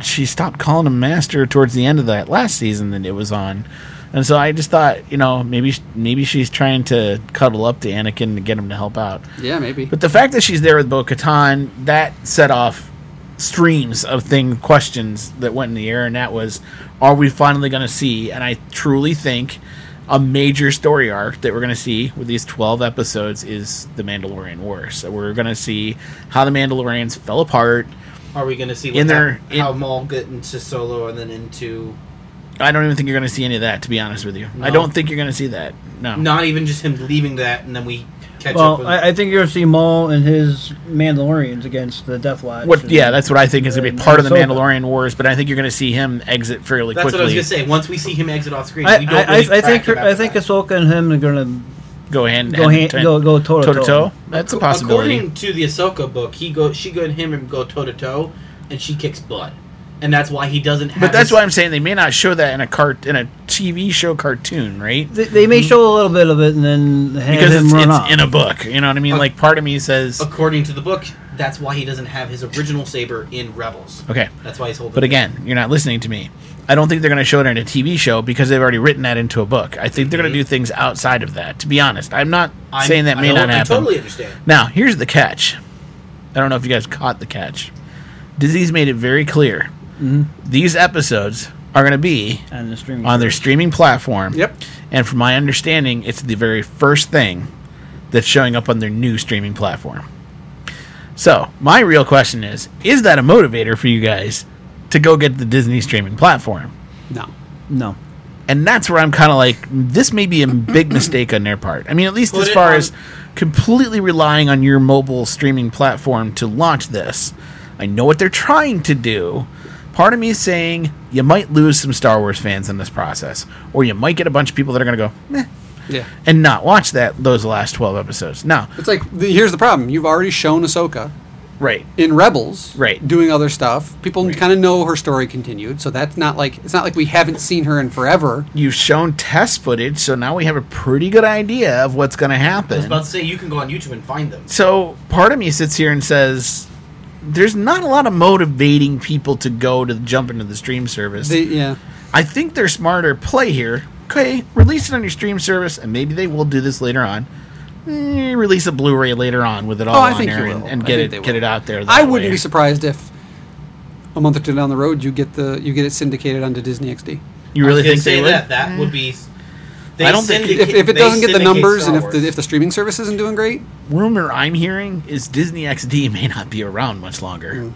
Speaker 2: she stopped calling him Master towards the end of that last season that it was on. And so I just thought, you know, maybe sh- maybe she's trying to cuddle up to Anakin to get him to help out.
Speaker 1: Yeah, maybe.
Speaker 2: But the fact that she's there with Bo Katan, that set off streams of thing questions that went in the air, and that was, are we finally going to see? And I truly think a major story arc that we're going to see with these 12 episodes is the Mandalorian War. So we're going to see how the Mandalorians fell apart.
Speaker 5: Are we going to see
Speaker 2: In
Speaker 5: what
Speaker 2: their-
Speaker 5: hap- how Maul get into Solo and then into
Speaker 2: I don't even think you're going to see any of that, to be honest with you. I
Speaker 5: No.
Speaker 2: don't think you're going to see that. No.
Speaker 5: not even just him leaving that and then we catch up
Speaker 3: Well,
Speaker 5: with
Speaker 3: I, I think you're gonna see Maul and his Mandalorians against the Death Watch.
Speaker 2: What,
Speaker 3: and-
Speaker 2: yeah, that's what I think is going to be
Speaker 3: and
Speaker 2: part of the
Speaker 3: Ahsoka.
Speaker 2: Mandalorian Wars, but I think you're going to see him exit fairly
Speaker 5: Uh, That's
Speaker 2: quickly.
Speaker 5: what I was going to say. Once we see him exit off screen,
Speaker 3: I,
Speaker 5: we
Speaker 3: I,
Speaker 5: don't
Speaker 3: I,
Speaker 5: really
Speaker 3: I think
Speaker 5: track him
Speaker 3: her, I
Speaker 5: after
Speaker 3: think
Speaker 5: that.
Speaker 3: Ahsoka and him are gonna
Speaker 2: go hand,
Speaker 3: go hand, go go toe to toe.
Speaker 2: That's a
Speaker 5: Acco-
Speaker 2: possibility.
Speaker 5: According to the Ahsoka book, he go she go and him and go toe to toe, and she kicks butt, and that's why he doesn't. Have
Speaker 2: But that's
Speaker 5: his-
Speaker 2: why I'm saying they may not show that in a cart in a TV show cartoon, right?
Speaker 3: They, they may show a little bit of it and then have
Speaker 2: Mm-hmm. Because
Speaker 3: him
Speaker 2: it's,
Speaker 3: run
Speaker 2: it's
Speaker 3: off.
Speaker 2: in a book. You know what I mean?
Speaker 5: Uh,
Speaker 2: Like part of me says,
Speaker 5: According to the book, that's why he doesn't have his original saber in Rebels.
Speaker 2: okay,
Speaker 5: That's why he's holding.
Speaker 2: but
Speaker 5: it.
Speaker 2: again, you're not listening to me. I don't think they're going to show it in a TV show because they've already written that into a book. I think they're going to do things outside of that. To be honest, I'm not
Speaker 5: I'm-
Speaker 2: saying that
Speaker 5: I
Speaker 2: may
Speaker 5: know-
Speaker 2: not
Speaker 5: I
Speaker 2: happen.
Speaker 5: totally understand.
Speaker 2: Now, here's the catch. I don't know if you guys caught the catch. Disney's made it very clear.
Speaker 3: Mm-hmm.
Speaker 2: These episodes are going to be
Speaker 3: on the streaming
Speaker 2: on their streaming platform.
Speaker 1: Yep.
Speaker 2: And from my understanding, it's the very first thing that's showing up on their new streaming platform. So, my real question is is that a motivator for you guys to go get the Disney streaming platform?
Speaker 1: No.
Speaker 3: No.
Speaker 2: And that's where I'm kind of like, this may be a big mistake on their part. I mean, at least
Speaker 5: Put
Speaker 2: as
Speaker 5: it
Speaker 2: far
Speaker 5: on-
Speaker 2: as completely relying on your mobile streaming platform to launch this. I know what they're trying to do. Part of me is saying you might lose some Star Wars fans in this process, or you might get a bunch of people that are going to go, meh,
Speaker 1: Yeah.
Speaker 2: and not watch that those last 12 episodes. Now,
Speaker 1: It's like the, here's the problem. You've already shown Ahsoka
Speaker 2: right.
Speaker 1: in Rebels,
Speaker 2: Right.
Speaker 1: doing other stuff. People kind of know her story continued, so that's not like it's not like we haven't seen her in forever.
Speaker 2: You've shown test footage, so now we have a pretty good idea of what's going to
Speaker 5: I was
Speaker 2: happen.
Speaker 5: about to say you can go on YouTube and find them.
Speaker 2: So part of me sits here and says, there's not a lot of motivating people to go to jump into the stream service.
Speaker 1: They, yeah.
Speaker 2: I think they're smarter play here. Okay, release it on your stream service, and maybe they will do this later on. eh, release a Blu-ray later on with it all
Speaker 1: Oh, I
Speaker 2: on
Speaker 1: think
Speaker 2: there
Speaker 1: you
Speaker 2: and,
Speaker 1: will.
Speaker 2: and
Speaker 1: I
Speaker 2: get
Speaker 1: think they
Speaker 2: it get it out there.
Speaker 1: I
Speaker 2: that
Speaker 1: wouldn't
Speaker 2: way.
Speaker 1: be surprised if a month or two down the road you get the you get it syndicated onto Disney XD.
Speaker 2: You
Speaker 5: I was gonna say that that would be. They
Speaker 1: I don't think
Speaker 5: syndicate-
Speaker 1: if, if it
Speaker 5: they
Speaker 1: doesn't get the
Speaker 5: syndicate
Speaker 1: numbers
Speaker 5: Star
Speaker 1: and if
Speaker 5: Wars.
Speaker 1: the if the streaming service isn't doing great,
Speaker 2: rumor I'm hearing is Disney XD may not be around much longer.
Speaker 1: Hmm.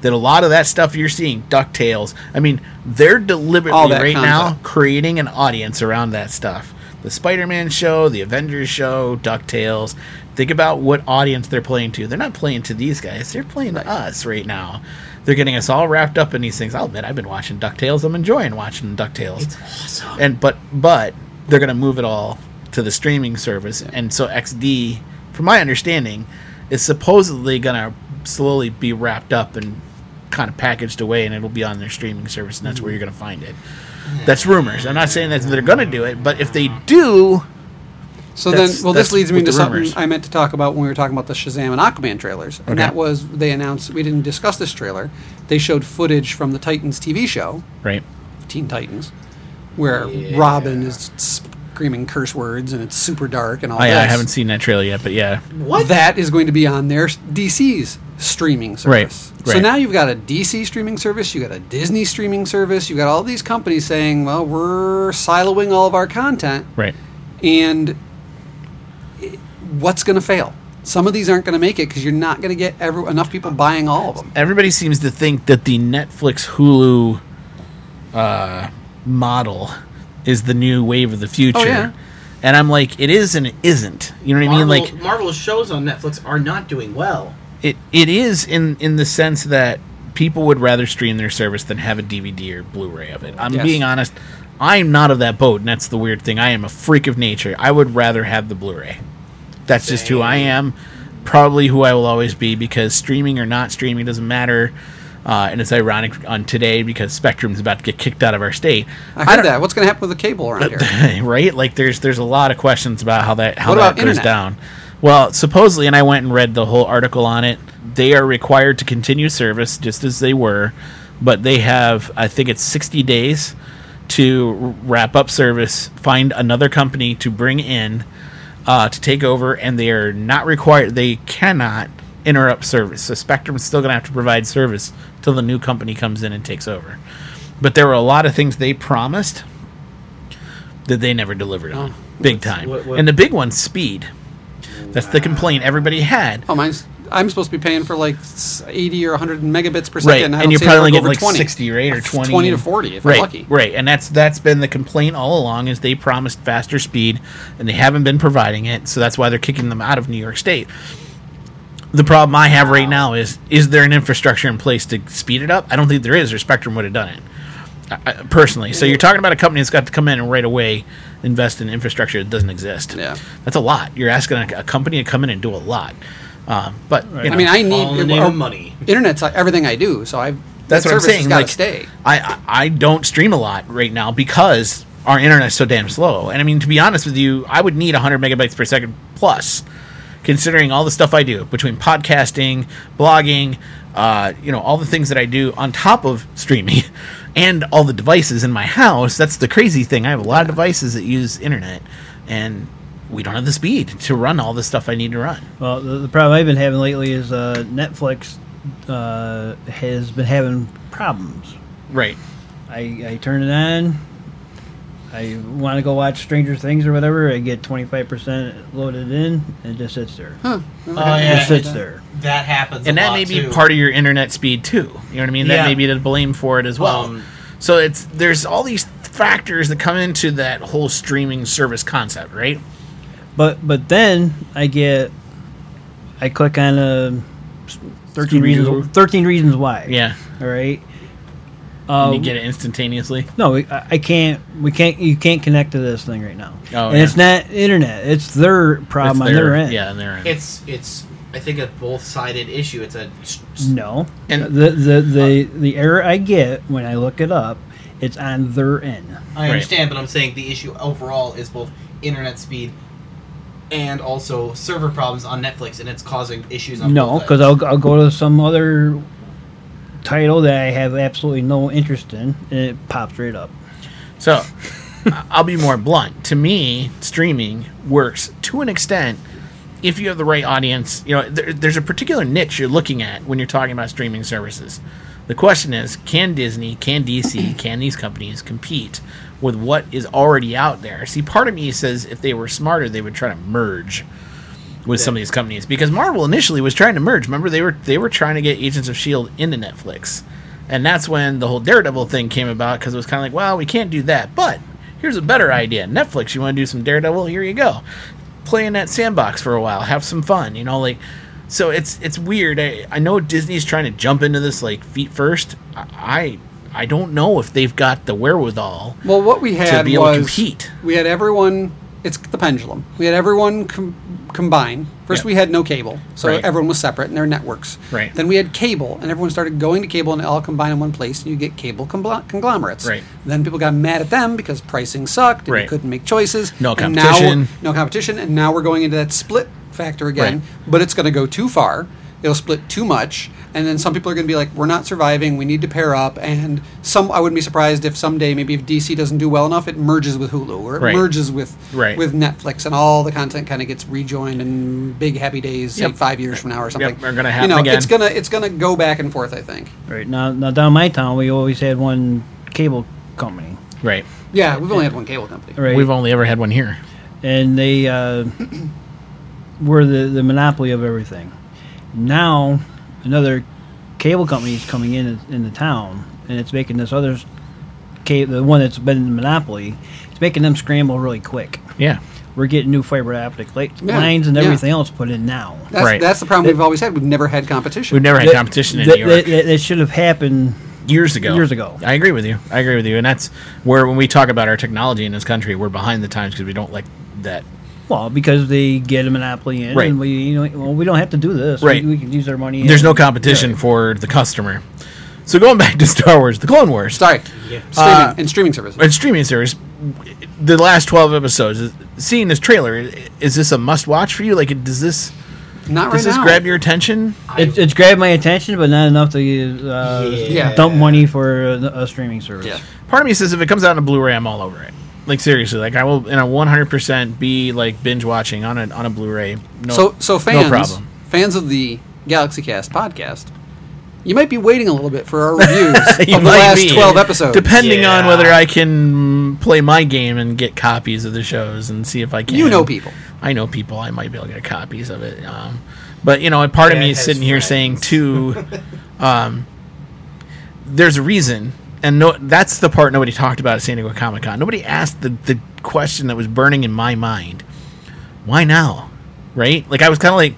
Speaker 2: That a lot of that stuff you're seeing, Ducktales. I mean, they're
Speaker 1: All
Speaker 2: deliberately
Speaker 1: that
Speaker 2: right
Speaker 1: comes
Speaker 2: now creating an audience around that stuff. The Spider-Man show, the Avengers show, Ducktales. Think about what audience they're playing to. They're not playing to these guys. They're playing to us right now. They're getting us all wrapped up in these things. I'll admit, I've been watching Ducktales. I'm enjoying watching Ducktales. It's
Speaker 5: awesome.
Speaker 2: And but but they're gonna move it all to the streaming service, and so XD, from my understanding, is supposedly gonna slowly be wrapped up and kind of packaged away, and it'll be on their streaming service, and that's where you're gonna find it. That's rumors. I'm not saying that they're gonna do it, but if they do,
Speaker 1: So
Speaker 2: that's-
Speaker 1: then, well,
Speaker 2: that's
Speaker 1: this leads me
Speaker 2: with
Speaker 1: to
Speaker 2: the
Speaker 1: something
Speaker 2: rumors.
Speaker 1: I meant to talk about when we were talking about the Shazam and Aquaman trailers, and
Speaker 2: Okay.
Speaker 1: that was they announced we didn't discuss this trailer. They showed footage from the Titans TV show,
Speaker 2: Right.
Speaker 1: Teen Titans, where Robin is screaming curse words and it's super dark and all.
Speaker 2: Oh, I, I
Speaker 1: this.
Speaker 2: haven't seen that trailer yet, but yeah,
Speaker 1: What that is going to be on their DC's streaming service.
Speaker 2: Right,
Speaker 1: So
Speaker 2: right.
Speaker 1: now you've got a DC streaming service, you got a Disney streaming service, you got all these companies saying, "Well, we're siloing all of our content."
Speaker 2: right.
Speaker 1: and it- what's going to fail? Some of these aren't going to make it because you're not going to get every, enough people buying all of them.
Speaker 2: everybody seems to think that the Netflix Hulu uh, model is the new wave of the future.
Speaker 5: yeah.
Speaker 2: And I'm like, it is and it isn't. You know what I mean?
Speaker 5: Marvel-
Speaker 2: Like
Speaker 5: Marvel's shows on Netflix are not doing well.
Speaker 2: it it is in in the sense that people would rather stream their service than have a DVD or Blu-ray of it. I'm
Speaker 5: Yes.
Speaker 2: being honest. I'm not of that boat, and that's the weird thing. I am a freak of nature. I would rather have the Blu-ray. That's just who I am. Probably who I will always be because streaming or not streaming doesn't matter. Uh, and it's ironic on today because Spectrum's about to get kicked out of our state.
Speaker 1: I heard that. What's going to happen with the cable around here?
Speaker 2: right? Like there's there's a lot of questions about how that how
Speaker 1: What
Speaker 2: that
Speaker 1: about
Speaker 2: goes
Speaker 1: internet?
Speaker 2: down. Well, supposedly, and I went and read the whole article on it. They are required to continue service just as they were, but they have I think it's 60 days to r- wrap up service, find another company to bring in uh, to take over, and they are not required. They cannot interrupt service. So Spectrum's still going to have to provide service till the new company comes in and takes over. But there were a lot of things they promised that they never delivered on, big time.
Speaker 1: Oh. what- what-
Speaker 2: And the big one's speed. That's the complaint everybody had.
Speaker 1: Oh, mine's. I'm supposed to be paying for like s- 80 or 100 megabits per second.
Speaker 2: Right,
Speaker 1: I
Speaker 2: and
Speaker 1: don't
Speaker 2: you're
Speaker 1: see it
Speaker 2: probably
Speaker 1: work
Speaker 2: only getting
Speaker 1: over
Speaker 2: like
Speaker 1: 20.
Speaker 2: sixty, right, or
Speaker 1: F-
Speaker 2: twenty,
Speaker 1: 20 to
Speaker 2: and-
Speaker 1: 40 if
Speaker 2: right,
Speaker 1: I'm lucky.
Speaker 2: Right, and that's that's been the complaint all along is they promised faster speed, and they haven't been providing it, so that's why they're kicking them out of New York State. The problem I have right now is is there an infrastructure in place to speed it up? I don't think there is, or Spectrum would have done it. I, I, personally, so you're talking about a company that's got to come in and right away invest in infrastructure that doesn't exist. Yeah, that's a lot. You're asking a, a company to come in and do a lot. Um, but you
Speaker 1: I mean,
Speaker 2: know.
Speaker 1: I need or- Internet's like everything I do, so I've
Speaker 2: That's
Speaker 1: that
Speaker 2: what I'm
Speaker 1: service has
Speaker 2: saying.
Speaker 1: gotta
Speaker 2: Like,
Speaker 1: stay.
Speaker 2: I, I I don't stream a lot right now because our internet's so damn slow. And I mean, to be honest with you, I would need 100 megabytes per second plus, considering all the stuff I do between podcasting, blogging, uh, you know, all the things that I do on top of streaming, and all the devices in my house. That's the crazy thing. I have a lot of devices that use internet, and we don't have the speed to run all the stuff I need to run.
Speaker 3: Well, the, the problem I've been having lately is uh, Netflix uh, has been having problems.
Speaker 2: Right.
Speaker 3: I, I turn it on. I want to go watch Stranger Things or whatever. I get 25% loaded in, and it just sits there. Huh. It just sits there.
Speaker 5: That happens.
Speaker 2: Oh, and
Speaker 5: a
Speaker 2: that
Speaker 5: lot
Speaker 2: may be
Speaker 5: too.
Speaker 2: part of your internet speed too. You know what I mean? That
Speaker 5: Yeah. Um,
Speaker 2: may be to blame for it as well. so it's there's all these factors that come into that whole streaming service concept, right?
Speaker 3: But but then I get, I click on uh, 13
Speaker 2: Scooby-Doo.
Speaker 3: reasons, 13 reasons why.
Speaker 2: Yeah.
Speaker 3: All right.
Speaker 2: and
Speaker 3: Um,
Speaker 2: you get it instantaneously.
Speaker 3: No, we- I I can't. We can't. You can't connect to this thing right now.
Speaker 2: Oh,
Speaker 3: and
Speaker 2: yeah.
Speaker 3: it's not internet. It's their problem
Speaker 2: It's
Speaker 3: on their,
Speaker 2: their-
Speaker 3: end.
Speaker 2: yeah, on their end.
Speaker 5: It's it's I think a both sided issue. It's a
Speaker 3: No, the the the,
Speaker 2: uh,
Speaker 3: the error I get when I look it up, it's on their end.
Speaker 5: I understand, but I'm saying the issue overall is both internet speed and also server problems on Netflix, and it's causing issues on
Speaker 3: No,
Speaker 5: both
Speaker 3: because I'll I'll go to some other title that I have absolutely no interest in, and it pops right up.
Speaker 2: So I- I'll be more blunt. To me, streaming works to an extent if you have the right audience, you know, there, there's a particular niche you're looking at when you're talking about streaming services. The question is, can Disney, can DC, can these companies compete with what is already out there? See, part of me says if they were smarter, they would try to merge with some of these companies because Marvel initially was trying to merge. Remember, they were they were trying to get Agents of Shield E into Netflix, and that's when the whole Daredevil thing came about because it was kind of like, well, we can't do that, but here's a better idea: Netflix. You want to do some Daredevil? Here you go. Play in that sandbox for a while, have some fun. You know, like so it's it's weird. I, I know Disney's trying to jump into this like feet first. I I don't know if they've got the wherewithal.
Speaker 1: Well, what we
Speaker 2: to
Speaker 1: had
Speaker 2: be able to
Speaker 1: was
Speaker 2: compete.
Speaker 1: we had everyone. It's the pendulum. We had everyone com- combine. First,
Speaker 2: Yeah.
Speaker 1: we had no cable, so
Speaker 2: Right.
Speaker 1: everyone was separate in their networks.
Speaker 2: Right.
Speaker 1: Then we had cable, and everyone started going to cable, and it all combined in one place, and you get cable congl- conglomerates.
Speaker 2: Right.
Speaker 1: Then people got mad at them because pricing sucked, and
Speaker 2: Right.
Speaker 1: you couldn't make choices.
Speaker 2: No
Speaker 1: and
Speaker 2: competition.
Speaker 1: Now, no competition, and now we're going into that split factor again.
Speaker 2: Right.
Speaker 1: But it's going to go too far. It'll split too much, and then some people are going to be like, "We're not surviving. We need to pair up." And some, I wouldn't be surprised if someday, maybe if DC doesn't do well enough, it merges with Hulu or it
Speaker 2: Right.
Speaker 1: merges with
Speaker 2: Right.
Speaker 1: with Netflix, and all the content kind of gets rejoined in big happy days, say
Speaker 2: Yep.
Speaker 1: five years from now or something.
Speaker 2: are gonna
Speaker 1: you
Speaker 2: happen
Speaker 1: know,
Speaker 2: again.
Speaker 1: It's gonna it's gonna go back and forth. I think.
Speaker 3: Right now, now down my town, we always had one cable company.
Speaker 2: Right.
Speaker 1: Yeah, we've only had one cable company.
Speaker 3: Right.
Speaker 2: We've only ever had one here.
Speaker 3: and they uh, were the, the monopoly of everything. Now, another cable company is coming in in the town, and it's making this other ca- the one that's been in the monopoly, it's making them scramble really quick.
Speaker 2: Yeah.
Speaker 3: We're getting new fiber optic li-
Speaker 1: Yeah,
Speaker 3: lines and
Speaker 1: yeah.
Speaker 3: everything else put in now.
Speaker 1: That's,
Speaker 2: Right.
Speaker 1: that's the problem we've always had. We've never had competition.
Speaker 2: We've never had
Speaker 3: That-
Speaker 2: competition in
Speaker 3: that-
Speaker 2: New York.
Speaker 3: that- that should have happened
Speaker 2: years ago.
Speaker 3: Years ago.
Speaker 2: I agree with you. I agree with you. And that's where when we talk about our technology in this country, we're behind the times because we don't like that.
Speaker 3: Well, because they get a monopoly in,
Speaker 2: Right.
Speaker 3: and we you know well we don't have to do this.
Speaker 2: Right.
Speaker 3: We, we can use our money.
Speaker 2: There's
Speaker 3: in-
Speaker 2: no competition for the customer. So going back to Star Wars, the Clone Wars.
Speaker 1: Sorry,
Speaker 5: Yeah.
Speaker 1: streaming,
Speaker 2: Uh,
Speaker 1: and streaming services.
Speaker 2: and streaming series, the last 12 episodes, is- seeing this trailer, i- is this a must watch for you? Like, does this,
Speaker 1: Not right
Speaker 2: does this
Speaker 1: now.
Speaker 2: grab your attention?
Speaker 3: It, it's grabbed my attention, but not enough to uh,
Speaker 5: Yeah.
Speaker 3: dump money for a, a streaming service.
Speaker 1: Yeah.
Speaker 2: Part of me says if it comes out on a Blu-ray, I'm all over it. Like seriously, like I will, and I 100% be like binge watching on a on a Blu-ray. No,
Speaker 1: so so fans
Speaker 2: no problem.
Speaker 1: fans of the Galaxy Cast podcast, you might be waiting a little bit for our reviews of
Speaker 2: You
Speaker 1: the
Speaker 2: might
Speaker 1: last
Speaker 2: be.
Speaker 1: twelve episodes.
Speaker 2: Depending on
Speaker 5: Yeah.
Speaker 2: whether I can play my game and get copies of the shows and see if I can.
Speaker 1: You know people.
Speaker 2: I know people. I might be able to get copies of it. Um, but you know, a part of
Speaker 5: Dad
Speaker 2: me is
Speaker 5: has
Speaker 2: sitting here
Speaker 5: friends.
Speaker 2: saying too. um, there's a reason, and no, that's the part nobody talked about at San Diego Comic Con. Nobody asked the the question that was burning in my mind. Why now? Right? Like I was kind of like.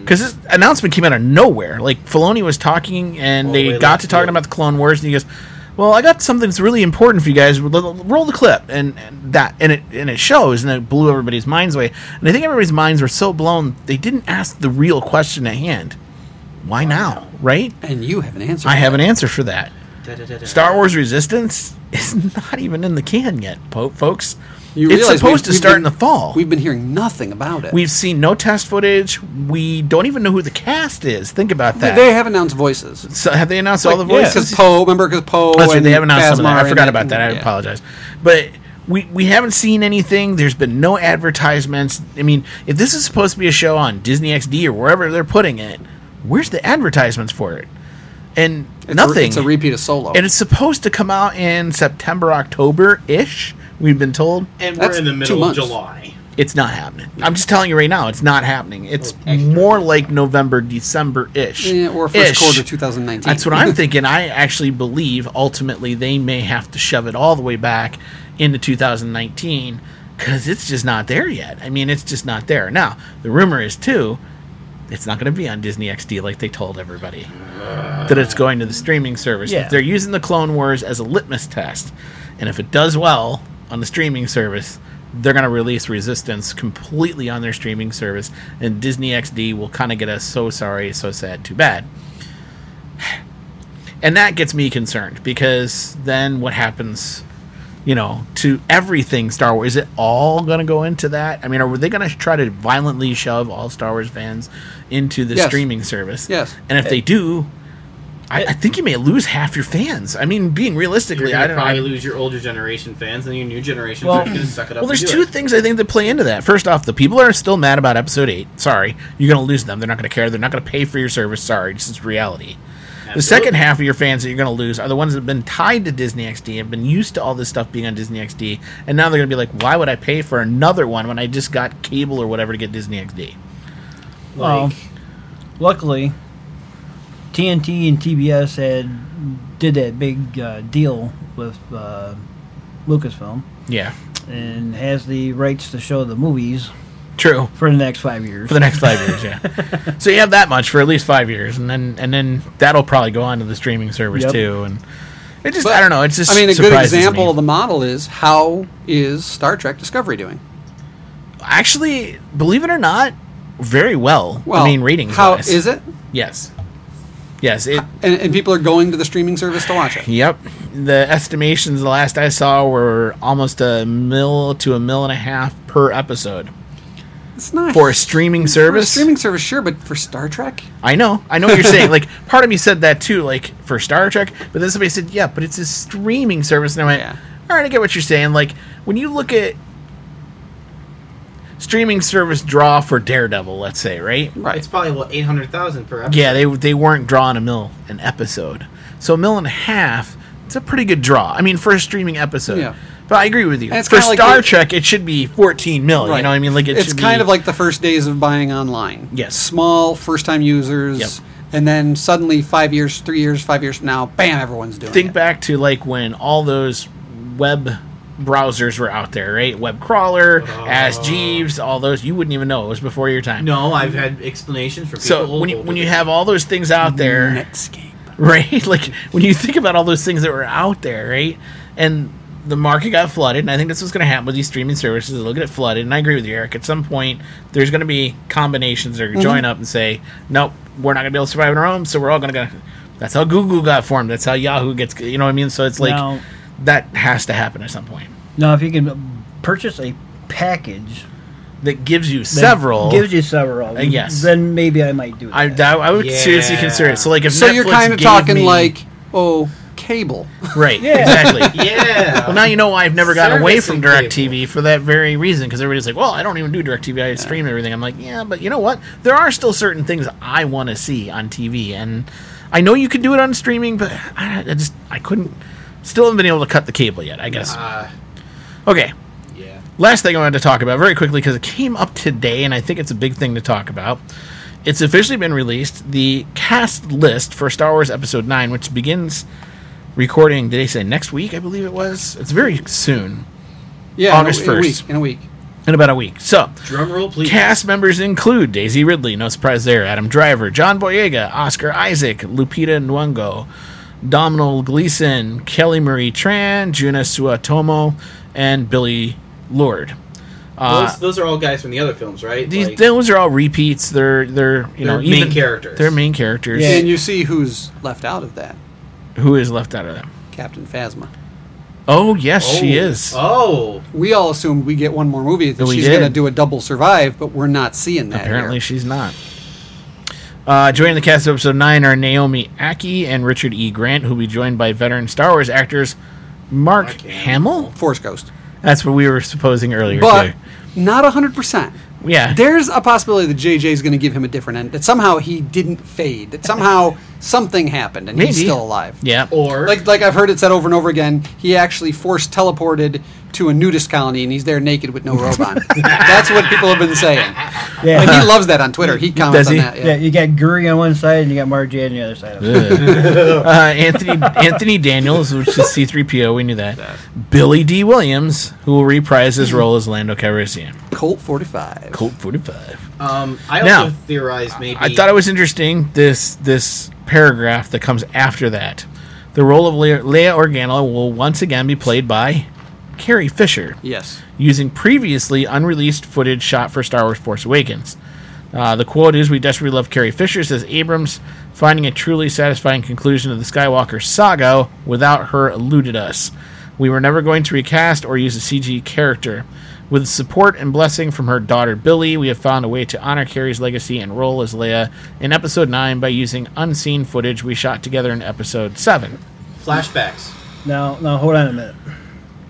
Speaker 2: Because this announcement came out of nowhere. Like Filoni was talking, and
Speaker 5: All the
Speaker 2: they
Speaker 5: way
Speaker 2: got
Speaker 5: left
Speaker 2: to talking
Speaker 5: field.
Speaker 2: about the Clone Wars, and he goes, "Well, I got something that's really important for you guys. L- l- Roll the clip," and, and that, and it and it shows, and it blew everybody's minds away. And I think everybody's minds were so blown they didn't ask the real question at hand: Why now? Right?
Speaker 1: and you have an answer.
Speaker 2: I
Speaker 1: for
Speaker 2: have
Speaker 1: that.
Speaker 2: an answer for that.
Speaker 5: Da-da-da-da.
Speaker 2: Star Wars Resistance is not even in the can yet, po- folks.
Speaker 1: You
Speaker 2: it's
Speaker 1: realize
Speaker 2: supposed
Speaker 1: we've-
Speaker 2: to
Speaker 1: we've
Speaker 2: start
Speaker 1: been-
Speaker 2: in the fall.
Speaker 1: We've been hearing nothing about it.
Speaker 2: We've seen no test footage. We don't even know who the cast is. Think about
Speaker 1: They-
Speaker 2: that.
Speaker 1: they have announced voices.
Speaker 2: So have they announced all the
Speaker 1: Like,
Speaker 2: voices?
Speaker 1: 'cause Poe, remember because Poe.
Speaker 2: That's right.
Speaker 1: and
Speaker 2: They haven't announced
Speaker 1: Phasma
Speaker 2: some of that.
Speaker 1: are
Speaker 2: I
Speaker 1: in it,
Speaker 2: forgot about
Speaker 1: and-
Speaker 2: that. I
Speaker 1: yeah.
Speaker 2: apologize. But we we haven't seen anything. There's been no advertisements. I mean, if this is supposed to be a show on Disney XD or wherever they're putting it, where's the advertisements for it? And
Speaker 1: It's a-
Speaker 2: nothing.
Speaker 1: it's a repeat of Solo.
Speaker 2: and it's supposed to come out in September, October ish. We've been told
Speaker 5: And
Speaker 1: That's
Speaker 5: we're in the
Speaker 1: two
Speaker 5: middle of
Speaker 1: months.
Speaker 5: July.
Speaker 2: it's not happening. I'm just telling you right now, it's not happening. It's more like November, December ish.
Speaker 1: Oh, Yeah, or first quarter 2019.
Speaker 2: That's what I'm thinking. I actually believe ultimately they may have to shove it all the way back into 2019 because it's just not there yet. I mean, it's just not there. Now, the rumor is too, it's not going to be on Disney XD like they told everybody that it's going to the streaming service.
Speaker 3: Yeah.
Speaker 2: They're using the Clone Wars as a litmus test, and if it does well on the streaming service, they're going to release Resistance completely on their streaming service, and Disney XD will kind of get us so sorry, so sad, too bad. And that gets me concerned because then what happens, you know, to everything Star Wars? Is it all going to go into that? I mean, are they going to try to violently shove all Star Wars fans into the
Speaker 1: Yes.
Speaker 2: streaming service?
Speaker 1: Yes. Eh.
Speaker 2: And if they do, I, I think you may lose half your fans. I mean, being
Speaker 5: You're
Speaker 2: realistically,
Speaker 5: gonna
Speaker 2: I don't
Speaker 5: probably
Speaker 2: know.
Speaker 5: lose your older generation fans, and your new generation
Speaker 2: Well-
Speaker 5: are going to suck it up.
Speaker 2: Well, there's
Speaker 5: and do
Speaker 2: two
Speaker 5: it.
Speaker 2: things I think that play into that. First off, the people that are still mad about episode eight. Sorry, you're going to lose them. They're not going to care. They're not going to pay for your service. Sorry, this is reality. The second half of your fans that you're going to lose are the ones that have been tied to Disney XD, have been used to all this stuff being on Disney XD, and now they're going to be like, why would I pay for another one when I just got cable or whatever to get Disney XD?
Speaker 3: Well, luckily, TNT and TBS had did that big uh, deal with uh, Lucasfilm
Speaker 2: Yeah.
Speaker 3: and has the rights to show the movies
Speaker 2: True.
Speaker 3: for the next five years.
Speaker 2: For the next five years, yeah. so you have that much for at least five years, and then and then that'll probably go on to the streaming service
Speaker 1: Yep.
Speaker 2: too. And it just I don't know. It's just
Speaker 1: I mean, a good
Speaker 2: surprises me.
Speaker 1: example of the model is how is Star Trek Discovery doing?
Speaker 2: Actually, believe it or not, very well.
Speaker 1: Well,
Speaker 2: I mean, ratings.
Speaker 1: how
Speaker 2: wise.
Speaker 1: is it?
Speaker 2: Yes. Yes. It,
Speaker 1: And, and people are going to the streaming service to watch it.
Speaker 2: Yep. The estimations the last I saw were almost a mil to a mil and a half per episode.
Speaker 1: It's not
Speaker 2: For a streaming service?
Speaker 1: streaming service, sure, but for Star Trek,
Speaker 2: I know. I know what you're saying. Like part of me said that too, like for Star Trek, but then somebody said, Yeah, but it's a streaming service and I went, Alright, I get what you're saying. Like when you look at streaming service draw for Daredevil, let's say, right?
Speaker 1: Right.
Speaker 5: It's probably what eight hundred thousand per episode.
Speaker 2: Yeah, they they weren't drawing a mil an episode. So a mil and a half, it's a pretty good draw. I mean, for a streaming episode.
Speaker 1: Yeah.
Speaker 2: But I agree with you.
Speaker 1: And it's
Speaker 2: For
Speaker 1: kinda like
Speaker 2: Star
Speaker 1: the-
Speaker 2: Trek, it should be 14 mil. You know what I mean? Like it
Speaker 1: it's
Speaker 2: should
Speaker 1: kind
Speaker 2: be-
Speaker 1: of like the first days of buying online.
Speaker 2: Yes.
Speaker 1: small first-time users,
Speaker 2: Yep.
Speaker 1: and then suddenly five years, three years, five years from now, bam, everyone's doing
Speaker 2: think back to like when all those web browsers were out there, right? Web crawler, Ask Jeeves, all those. You wouldn't even know it was before your time.
Speaker 5: No, I've had explanations for people.
Speaker 2: so when you, when you have all those things out there,
Speaker 1: Netscape,
Speaker 2: right? Like when you think about all those things that were out there, right? And the market got flooded, and I think that's what's going to happen with these streaming services. They'll get flooded, and I agree with you, Eric. At some point, there's going to be combinations that are going to join
Speaker 1: Mhm.
Speaker 2: up and say, "Nope, we're not going to be able to survive on our own, so we're all going to go." That's how Google got formed. That's how Yahoo gets. You know what I mean? So it's like
Speaker 3: Now-
Speaker 2: that has to happen at some point.
Speaker 3: Now, if you can purchase a package
Speaker 2: That gives you
Speaker 3: that
Speaker 2: several.
Speaker 3: gives you several,
Speaker 2: Uh, yes.
Speaker 3: then maybe I might do that.
Speaker 2: I, that- I would seriously consider it. So like if
Speaker 1: So you're
Speaker 2: Netflix
Speaker 1: kind of
Speaker 2: gave
Speaker 1: talking
Speaker 2: me-
Speaker 1: like, oh, cable.
Speaker 2: Right.
Speaker 1: Yeah.
Speaker 2: Exactly.
Speaker 1: Yeah.
Speaker 2: Well, now you know why I've never gotten away from
Speaker 1: Servicing
Speaker 2: DirecTV for that very reason because everybody's like, "Well, I don't even do DirecTV. I stream everything." I'm like, "Yeah, but you know what? There are still certain things I want to see on TV, and I know you can do it on streaming, but I, I just I couldn't. Still haven't been able to cut the cable yet. I guess. Okay.
Speaker 5: Yeah.
Speaker 2: Last thing I wanted to talk about very quickly because it came up today, and I think it's a big thing to talk about. It's officially been released the cast list for Star Wars Episode 9, which begins recording, did they say next week? I believe it was. It's very soon.
Speaker 1: Yeah, in a-
Speaker 2: August
Speaker 1: in a
Speaker 2: 1st.
Speaker 1: week- in a week.
Speaker 2: In about a week. So,
Speaker 5: drum roll, please.
Speaker 2: Cast members include Daisy Ridley, no surprise there, Adam Driver, John Boyega, Oscar Isaac, Lupita Nyong'o, Domhnall Gleeson, Kelly Marie Tran, Juna Suatomo, and Billy Lord. Uh,
Speaker 5: those, those are all guys from the other films, right?
Speaker 2: these
Speaker 5: Like,
Speaker 2: those are all repeats. They're they're you know
Speaker 5: They're main
Speaker 2: even-
Speaker 5: characters.
Speaker 2: They're main characters.
Speaker 1: And you see who's left out of that?
Speaker 2: Who is left out of them?
Speaker 1: Captain Phasma.
Speaker 2: Oh yes, she is.
Speaker 5: Oh,
Speaker 1: we all assumed we get one more movie that
Speaker 2: We
Speaker 1: she's
Speaker 2: did.
Speaker 1: going to do a double survive, but we're not seeing that.
Speaker 2: Apparently, she's not. Uh, joining the cast of episode nine are Naomi Aki and Richard E. Grant, who will be joined by veteran Star Wars actors Mark, Hamill,
Speaker 1: Force Ghost.
Speaker 2: That's what we were supposing earlier.
Speaker 1: but
Speaker 2: too.
Speaker 1: not hundred percent.
Speaker 2: Yeah.
Speaker 1: there's a possibility that JJ's going to give him a different end. That somehow he didn't fade. That somehow something happened and he's
Speaker 2: Maybe.
Speaker 1: still alive.
Speaker 2: Yeah.
Speaker 5: Or
Speaker 1: like like I've heard it said over and over again, he actually force teleported to a nudist colony and he's there naked with no robe on. That's what people have been saying.
Speaker 3: Yeah.
Speaker 1: Like, he loves that on Twitter. He comments on that.
Speaker 3: Yeah. you got Guri on one side and you got Margie on the other side. Of it.
Speaker 2: uh, Anthony Anthony Daniels, which is C three PO, we knew that. Billy D. Williams, who will reprise his role as Lando Calrissian.
Speaker 1: Colt forty five.
Speaker 2: Colt forty five.
Speaker 5: um, I also
Speaker 2: Now,
Speaker 5: theorized maybe.
Speaker 2: I thought it was interesting this this paragraph that comes after that. The role of Leia, Leia Organa will once again be played by Carrie Fisher.
Speaker 1: Yes.
Speaker 2: using previously unreleased footage shot for Star Wars Force Awakens. Uh, the quote is We desperately love Carrie Fisher, says Abrams, finding a truly satisfying conclusion to the Skywalker saga without her eluded us. We were never going to recast or use a CG character. With support and blessing from her daughter Billy, we have found a way to honor Carrie's legacy and role as Leia in Episode 9 by using unseen footage we shot together in Episode 7.
Speaker 5: Flashbacks.
Speaker 3: Now, now hold on a minute.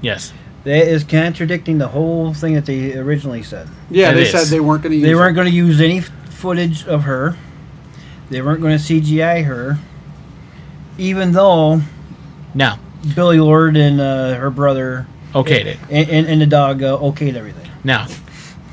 Speaker 2: Yes.
Speaker 3: That is contradicting the whole thing that they originally said.
Speaker 1: Yeah, It they said is. they weren't gonna
Speaker 3: They
Speaker 1: use
Speaker 3: weren't going to use any f- footage of her. They weren't going to CGI her, even though
Speaker 2: now
Speaker 3: Billy Lord and uh, her brother
Speaker 2: Okayed it.
Speaker 3: and, and, and the dog uh, okayed everything.
Speaker 2: Now,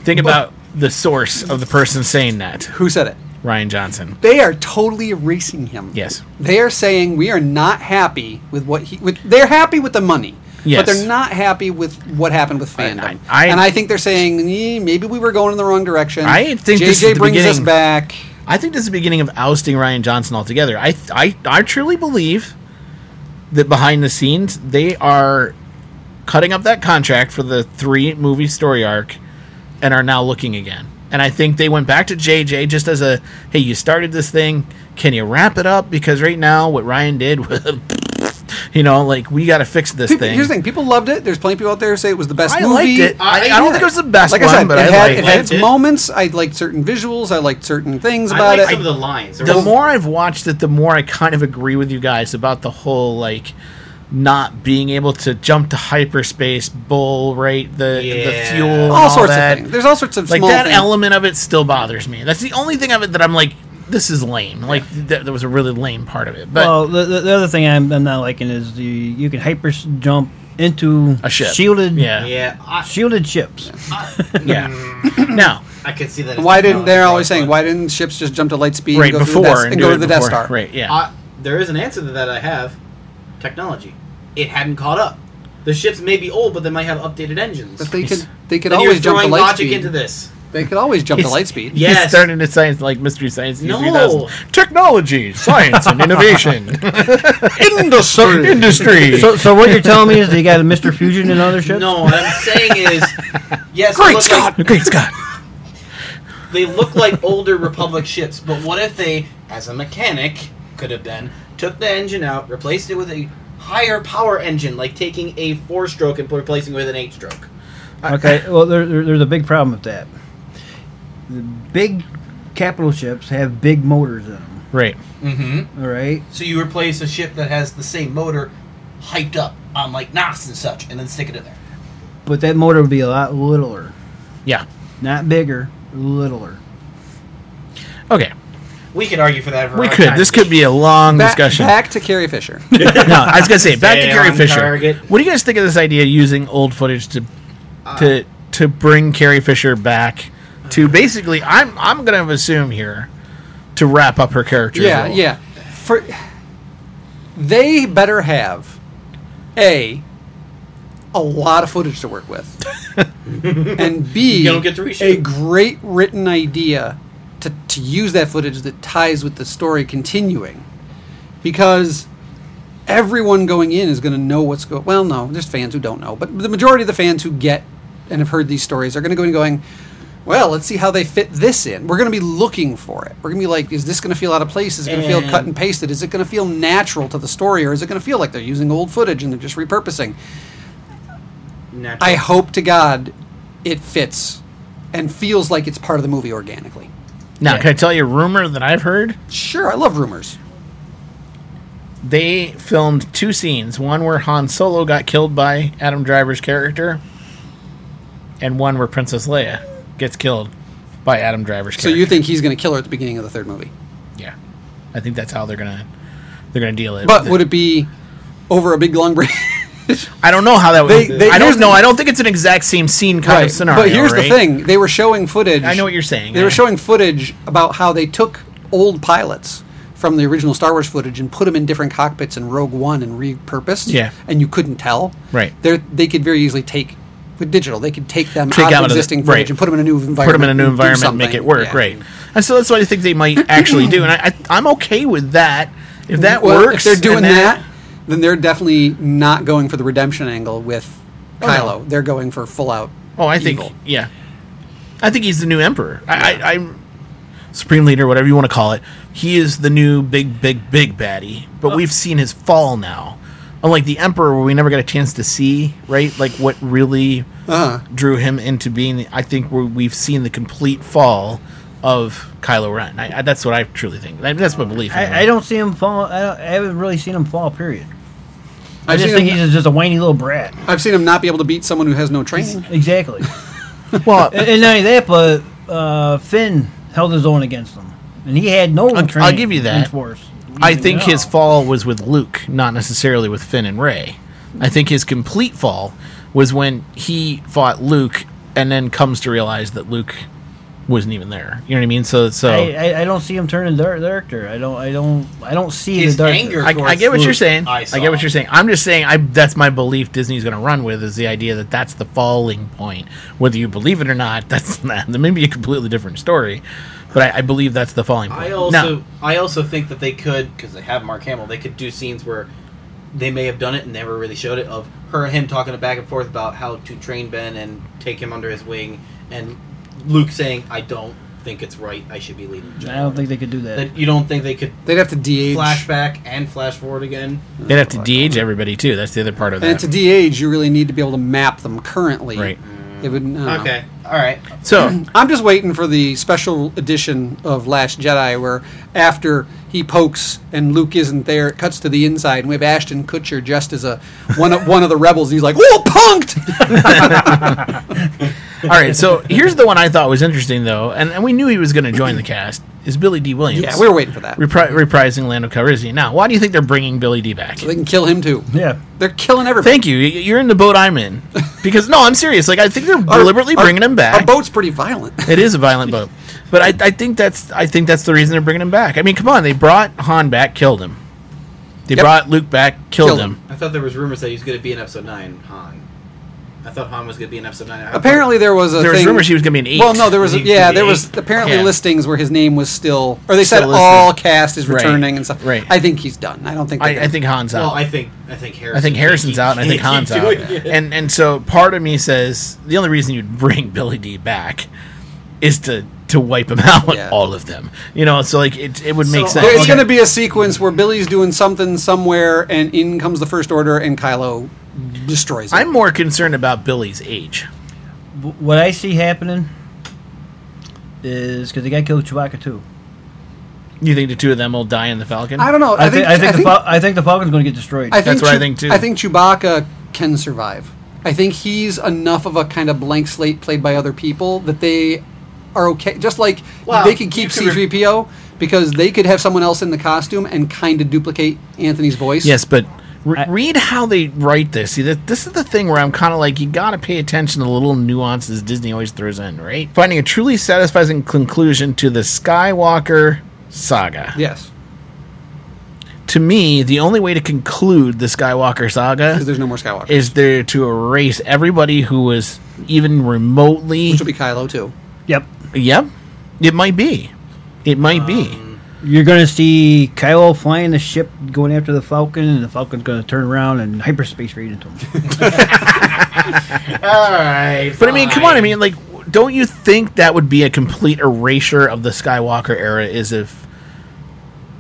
Speaker 2: think about the source of the person saying that.
Speaker 1: Who said it?
Speaker 2: Ryan Johnson.
Speaker 1: They are totally erasing him.
Speaker 2: Yes.
Speaker 1: They are saying we are not happy with what he. With, they're happy with the money.
Speaker 2: Yes.
Speaker 1: But they're not happy with what happened with fandom,
Speaker 2: I- I-
Speaker 1: and I think they're saying "Eh, maybe we were going in the wrong direction.
Speaker 2: I think
Speaker 1: JJ
Speaker 2: this is the
Speaker 1: brings us
Speaker 2: beginning-
Speaker 1: back.
Speaker 2: I think this is the beginning of ousting Ryan Johnson altogether. I I, I truly believe that behind the scenes they are cutting up that contract for the three movie story arc and are now looking again. And I think they went back to JJ just as a hey, you started this thing. Can you wrap it up? Because right now what Ryan did was you know, like we gotta fix this
Speaker 1: People-
Speaker 2: thing.
Speaker 1: Here's the thing: people loved it. There's plenty of people out there who say it was the best
Speaker 2: I
Speaker 1: movie.
Speaker 2: liked it. I- I don't think it was the best
Speaker 1: Like
Speaker 2: one,
Speaker 1: I said,
Speaker 2: but
Speaker 1: it
Speaker 2: I
Speaker 1: had,
Speaker 2: liked
Speaker 1: it had
Speaker 2: it.
Speaker 1: its moments. I liked certain visuals. I liked certain things
Speaker 5: I
Speaker 1: about
Speaker 5: liked
Speaker 1: it.
Speaker 5: some of the lines. There
Speaker 2: the
Speaker 5: was-
Speaker 2: more I've watched it, the more I kind of agree with you guys about the whole like not being able to jump to hyperspace, bull rate the the
Speaker 1: Yeah.
Speaker 2: fuel,
Speaker 1: All
Speaker 2: and
Speaker 1: sorts of
Speaker 2: that.
Speaker 1: things. There's all sorts of
Speaker 2: like
Speaker 1: small
Speaker 2: that
Speaker 1: things.
Speaker 2: element of it still bothers me. That's the only thing of it that I'm like, this is lame. Like th- that was a really lame part of it. But
Speaker 3: well, the, the, the other thing I'm, I'm not liking is the you can hyper s- jump into
Speaker 2: A ship.
Speaker 3: shielded
Speaker 2: Yeah.
Speaker 5: Yeah,
Speaker 3: shielded ships.
Speaker 2: yeah. now
Speaker 5: I could see that. as
Speaker 1: Why didn't
Speaker 5: technology.
Speaker 1: they're always saying why didn't ships just jump to light speed
Speaker 2: Right
Speaker 1: and go through
Speaker 2: before
Speaker 1: the Death,
Speaker 2: and
Speaker 1: and
Speaker 2: do
Speaker 1: go
Speaker 2: it
Speaker 1: to the Death
Speaker 2: before.
Speaker 1: Star?
Speaker 2: Right, yeah.
Speaker 5: Uh, there is an answer to that I have. Technology. It hadn't caught up. The ships may be old, but they might have updated engines.
Speaker 1: But they could they could
Speaker 5: Then you're
Speaker 1: always jump to
Speaker 5: throwing
Speaker 1: light
Speaker 5: logic
Speaker 1: speed.
Speaker 5: into this.
Speaker 1: They could always jump to
Speaker 2: He's-
Speaker 1: light speed.
Speaker 2: He's turning to science like mystery science.
Speaker 5: No.
Speaker 2: 3000. technology, science, and innovation, industry, industry.
Speaker 3: So, so what you're telling me is they got a Mr. Fusion and other ships?
Speaker 5: No, what I'm saying is, yes, they look like-
Speaker 2: great Scott.
Speaker 5: they look like older Republic ships, but what if they, as a mechanic, could have been, took the engine out, replaced it with a higher power engine, like taking a four stroke and replacing it with an eight stroke?
Speaker 3: Okay, well, there, there, there's a big problem with that. The big capital ships have big motors in them.
Speaker 2: Right.
Speaker 5: Mm-hmm.
Speaker 3: All right.
Speaker 5: So you replace a ship that has the same motor, hyped up on like NOS and such, and then stick it in there.
Speaker 3: But that motor would be a lot littler.
Speaker 2: Yeah.
Speaker 3: Not bigger, littler.
Speaker 2: Okay.
Speaker 5: We could argue for that. For
Speaker 2: We
Speaker 5: our
Speaker 2: could.
Speaker 5: time.
Speaker 2: This could be a long
Speaker 1: Back,
Speaker 2: discussion.
Speaker 1: back to Carrie Fisher.
Speaker 2: no, I was gonna say back
Speaker 5: Stay
Speaker 2: to Carrie
Speaker 5: on
Speaker 2: Fisher.
Speaker 5: target.
Speaker 2: What do you guys think of this idea of using old footage to
Speaker 1: Uh.
Speaker 2: to to bring Carrie Fisher back to basically? I'm I'm gonna assume here to wrap up her character.
Speaker 1: yeah, yeah. For they better have a a lot of footage to work with, and B
Speaker 5: You don't get to
Speaker 1: a
Speaker 5: reshoot.
Speaker 1: great written idea to to use that footage that ties with the story continuing, because everyone going in is going to know what's going. Well, no, there's fans who don't know, but the majority of the fans who get and have heard these stories are going to go in going. Well, let's see how they fit this in. We're going to be looking for it. We're going to be like, is this going to feel out of place? Is it going to feel cut
Speaker 5: And-
Speaker 1: and pasted? Is it going to feel natural to the story, or is it going to feel like they're using old footage and they're just repurposing?
Speaker 5: Natural.
Speaker 1: I hope to God it fits and feels like it's part of the movie organically.
Speaker 2: Now, can I tell you a rumor that I've heard?
Speaker 1: Sure, I love rumors.
Speaker 2: They filmed two scenes. One where Han Solo got killed by Adam Driver's character, and one where Princess Leia gets killed by Adam Driver's
Speaker 1: So
Speaker 2: character.
Speaker 1: you think he's going to kill her at the beginning of the third movie?
Speaker 2: Yeah, I think that's how they're gonna they're gonna deal it.
Speaker 1: But would it be over a big long break?
Speaker 2: I don't know how that.
Speaker 1: They-
Speaker 2: would,
Speaker 1: they-
Speaker 2: I
Speaker 1: here's
Speaker 2: don't know.
Speaker 1: the-
Speaker 2: I don't think it's an exact same scene kind of scenario.
Speaker 1: But here's the
Speaker 2: right?
Speaker 1: thing: they were showing footage.
Speaker 2: I know what you're saying.
Speaker 1: They
Speaker 2: yeah.
Speaker 1: were showing footage about how they took old pilots from the original Star Wars footage and put them in different cockpits in Rogue One and repurposed.
Speaker 2: Yeah.
Speaker 1: and you couldn't tell.
Speaker 2: Right.
Speaker 1: They they could very easily take with digital. They could take them
Speaker 2: Take
Speaker 1: out,
Speaker 2: out
Speaker 1: of
Speaker 2: of the-
Speaker 1: existing
Speaker 2: right.
Speaker 1: footage and put them in a new environment.
Speaker 2: put them in a new
Speaker 1: and do
Speaker 2: environment, and make
Speaker 1: something.
Speaker 2: it work,
Speaker 1: Yeah.
Speaker 2: right? And so that's what I think they might actually do. And I, I, I'm okay with that if that
Speaker 1: Well,
Speaker 2: works.
Speaker 1: If they're
Speaker 2: and
Speaker 1: doing that, then they're definitely not going for the redemption angle with
Speaker 2: Oh, no.
Speaker 1: Kylo. They're going for full out.
Speaker 2: Oh, I think
Speaker 1: evil.
Speaker 2: yeah, I think he's the new emperor. I, I, I'm supreme leader, whatever you want to call it. He is the new big, big, big baddie. But we've seen his fall now. unlike the Emperor, where we never got a chance to see right, like what really drew him into being. I think we we've seen the complete fall of Kylo Ren. I, I, that's what I truly think. I- that's my belief.
Speaker 3: I, I don't see him fall. I, don't, I haven't really seen him fall. Period. I
Speaker 1: I've
Speaker 3: just
Speaker 1: seen
Speaker 3: think
Speaker 1: him-
Speaker 3: he's just a whiny little brat.
Speaker 1: I've seen him not be able to beat someone who has no training.
Speaker 3: Exactly.
Speaker 2: well,
Speaker 3: and, and not only that, but uh, Finn held his own against him, and he had no
Speaker 2: I'll,
Speaker 3: training.
Speaker 2: I'll give you that.
Speaker 3: in force.
Speaker 2: I think
Speaker 3: No.
Speaker 2: his fall was with Luke, not necessarily with Finn and Ray. I think his complete fall was when he fought Luke and then comes to realize that Luke wasn't even there. You know what I mean? So, so
Speaker 3: I, I, I don't see him turning dark character. I don't. I don't. I don't see the dark.
Speaker 2: I, I get what you're saying. I, get what you're saying. I'm just saying. I that's my belief. Disney's going to run with is the idea that that's the falling point. Whether you believe it or not, that's not, that may be a completely different story. But I, I believe that's the falling point.
Speaker 5: I
Speaker 2: Now-
Speaker 5: also I also think that they could because they have Mark Hamill. They could do scenes where they may have done it and never really showed it of her and him talking back and forth about how to train Ben and take him under his wing, and Luke saying, "I don't think it's right. I should be leading."
Speaker 3: I don't think they could do that.
Speaker 5: That you don't think they could?
Speaker 1: They'd have to de-age.
Speaker 5: flashback and flash forward again.
Speaker 2: They'd have to de-age everybody too. That's the other part of that.
Speaker 1: And to de-age, you really need to be able to map them currently.
Speaker 2: Right.
Speaker 1: It would. I don't know.
Speaker 5: Okay, all right.
Speaker 2: So-
Speaker 1: I'm just waiting for the special edition of Last Jedi, where after he pokes and Luke isn't there, it cuts to the inside, and we have Ashton Kutcher dressed as a one of, one of the rebels, and he's like, "Whoa, punked!"
Speaker 2: All right, so here's the one I thought was interesting though, and, and we knew he was going to join the cast. Is Billy D. Williams?
Speaker 1: Yeah, we were waiting for that.
Speaker 2: Repri- reprising Lando Calrissian. Now, why do you think they're bringing Billy D. back?
Speaker 1: So they can kill him too.
Speaker 3: Yeah,
Speaker 1: they're killing everybody.
Speaker 2: Thank you. Y- You're in the boat I'm in because no, I'm serious. Like I think they're deliberately
Speaker 1: our-
Speaker 2: bringing him
Speaker 1: Our
Speaker 2: back.
Speaker 1: boat's pretty violent.
Speaker 2: it is a violent boat, but I, I think that's I think that's the reason they're bringing him back. I mean, come on, they brought Han back, killed him. They
Speaker 1: Yep.
Speaker 2: brought Luke back, killed,
Speaker 1: Killed
Speaker 2: him.
Speaker 5: I thought there was rumors that he was going to be in episode nine, Han. I thought Han was going to be in episode nine. I-
Speaker 1: Apparently, there was a
Speaker 2: There was
Speaker 1: thing-
Speaker 2: rumors he was gonna be an eight.
Speaker 1: Well, no, there was a,
Speaker 5: He-
Speaker 1: yeah,
Speaker 5: he
Speaker 1: there
Speaker 5: eight?
Speaker 1: was apparently
Speaker 2: Yeah.
Speaker 1: listings where his name was still, or they said
Speaker 2: Still listed.
Speaker 1: all cast is
Speaker 2: Right.
Speaker 1: returning and stuff.
Speaker 2: Right.
Speaker 1: I think he's done. I don't think. they're
Speaker 2: I, I
Speaker 1: gonna-
Speaker 2: think Han's out.
Speaker 5: Well, I think I think Harrison.
Speaker 2: I think Harrison's
Speaker 5: he-
Speaker 2: out, and I
Speaker 5: he-
Speaker 2: think
Speaker 5: he
Speaker 2: Han's
Speaker 5: keeps
Speaker 2: out.
Speaker 5: doing it.
Speaker 2: And and so part of me says the only reason you'd bring Billy D back is to to wipe them out,
Speaker 1: Yeah.
Speaker 2: all of them. You know, so like it it would make
Speaker 5: So,
Speaker 2: sense.
Speaker 1: There is
Speaker 2: Okay.
Speaker 1: going to be a sequence where Billy's doing something somewhere, and in comes the First Order, and Kylo destroys it.
Speaker 2: I'm more concerned about Billy's age.
Speaker 3: Wh- What I see happening is because they got killed Chewbacca too.
Speaker 2: You think the two of them will die in the Falcon?
Speaker 1: I don't know. I,
Speaker 3: I think, I think,
Speaker 1: I
Speaker 3: the Fal- I think the Falcon's going to get destroyed.
Speaker 1: I think
Speaker 2: That's what I
Speaker 1: Chew-
Speaker 2: think, too.
Speaker 1: I think Chewbacca can survive. I think he's enough of a kind of blank slate played by other people that they are okay. Just like
Speaker 5: Well,
Speaker 1: they could
Speaker 5: you
Speaker 1: keep
Speaker 5: can re-
Speaker 1: C-3PO because they could have someone else in the costume and kind of duplicate Anthony's voice.
Speaker 2: Yes, but re- read how they write this. See, that this is the thing where I'm kind of like, you got to pay attention to the little nuances Disney always throws in, right? Finding a truly satisfying conclusion to the Skywalker saga.
Speaker 1: Yes.
Speaker 2: To me, the only way to conclude the Skywalker saga
Speaker 1: Because there's no more Skywalker.
Speaker 2: is there to erase everybody who was even remotely.
Speaker 1: Which will be Kylo too.
Speaker 3: Yep.
Speaker 2: yep, it might be. It might be.
Speaker 3: You're going to see Kylo flying the ship going after the Falcon, and the Falcon's going to turn around and hyperspace right into him.
Speaker 5: All right,
Speaker 2: But I mean, come on. I mean, like, don't you think that would be a complete erasure of the Skywalker era? Is if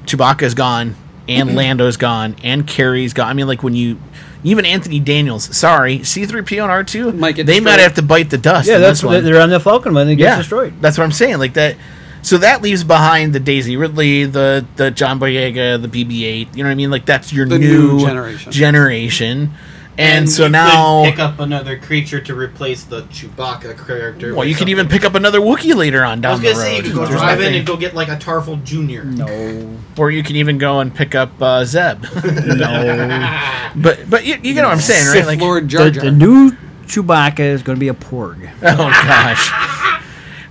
Speaker 2: Chewbacca's gone
Speaker 1: Mm-hmm.
Speaker 2: and Lando's gone and Carrie's gone. I mean, like when you even Anthony Daniels. Sorry, C three PO and R two.
Speaker 1: Might get
Speaker 2: They might
Speaker 1: destroyed.
Speaker 2: have to bite the dust.
Speaker 3: yeah,
Speaker 2: in
Speaker 3: that's
Speaker 2: this one.
Speaker 3: what they're on the Falcon when it gets
Speaker 2: yeah,
Speaker 3: destroyed.
Speaker 2: That's what I'm saying. Like that. So that leaves behind the Daisy Ridley, the the John Boyega, the BB-8. You know what I mean? Like that's your
Speaker 1: The
Speaker 2: new,
Speaker 1: new generation.
Speaker 2: generation. And, so
Speaker 5: you could
Speaker 2: now
Speaker 5: pick up another creature to replace the Chewbacca character.
Speaker 2: Well,
Speaker 5: with
Speaker 2: you could
Speaker 5: something.
Speaker 2: even pick up another Wookiee later on
Speaker 5: I was
Speaker 2: down the
Speaker 5: gonna
Speaker 2: road.
Speaker 5: say you could go
Speaker 2: There's
Speaker 5: drive in
Speaker 2: nothing-
Speaker 5: and go get like a Tarful Junior.
Speaker 3: No,
Speaker 2: or you can even go and pick up uh, Zeb.
Speaker 3: no.
Speaker 2: but but you, you know what I'm saying,
Speaker 1: Sith
Speaker 2: right? Like,
Speaker 1: Lord Jar
Speaker 3: the,
Speaker 1: Jar.
Speaker 3: the new Chewbacca is going to be a Porg.
Speaker 2: oh gosh.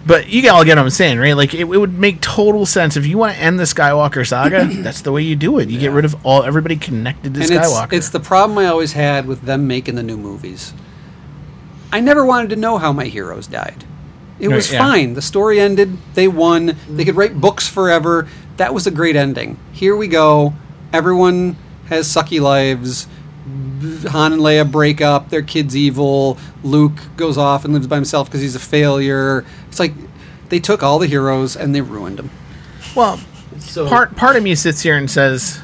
Speaker 2: But you all get what I'm saying, right? Like it, it would make total sense if you want to end the Skywalker saga. that's the way you do it. You get rid of all everybody connected to
Speaker 1: and
Speaker 2: Skywalker.
Speaker 1: it's, it's the problem I always had with them making the new movies. I never wanted to know how my heroes died. It
Speaker 2: Right,
Speaker 1: was
Speaker 2: yeah.
Speaker 1: fine. The story ended. They won. They could write books forever. That was a great ending. Here we go. Everyone has sucky lives. Han and Leia break up. Their kid's evil. Luke goes off and lives by himself because he's a failure. It's like they took all the heroes and they ruined them.
Speaker 2: well,
Speaker 5: So
Speaker 2: part part of me sits here and says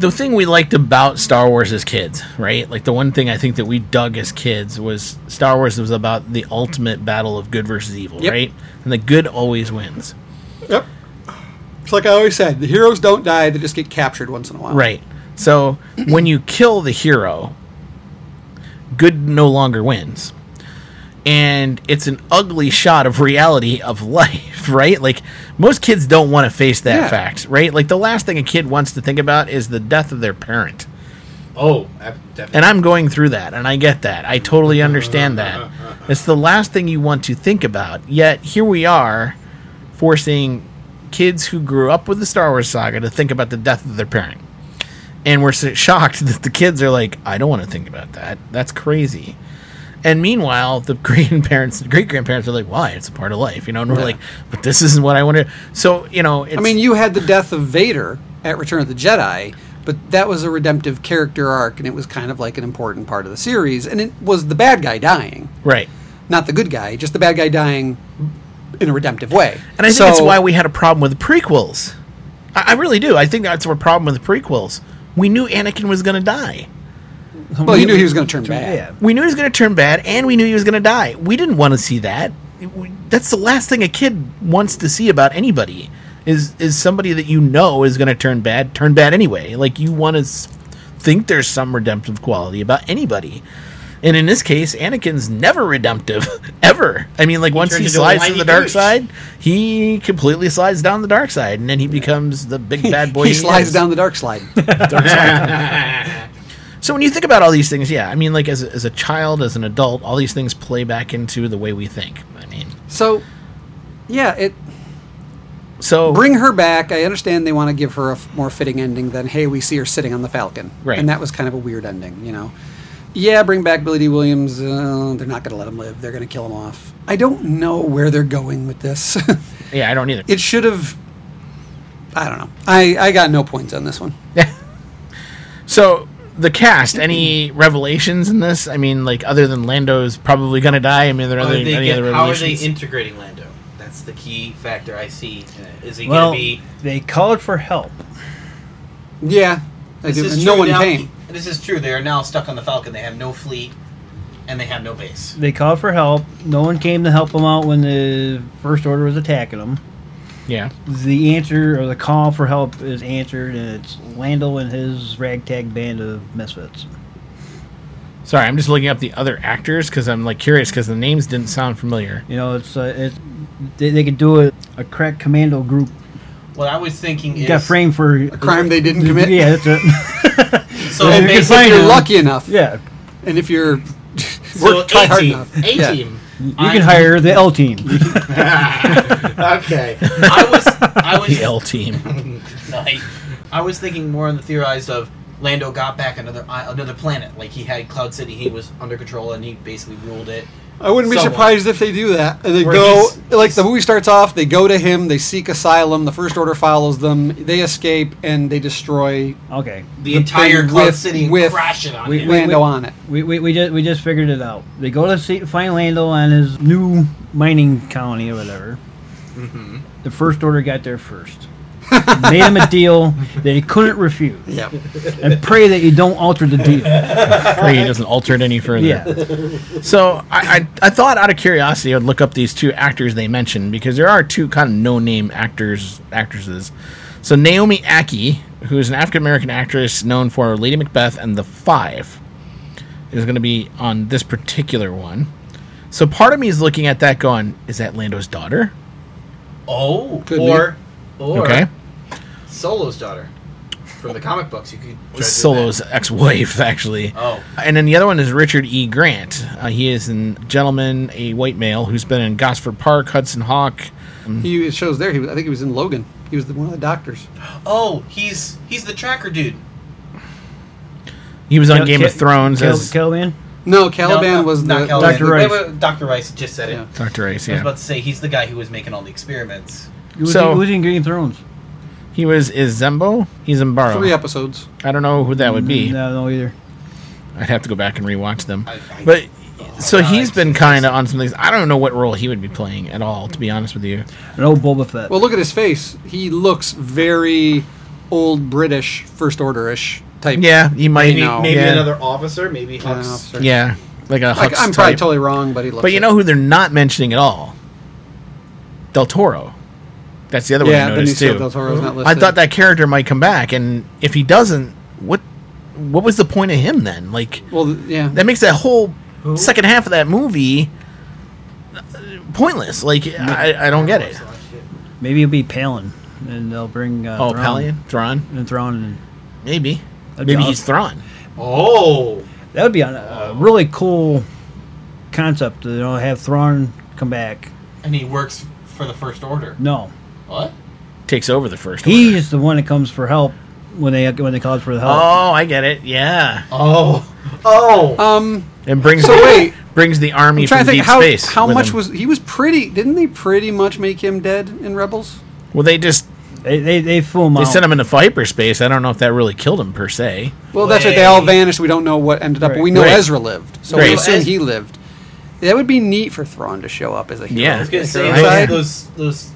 Speaker 2: the thing we liked about Star Wars as kids, right? Like the one thing I think that we dug as kids was Star Wars was about the ultimate battle of good versus evil,
Speaker 13: Yep.
Speaker 2: right? And the good always wins.
Speaker 1: Yep. It's like I always said, the heroes don't die, they just get captured once in a while.
Speaker 2: Right. So when you kill the hero, good no longer wins. And it's an ugly shot of reality of life, right? Like most kids don't want to face that
Speaker 5: Yeah.
Speaker 2: fact, right? Like the last thing a kid wants to think about is the death of their parent.
Speaker 5: Oh, ab- definitely.
Speaker 2: And I'm going through that, and I get that. I totally understand that. It's the last thing you want to think about. Yet here we are, forcing kids who grew up with the Star Wars saga to think about the death of their parent. And we're so shocked that the kids are like, I don't want to think about that. That's crazy. And meanwhile, the grandparents, great grandparents are like, why? It's a part of life, you know? And we're
Speaker 1: Yeah.
Speaker 2: like, but this isn't what I want to. So, you know, it's.
Speaker 1: I mean, you had the death of Vader at Return of the Jedi, but that was a redemptive character arc, and it was kind of like an important part of the series, and it was the bad guy dying,
Speaker 2: Right.
Speaker 1: not the good guy, just the bad guy dying in a redemptive way.
Speaker 2: And I think that's why we had a problem with the prequels. I, I really do. I think that's our problem with the prequels. We knew Anakin was going to die.
Speaker 1: Well, you knew he was going to turn bad.
Speaker 2: We knew he was going to turn bad, and we knew he was going to die. We didn't want to see that. We- That's the last thing a kid wants to see about anybody is is somebody that you know is going to turn bad, turn bad anyway. Like you want to think there's some redemptive quality about anybody. And in this case, Anakin's never redemptive ever. I mean, like once
Speaker 5: turns
Speaker 2: he
Speaker 5: into a
Speaker 2: slides to
Speaker 5: whiny
Speaker 2: the dark
Speaker 5: douche.
Speaker 2: side, he completely slides down the dark side, and then he becomes the big bad boy.
Speaker 1: he slides
Speaker 2: is.
Speaker 1: down the dark slide.
Speaker 2: So when you think about all these things, yeah, I mean, like as a, as a child, as an adult, all these things play back into the way we think. I mean,
Speaker 1: So, yeah, it.
Speaker 2: So
Speaker 1: bring her back. I understand they want to give her a f- more fitting ending than hey, we see her sitting on the Falcon,
Speaker 2: Right.
Speaker 1: And that was kind of a weird ending, you know. Yeah, bring back Billy D. Williams. Uh, they're not going to let him live. They're going to kill him off. I don't know where they're going with this.
Speaker 2: yeah, I don't either.
Speaker 1: it should have. I don't know. I I got no points on this one.
Speaker 2: So the cast, any revelations in this? I mean, like other than Lando's probably gonna die. I mean, are there
Speaker 5: How,
Speaker 2: other,
Speaker 5: are they,
Speaker 2: any
Speaker 5: get-
Speaker 2: other
Speaker 5: how are they
Speaker 2: revelations?
Speaker 5: integrating Lando? That's the key factor I see. Uh, is he
Speaker 3: well,
Speaker 5: going to be?
Speaker 3: they called for help.
Speaker 1: Yeah,
Speaker 5: This is true now, This is true. They are now stuck on the Falcon. They have no fleet, and they have no base.
Speaker 3: They called for help. No one came to help them out when the First Order was attacking them.
Speaker 2: yeah,
Speaker 3: The answer or the call for help is answered, and it's Lando and his ragtag band of misfits.
Speaker 2: sorry, I'm just looking up the other actors because I'm like curious because the names didn't sound familiar.
Speaker 3: You know, it's uh, it's they, they could do a, a crack commando group.
Speaker 5: What I was thinking is
Speaker 3: Got framed for a
Speaker 1: crime they didn't commit?
Speaker 3: Yeah, that's it.
Speaker 5: So
Speaker 3: If you can
Speaker 5: basically-
Speaker 3: find
Speaker 5: If you're
Speaker 3: them-
Speaker 5: lucky enough.
Speaker 3: yeah,
Speaker 1: And if you're
Speaker 5: So
Speaker 1: work try hard
Speaker 5: A-team.
Speaker 1: enough, Yeah.
Speaker 5: A-team.
Speaker 3: you can hire the L team.
Speaker 5: okay. I was. I was
Speaker 2: The L team.
Speaker 5: Nice. I was thinking more on the theorized of Lando got back another i- another planet. Like he had Cloud City, he was under control, and he basically ruled it.
Speaker 1: I wouldn't be
Speaker 5: Someone.
Speaker 1: surprised if they do that. And they
Speaker 5: Where
Speaker 1: go
Speaker 5: he's-
Speaker 1: like the movie starts off. They go to him. They seek asylum. The First Order follows them. They escape and they destroy.
Speaker 3: Okay,
Speaker 5: The entire
Speaker 1: thing
Speaker 5: Cloud City and crash it on him.
Speaker 1: Lando on it.
Speaker 3: We, we, we just we just figured it out. They go to see, find Lando on his new mining colony or whatever.
Speaker 5: Mm-hmm.
Speaker 3: The First Order got there first. Made him a deal that he couldn't refuse.
Speaker 1: Yep.
Speaker 3: And pray that you don't alter the deal.
Speaker 2: Pray he doesn't alter it any further.
Speaker 3: Yeah.
Speaker 2: So I, I, I thought out of curiosity I'd look up these two actors they mentioned because there are two kind of no name actors actresses. So Naomi Aki, who is an African American actress known for Lady Macbeth and The Five, is going to be on this particular one. So part of me is looking at that going, is that Lando's daughter?
Speaker 5: Oh,
Speaker 2: Could
Speaker 5: or or
Speaker 2: Okay.
Speaker 5: Solo's daughter from the comic books. You could treasure
Speaker 2: Solo's ex-wife, actually.
Speaker 5: Oh.
Speaker 2: and then the other one is Richard E. Grant. Uh, he is a gentleman, a white male who's been in Gosford Park, Hudson Hawk. Hmm.
Speaker 1: He it shows there. He was, I think he was in Logan. He was the, one of the doctors.
Speaker 5: that. Oh, he's he's the tracker dude.
Speaker 2: He was on
Speaker 3: Cal-
Speaker 2: Game of
Speaker 3: Cal-
Speaker 2: Thrones
Speaker 3: Cal-
Speaker 2: as
Speaker 3: Caliban?
Speaker 1: No, Caliban
Speaker 5: No, no,
Speaker 1: was
Speaker 5: not
Speaker 1: the
Speaker 5: Caliban.
Speaker 3: Dr.
Speaker 5: Wait,
Speaker 3: Rice.
Speaker 5: wait, wait, Dr. Rice just said it.
Speaker 2: Dr. Rice.
Speaker 5: I was
Speaker 2: Yeah,
Speaker 5: about to say he's the guy who was making all the experiments.
Speaker 3: He was,
Speaker 2: So-
Speaker 3: in, he was in Game of Thrones.
Speaker 2: he was is Zembo. He's Zembaro.
Speaker 5: Oh.
Speaker 1: three episodes.
Speaker 2: I don't know who that would
Speaker 5: Mm,
Speaker 2: be.
Speaker 3: No, no either.
Speaker 2: I'd have to go back and rewatch them.
Speaker 5: I- I-
Speaker 2: but so
Speaker 5: God,
Speaker 2: he's
Speaker 5: I-
Speaker 2: been kind of on some things. I don't know what role he would be playing at all, to be honest with you.
Speaker 3: An old Boba Fett.
Speaker 1: Well, look at his face. He looks very old British first orderish type.
Speaker 2: Yeah, he might-
Speaker 1: you know.
Speaker 5: maybe
Speaker 2: yeah.
Speaker 5: another officer, maybe Hux.
Speaker 2: Yeah, like a
Speaker 1: Like,
Speaker 2: Hux
Speaker 1: I'm probably
Speaker 2: type.
Speaker 1: totally wrong, but he looks
Speaker 2: But you
Speaker 1: it.
Speaker 2: know who they're not mentioning at all? Del Toro. That's the other
Speaker 1: Yeah,
Speaker 2: one I
Speaker 1: the
Speaker 2: noticed
Speaker 1: new
Speaker 2: too.
Speaker 1: Del Toro's
Speaker 5: Mm-hmm.
Speaker 1: not
Speaker 2: I
Speaker 1: listed.
Speaker 2: thought that character might come back, and if he doesn't, what what was the point of him then? Like,
Speaker 1: well, yeah,
Speaker 2: that makes that whole second half of that movie uh, pointless. Like, I, I don't get it.
Speaker 3: Maybe it'll be Palin, and they'll bring uh,
Speaker 2: Oh,
Speaker 3: Thrawn.
Speaker 2: Palin? Thrawn,
Speaker 3: and Thrawn, and
Speaker 2: maybe
Speaker 3: That'd be
Speaker 2: maybe
Speaker 3: awesome.
Speaker 2: he's Thrawn.
Speaker 5: Oh,
Speaker 3: that would be a, a really cool concept. You know, have Thrawn come back.
Speaker 5: and he works for the First Order.
Speaker 3: No,
Speaker 5: What?
Speaker 2: Takes over the first. Order.
Speaker 3: he's the one that comes for help when they when they call us for the help.
Speaker 2: Oh, I get it. Yeah.
Speaker 5: Oh, oh.
Speaker 1: Um,
Speaker 2: And brings
Speaker 1: So wait.
Speaker 2: brings the
Speaker 1: I'm
Speaker 2: army
Speaker 1: trying
Speaker 2: from
Speaker 1: to think
Speaker 2: deep
Speaker 1: how
Speaker 2: space.
Speaker 1: how
Speaker 2: with
Speaker 1: much
Speaker 2: him.
Speaker 1: was he was pretty? Didn't they pretty much make him dead in Rebels?
Speaker 2: well they just
Speaker 3: They they, they fool him
Speaker 2: Oh.
Speaker 1: Oh.
Speaker 2: they
Speaker 3: out.
Speaker 2: sent him into hyperspace. I don't know if that really killed him per se.
Speaker 1: Well, that's right. They all vanished. We don't know what ended up. But we know
Speaker 2: Right.
Speaker 1: Ezra lived, so
Speaker 2: Right.
Speaker 1: we assume
Speaker 5: Ez-
Speaker 1: he lived. That would be neat for Thrawn to show up as a hero.
Speaker 2: Yeah. I
Speaker 5: I was gonna
Speaker 1: Like,
Speaker 5: say
Speaker 1: hero
Speaker 5: those,
Speaker 1: side.
Speaker 5: those those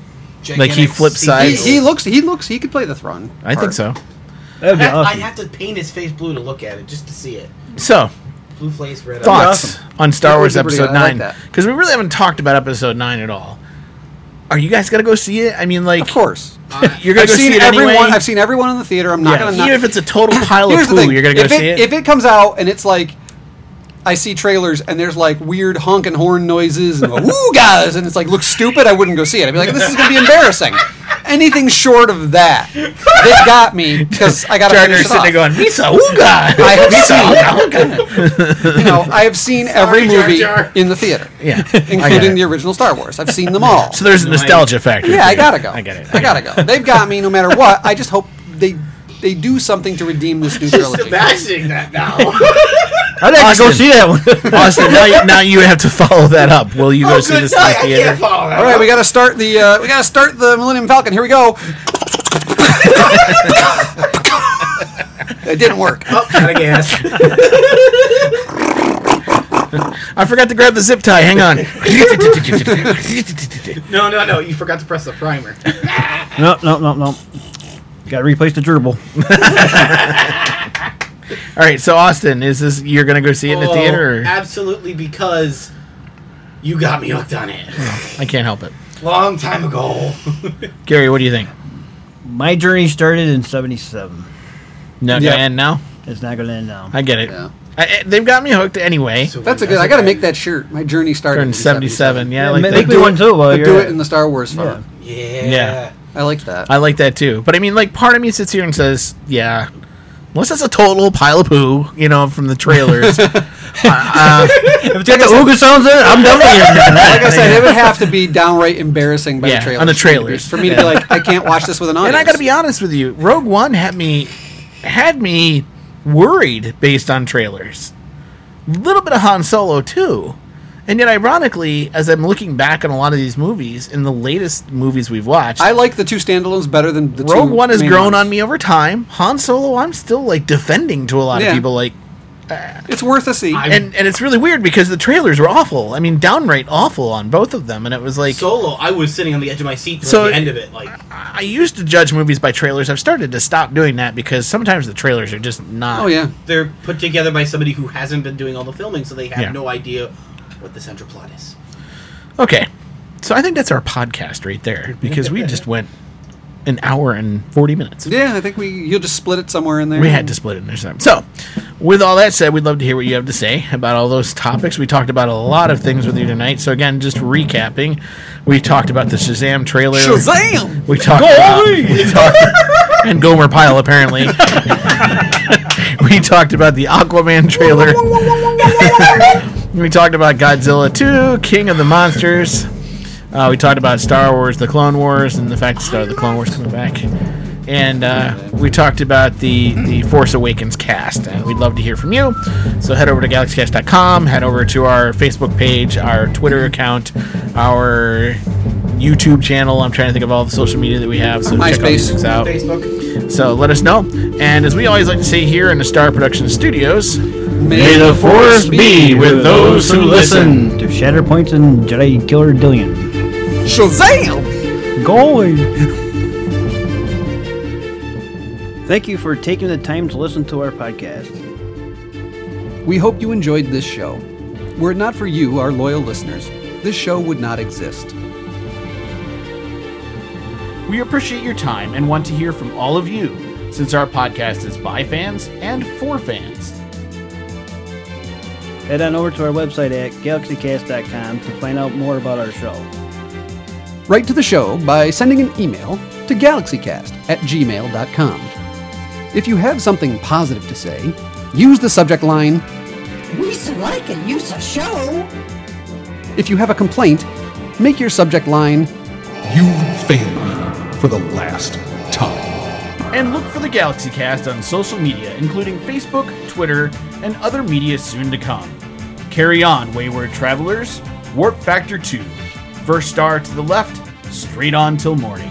Speaker 2: Like, he
Speaker 5: gigantic
Speaker 2: flips
Speaker 5: seagulls.
Speaker 1: he,
Speaker 2: sides.
Speaker 1: he looks. He looks. He could play the Thrawn.
Speaker 2: I think
Speaker 1: part.
Speaker 2: so.
Speaker 3: That'd
Speaker 5: I'd
Speaker 3: be
Speaker 5: have, I'd
Speaker 3: awesome.
Speaker 5: have to paint his face blue to look at it just to see it.
Speaker 2: So
Speaker 5: Blue face, red eyes.
Speaker 2: thoughts on Star
Speaker 1: Yeah,
Speaker 2: Wars
Speaker 1: Liberty,
Speaker 2: Episode
Speaker 1: I like
Speaker 2: Nine
Speaker 1: that.
Speaker 2: because we really haven't talked about Episode Nine at all. Are you guys gonna go see it? I mean, like
Speaker 1: Of course.
Speaker 2: you're gonna
Speaker 1: I've
Speaker 2: go
Speaker 1: seen
Speaker 2: see it
Speaker 1: everyone.
Speaker 2: anyway.
Speaker 1: I've seen everyone in the theater. I'm not
Speaker 2: yeah,
Speaker 1: gonna.
Speaker 2: even
Speaker 1: Not,
Speaker 2: if it's a total pile
Speaker 1: here's
Speaker 2: of
Speaker 1: the
Speaker 2: poo,
Speaker 1: thing.
Speaker 2: Oh, you're gonna go
Speaker 1: if
Speaker 2: see it.
Speaker 1: If it comes out and it's like, I see trailers and there's like weird honk and horn noises and woo guys and it's like looks stupid. I wouldn't go see it. I'd be like, this is gonna be embarrassing. Anything short of that, they got me because I got to
Speaker 2: Gardner's
Speaker 1: finish it
Speaker 2: sitting there
Speaker 1: off.
Speaker 2: going, "Misa, ooga,
Speaker 1: I have
Speaker 2: Misa, ooga, ooga."
Speaker 1: You know, I have seen every
Speaker 5: Jar
Speaker 1: movie
Speaker 5: Jar.
Speaker 1: in the theater,
Speaker 2: Yeah.
Speaker 1: including the original Star Wars. I've seen them all.
Speaker 2: So there's a nostalgia factor.
Speaker 1: Yeah,
Speaker 2: for
Speaker 1: I
Speaker 2: you.
Speaker 1: gotta go.
Speaker 2: I get it.
Speaker 1: I gotta go. They've got me no matter what. I just hope they they do something to redeem this new
Speaker 5: Just
Speaker 1: trilogy.
Speaker 5: imagining that now.
Speaker 3: I'd actually go
Speaker 2: Austin.
Speaker 3: see that one.
Speaker 2: Austin, now you, now you have to follow that up. Will you go
Speaker 5: oh,
Speaker 2: see
Speaker 5: good
Speaker 2: this in the
Speaker 5: night. I can't
Speaker 2: theater?
Speaker 5: follow that.
Speaker 1: All right, we gotta start the uh, we gotta start the Millennium Falcon. Here we go. it didn't work.
Speaker 5: Oh, out of gas.
Speaker 2: I forgot to grab the zip tie. Hang on.
Speaker 5: no, no, no. You forgot to press the primer.
Speaker 3: no no no no. Got to replace the gerbil.
Speaker 2: All right, so Austin, is this you're gonna go see it in the
Speaker 5: Oh,
Speaker 2: theater? Or?
Speaker 5: Absolutely, because you got me hooked on it.
Speaker 2: I can't help it.
Speaker 5: Long time ago.
Speaker 2: Gary, what do you think?
Speaker 3: My journey started in '77.
Speaker 2: Not
Speaker 1: Yeah.
Speaker 2: gonna end now.
Speaker 3: It's not going to end now.
Speaker 2: I get it.
Speaker 1: Yeah.
Speaker 2: I, I- they've got me hooked anyway.
Speaker 5: So
Speaker 1: That's a
Speaker 5: we-
Speaker 1: good. I gotta make that shirt. My journey started
Speaker 2: Turn
Speaker 1: in
Speaker 2: seventy-seven. Yeah, I
Speaker 3: Yeah,
Speaker 2: like
Speaker 3: make
Speaker 2: that.
Speaker 3: me one too. While
Speaker 1: But
Speaker 3: you're
Speaker 1: do
Speaker 3: at
Speaker 1: it in the Star Wars font.
Speaker 5: Yeah.
Speaker 2: Yeah.
Speaker 1: I like that.
Speaker 2: I like that too. But I mean, like, part of me sits here and says, yeah, unless that's a total pile of poo, you know, from the trailers. Uh,
Speaker 3: if it's got the Ooga sounds in it, I'm done with it.
Speaker 1: like I said, it would have to be downright embarrassing by
Speaker 2: Yeah,
Speaker 1: the
Speaker 2: on
Speaker 1: trailers.
Speaker 2: the
Speaker 1: for me to be- For
Speaker 2: trailers.
Speaker 1: me to be like, I can't watch this with an audience.
Speaker 2: And I got to be honest with you, Rogue One had me had me worried based on trailers. Little bit of Han Solo too. And yet ironically, as I'm looking back on a lot of these movies, in the latest movies we've watched,
Speaker 1: I like the two standalones better than the
Speaker 2: Rogue
Speaker 1: two
Speaker 2: One has
Speaker 1: main
Speaker 2: grown
Speaker 1: ones.
Speaker 2: on me over time. Han Solo, I'm still like defending to a lot
Speaker 1: Yeah.
Speaker 2: of people like
Speaker 1: It's worth a see.
Speaker 2: and and it's really weird because the trailers were awful. I mean, downright awful on both of them and it was like
Speaker 5: Solo, I was sitting on the edge of my seat
Speaker 2: So-
Speaker 5: so, the end of it. Like,
Speaker 2: I used to judge movies by trailers. I've started to stop doing that because sometimes the trailers are just not
Speaker 1: oh yeah.
Speaker 5: they're put together by somebody who hasn't been doing all the filming, so they have
Speaker 2: Yeah.
Speaker 5: no idea what the central plot is.
Speaker 2: Okay. So I think that's our podcast right there because we just went an hour and 40 minutes.
Speaker 1: Yeah, I think we you'll just split it somewhere in there.
Speaker 2: We had to split it into time. So, with all that said, we'd love to hear what you have to say about all those topics. We talked about a lot of things with you tonight. So, again, just recapping, we talked about the Shazam trailer.
Speaker 1: Shazam!
Speaker 2: We talked about. we talked- and Gomer Pyle, apparently. we talked about the Aquaman trailer. we talked about Godzilla 2, King of the Monsters. Uh, we talked about Star Wars, the Clone Wars, and the fact that Star the Clone Wars coming back. And uh, we talked about the, the Force Awakens cast. Uh, we'd love to hear from you. So head over to galaxycast.com, head over to our Facebook page, our Twitter account, our YouTube channel. I'm trying to think of all the social media that we have. So check all these
Speaker 1: MySpace.
Speaker 2: things out.
Speaker 5: Facebook.
Speaker 2: So let us know. And as we always like to say here in the Star Production Studios,
Speaker 1: May the force be
Speaker 2: with those who listen.
Speaker 3: To Shatter Points and Jedi Killer Dillion.
Speaker 1: Shazam!
Speaker 3: Goalie! Thank you for taking the time to listen to our podcast.
Speaker 1: We hope you enjoyed this show. Were it not for you, our loyal listeners, this show would not exist.
Speaker 2: We appreciate your time and want to hear from all of you, since our podcast is by fans and for fans.
Speaker 3: Head on over to our website at galaxycast.com to find out more about our show.
Speaker 1: Write to the show by sending an email to galaxycast at gmail.com. If you have something positive to say, use the subject line.
Speaker 13: We so like and you so show.
Speaker 1: If you have a complaint, make your subject line.
Speaker 14: Failed me for the last time.
Speaker 2: And look for the Galaxy Cast on social media, including Facebook, Twitter, and other media soon to come. Carry on, Wayward Travelers. Warp Factor 2. First star to the left, straight on till morning.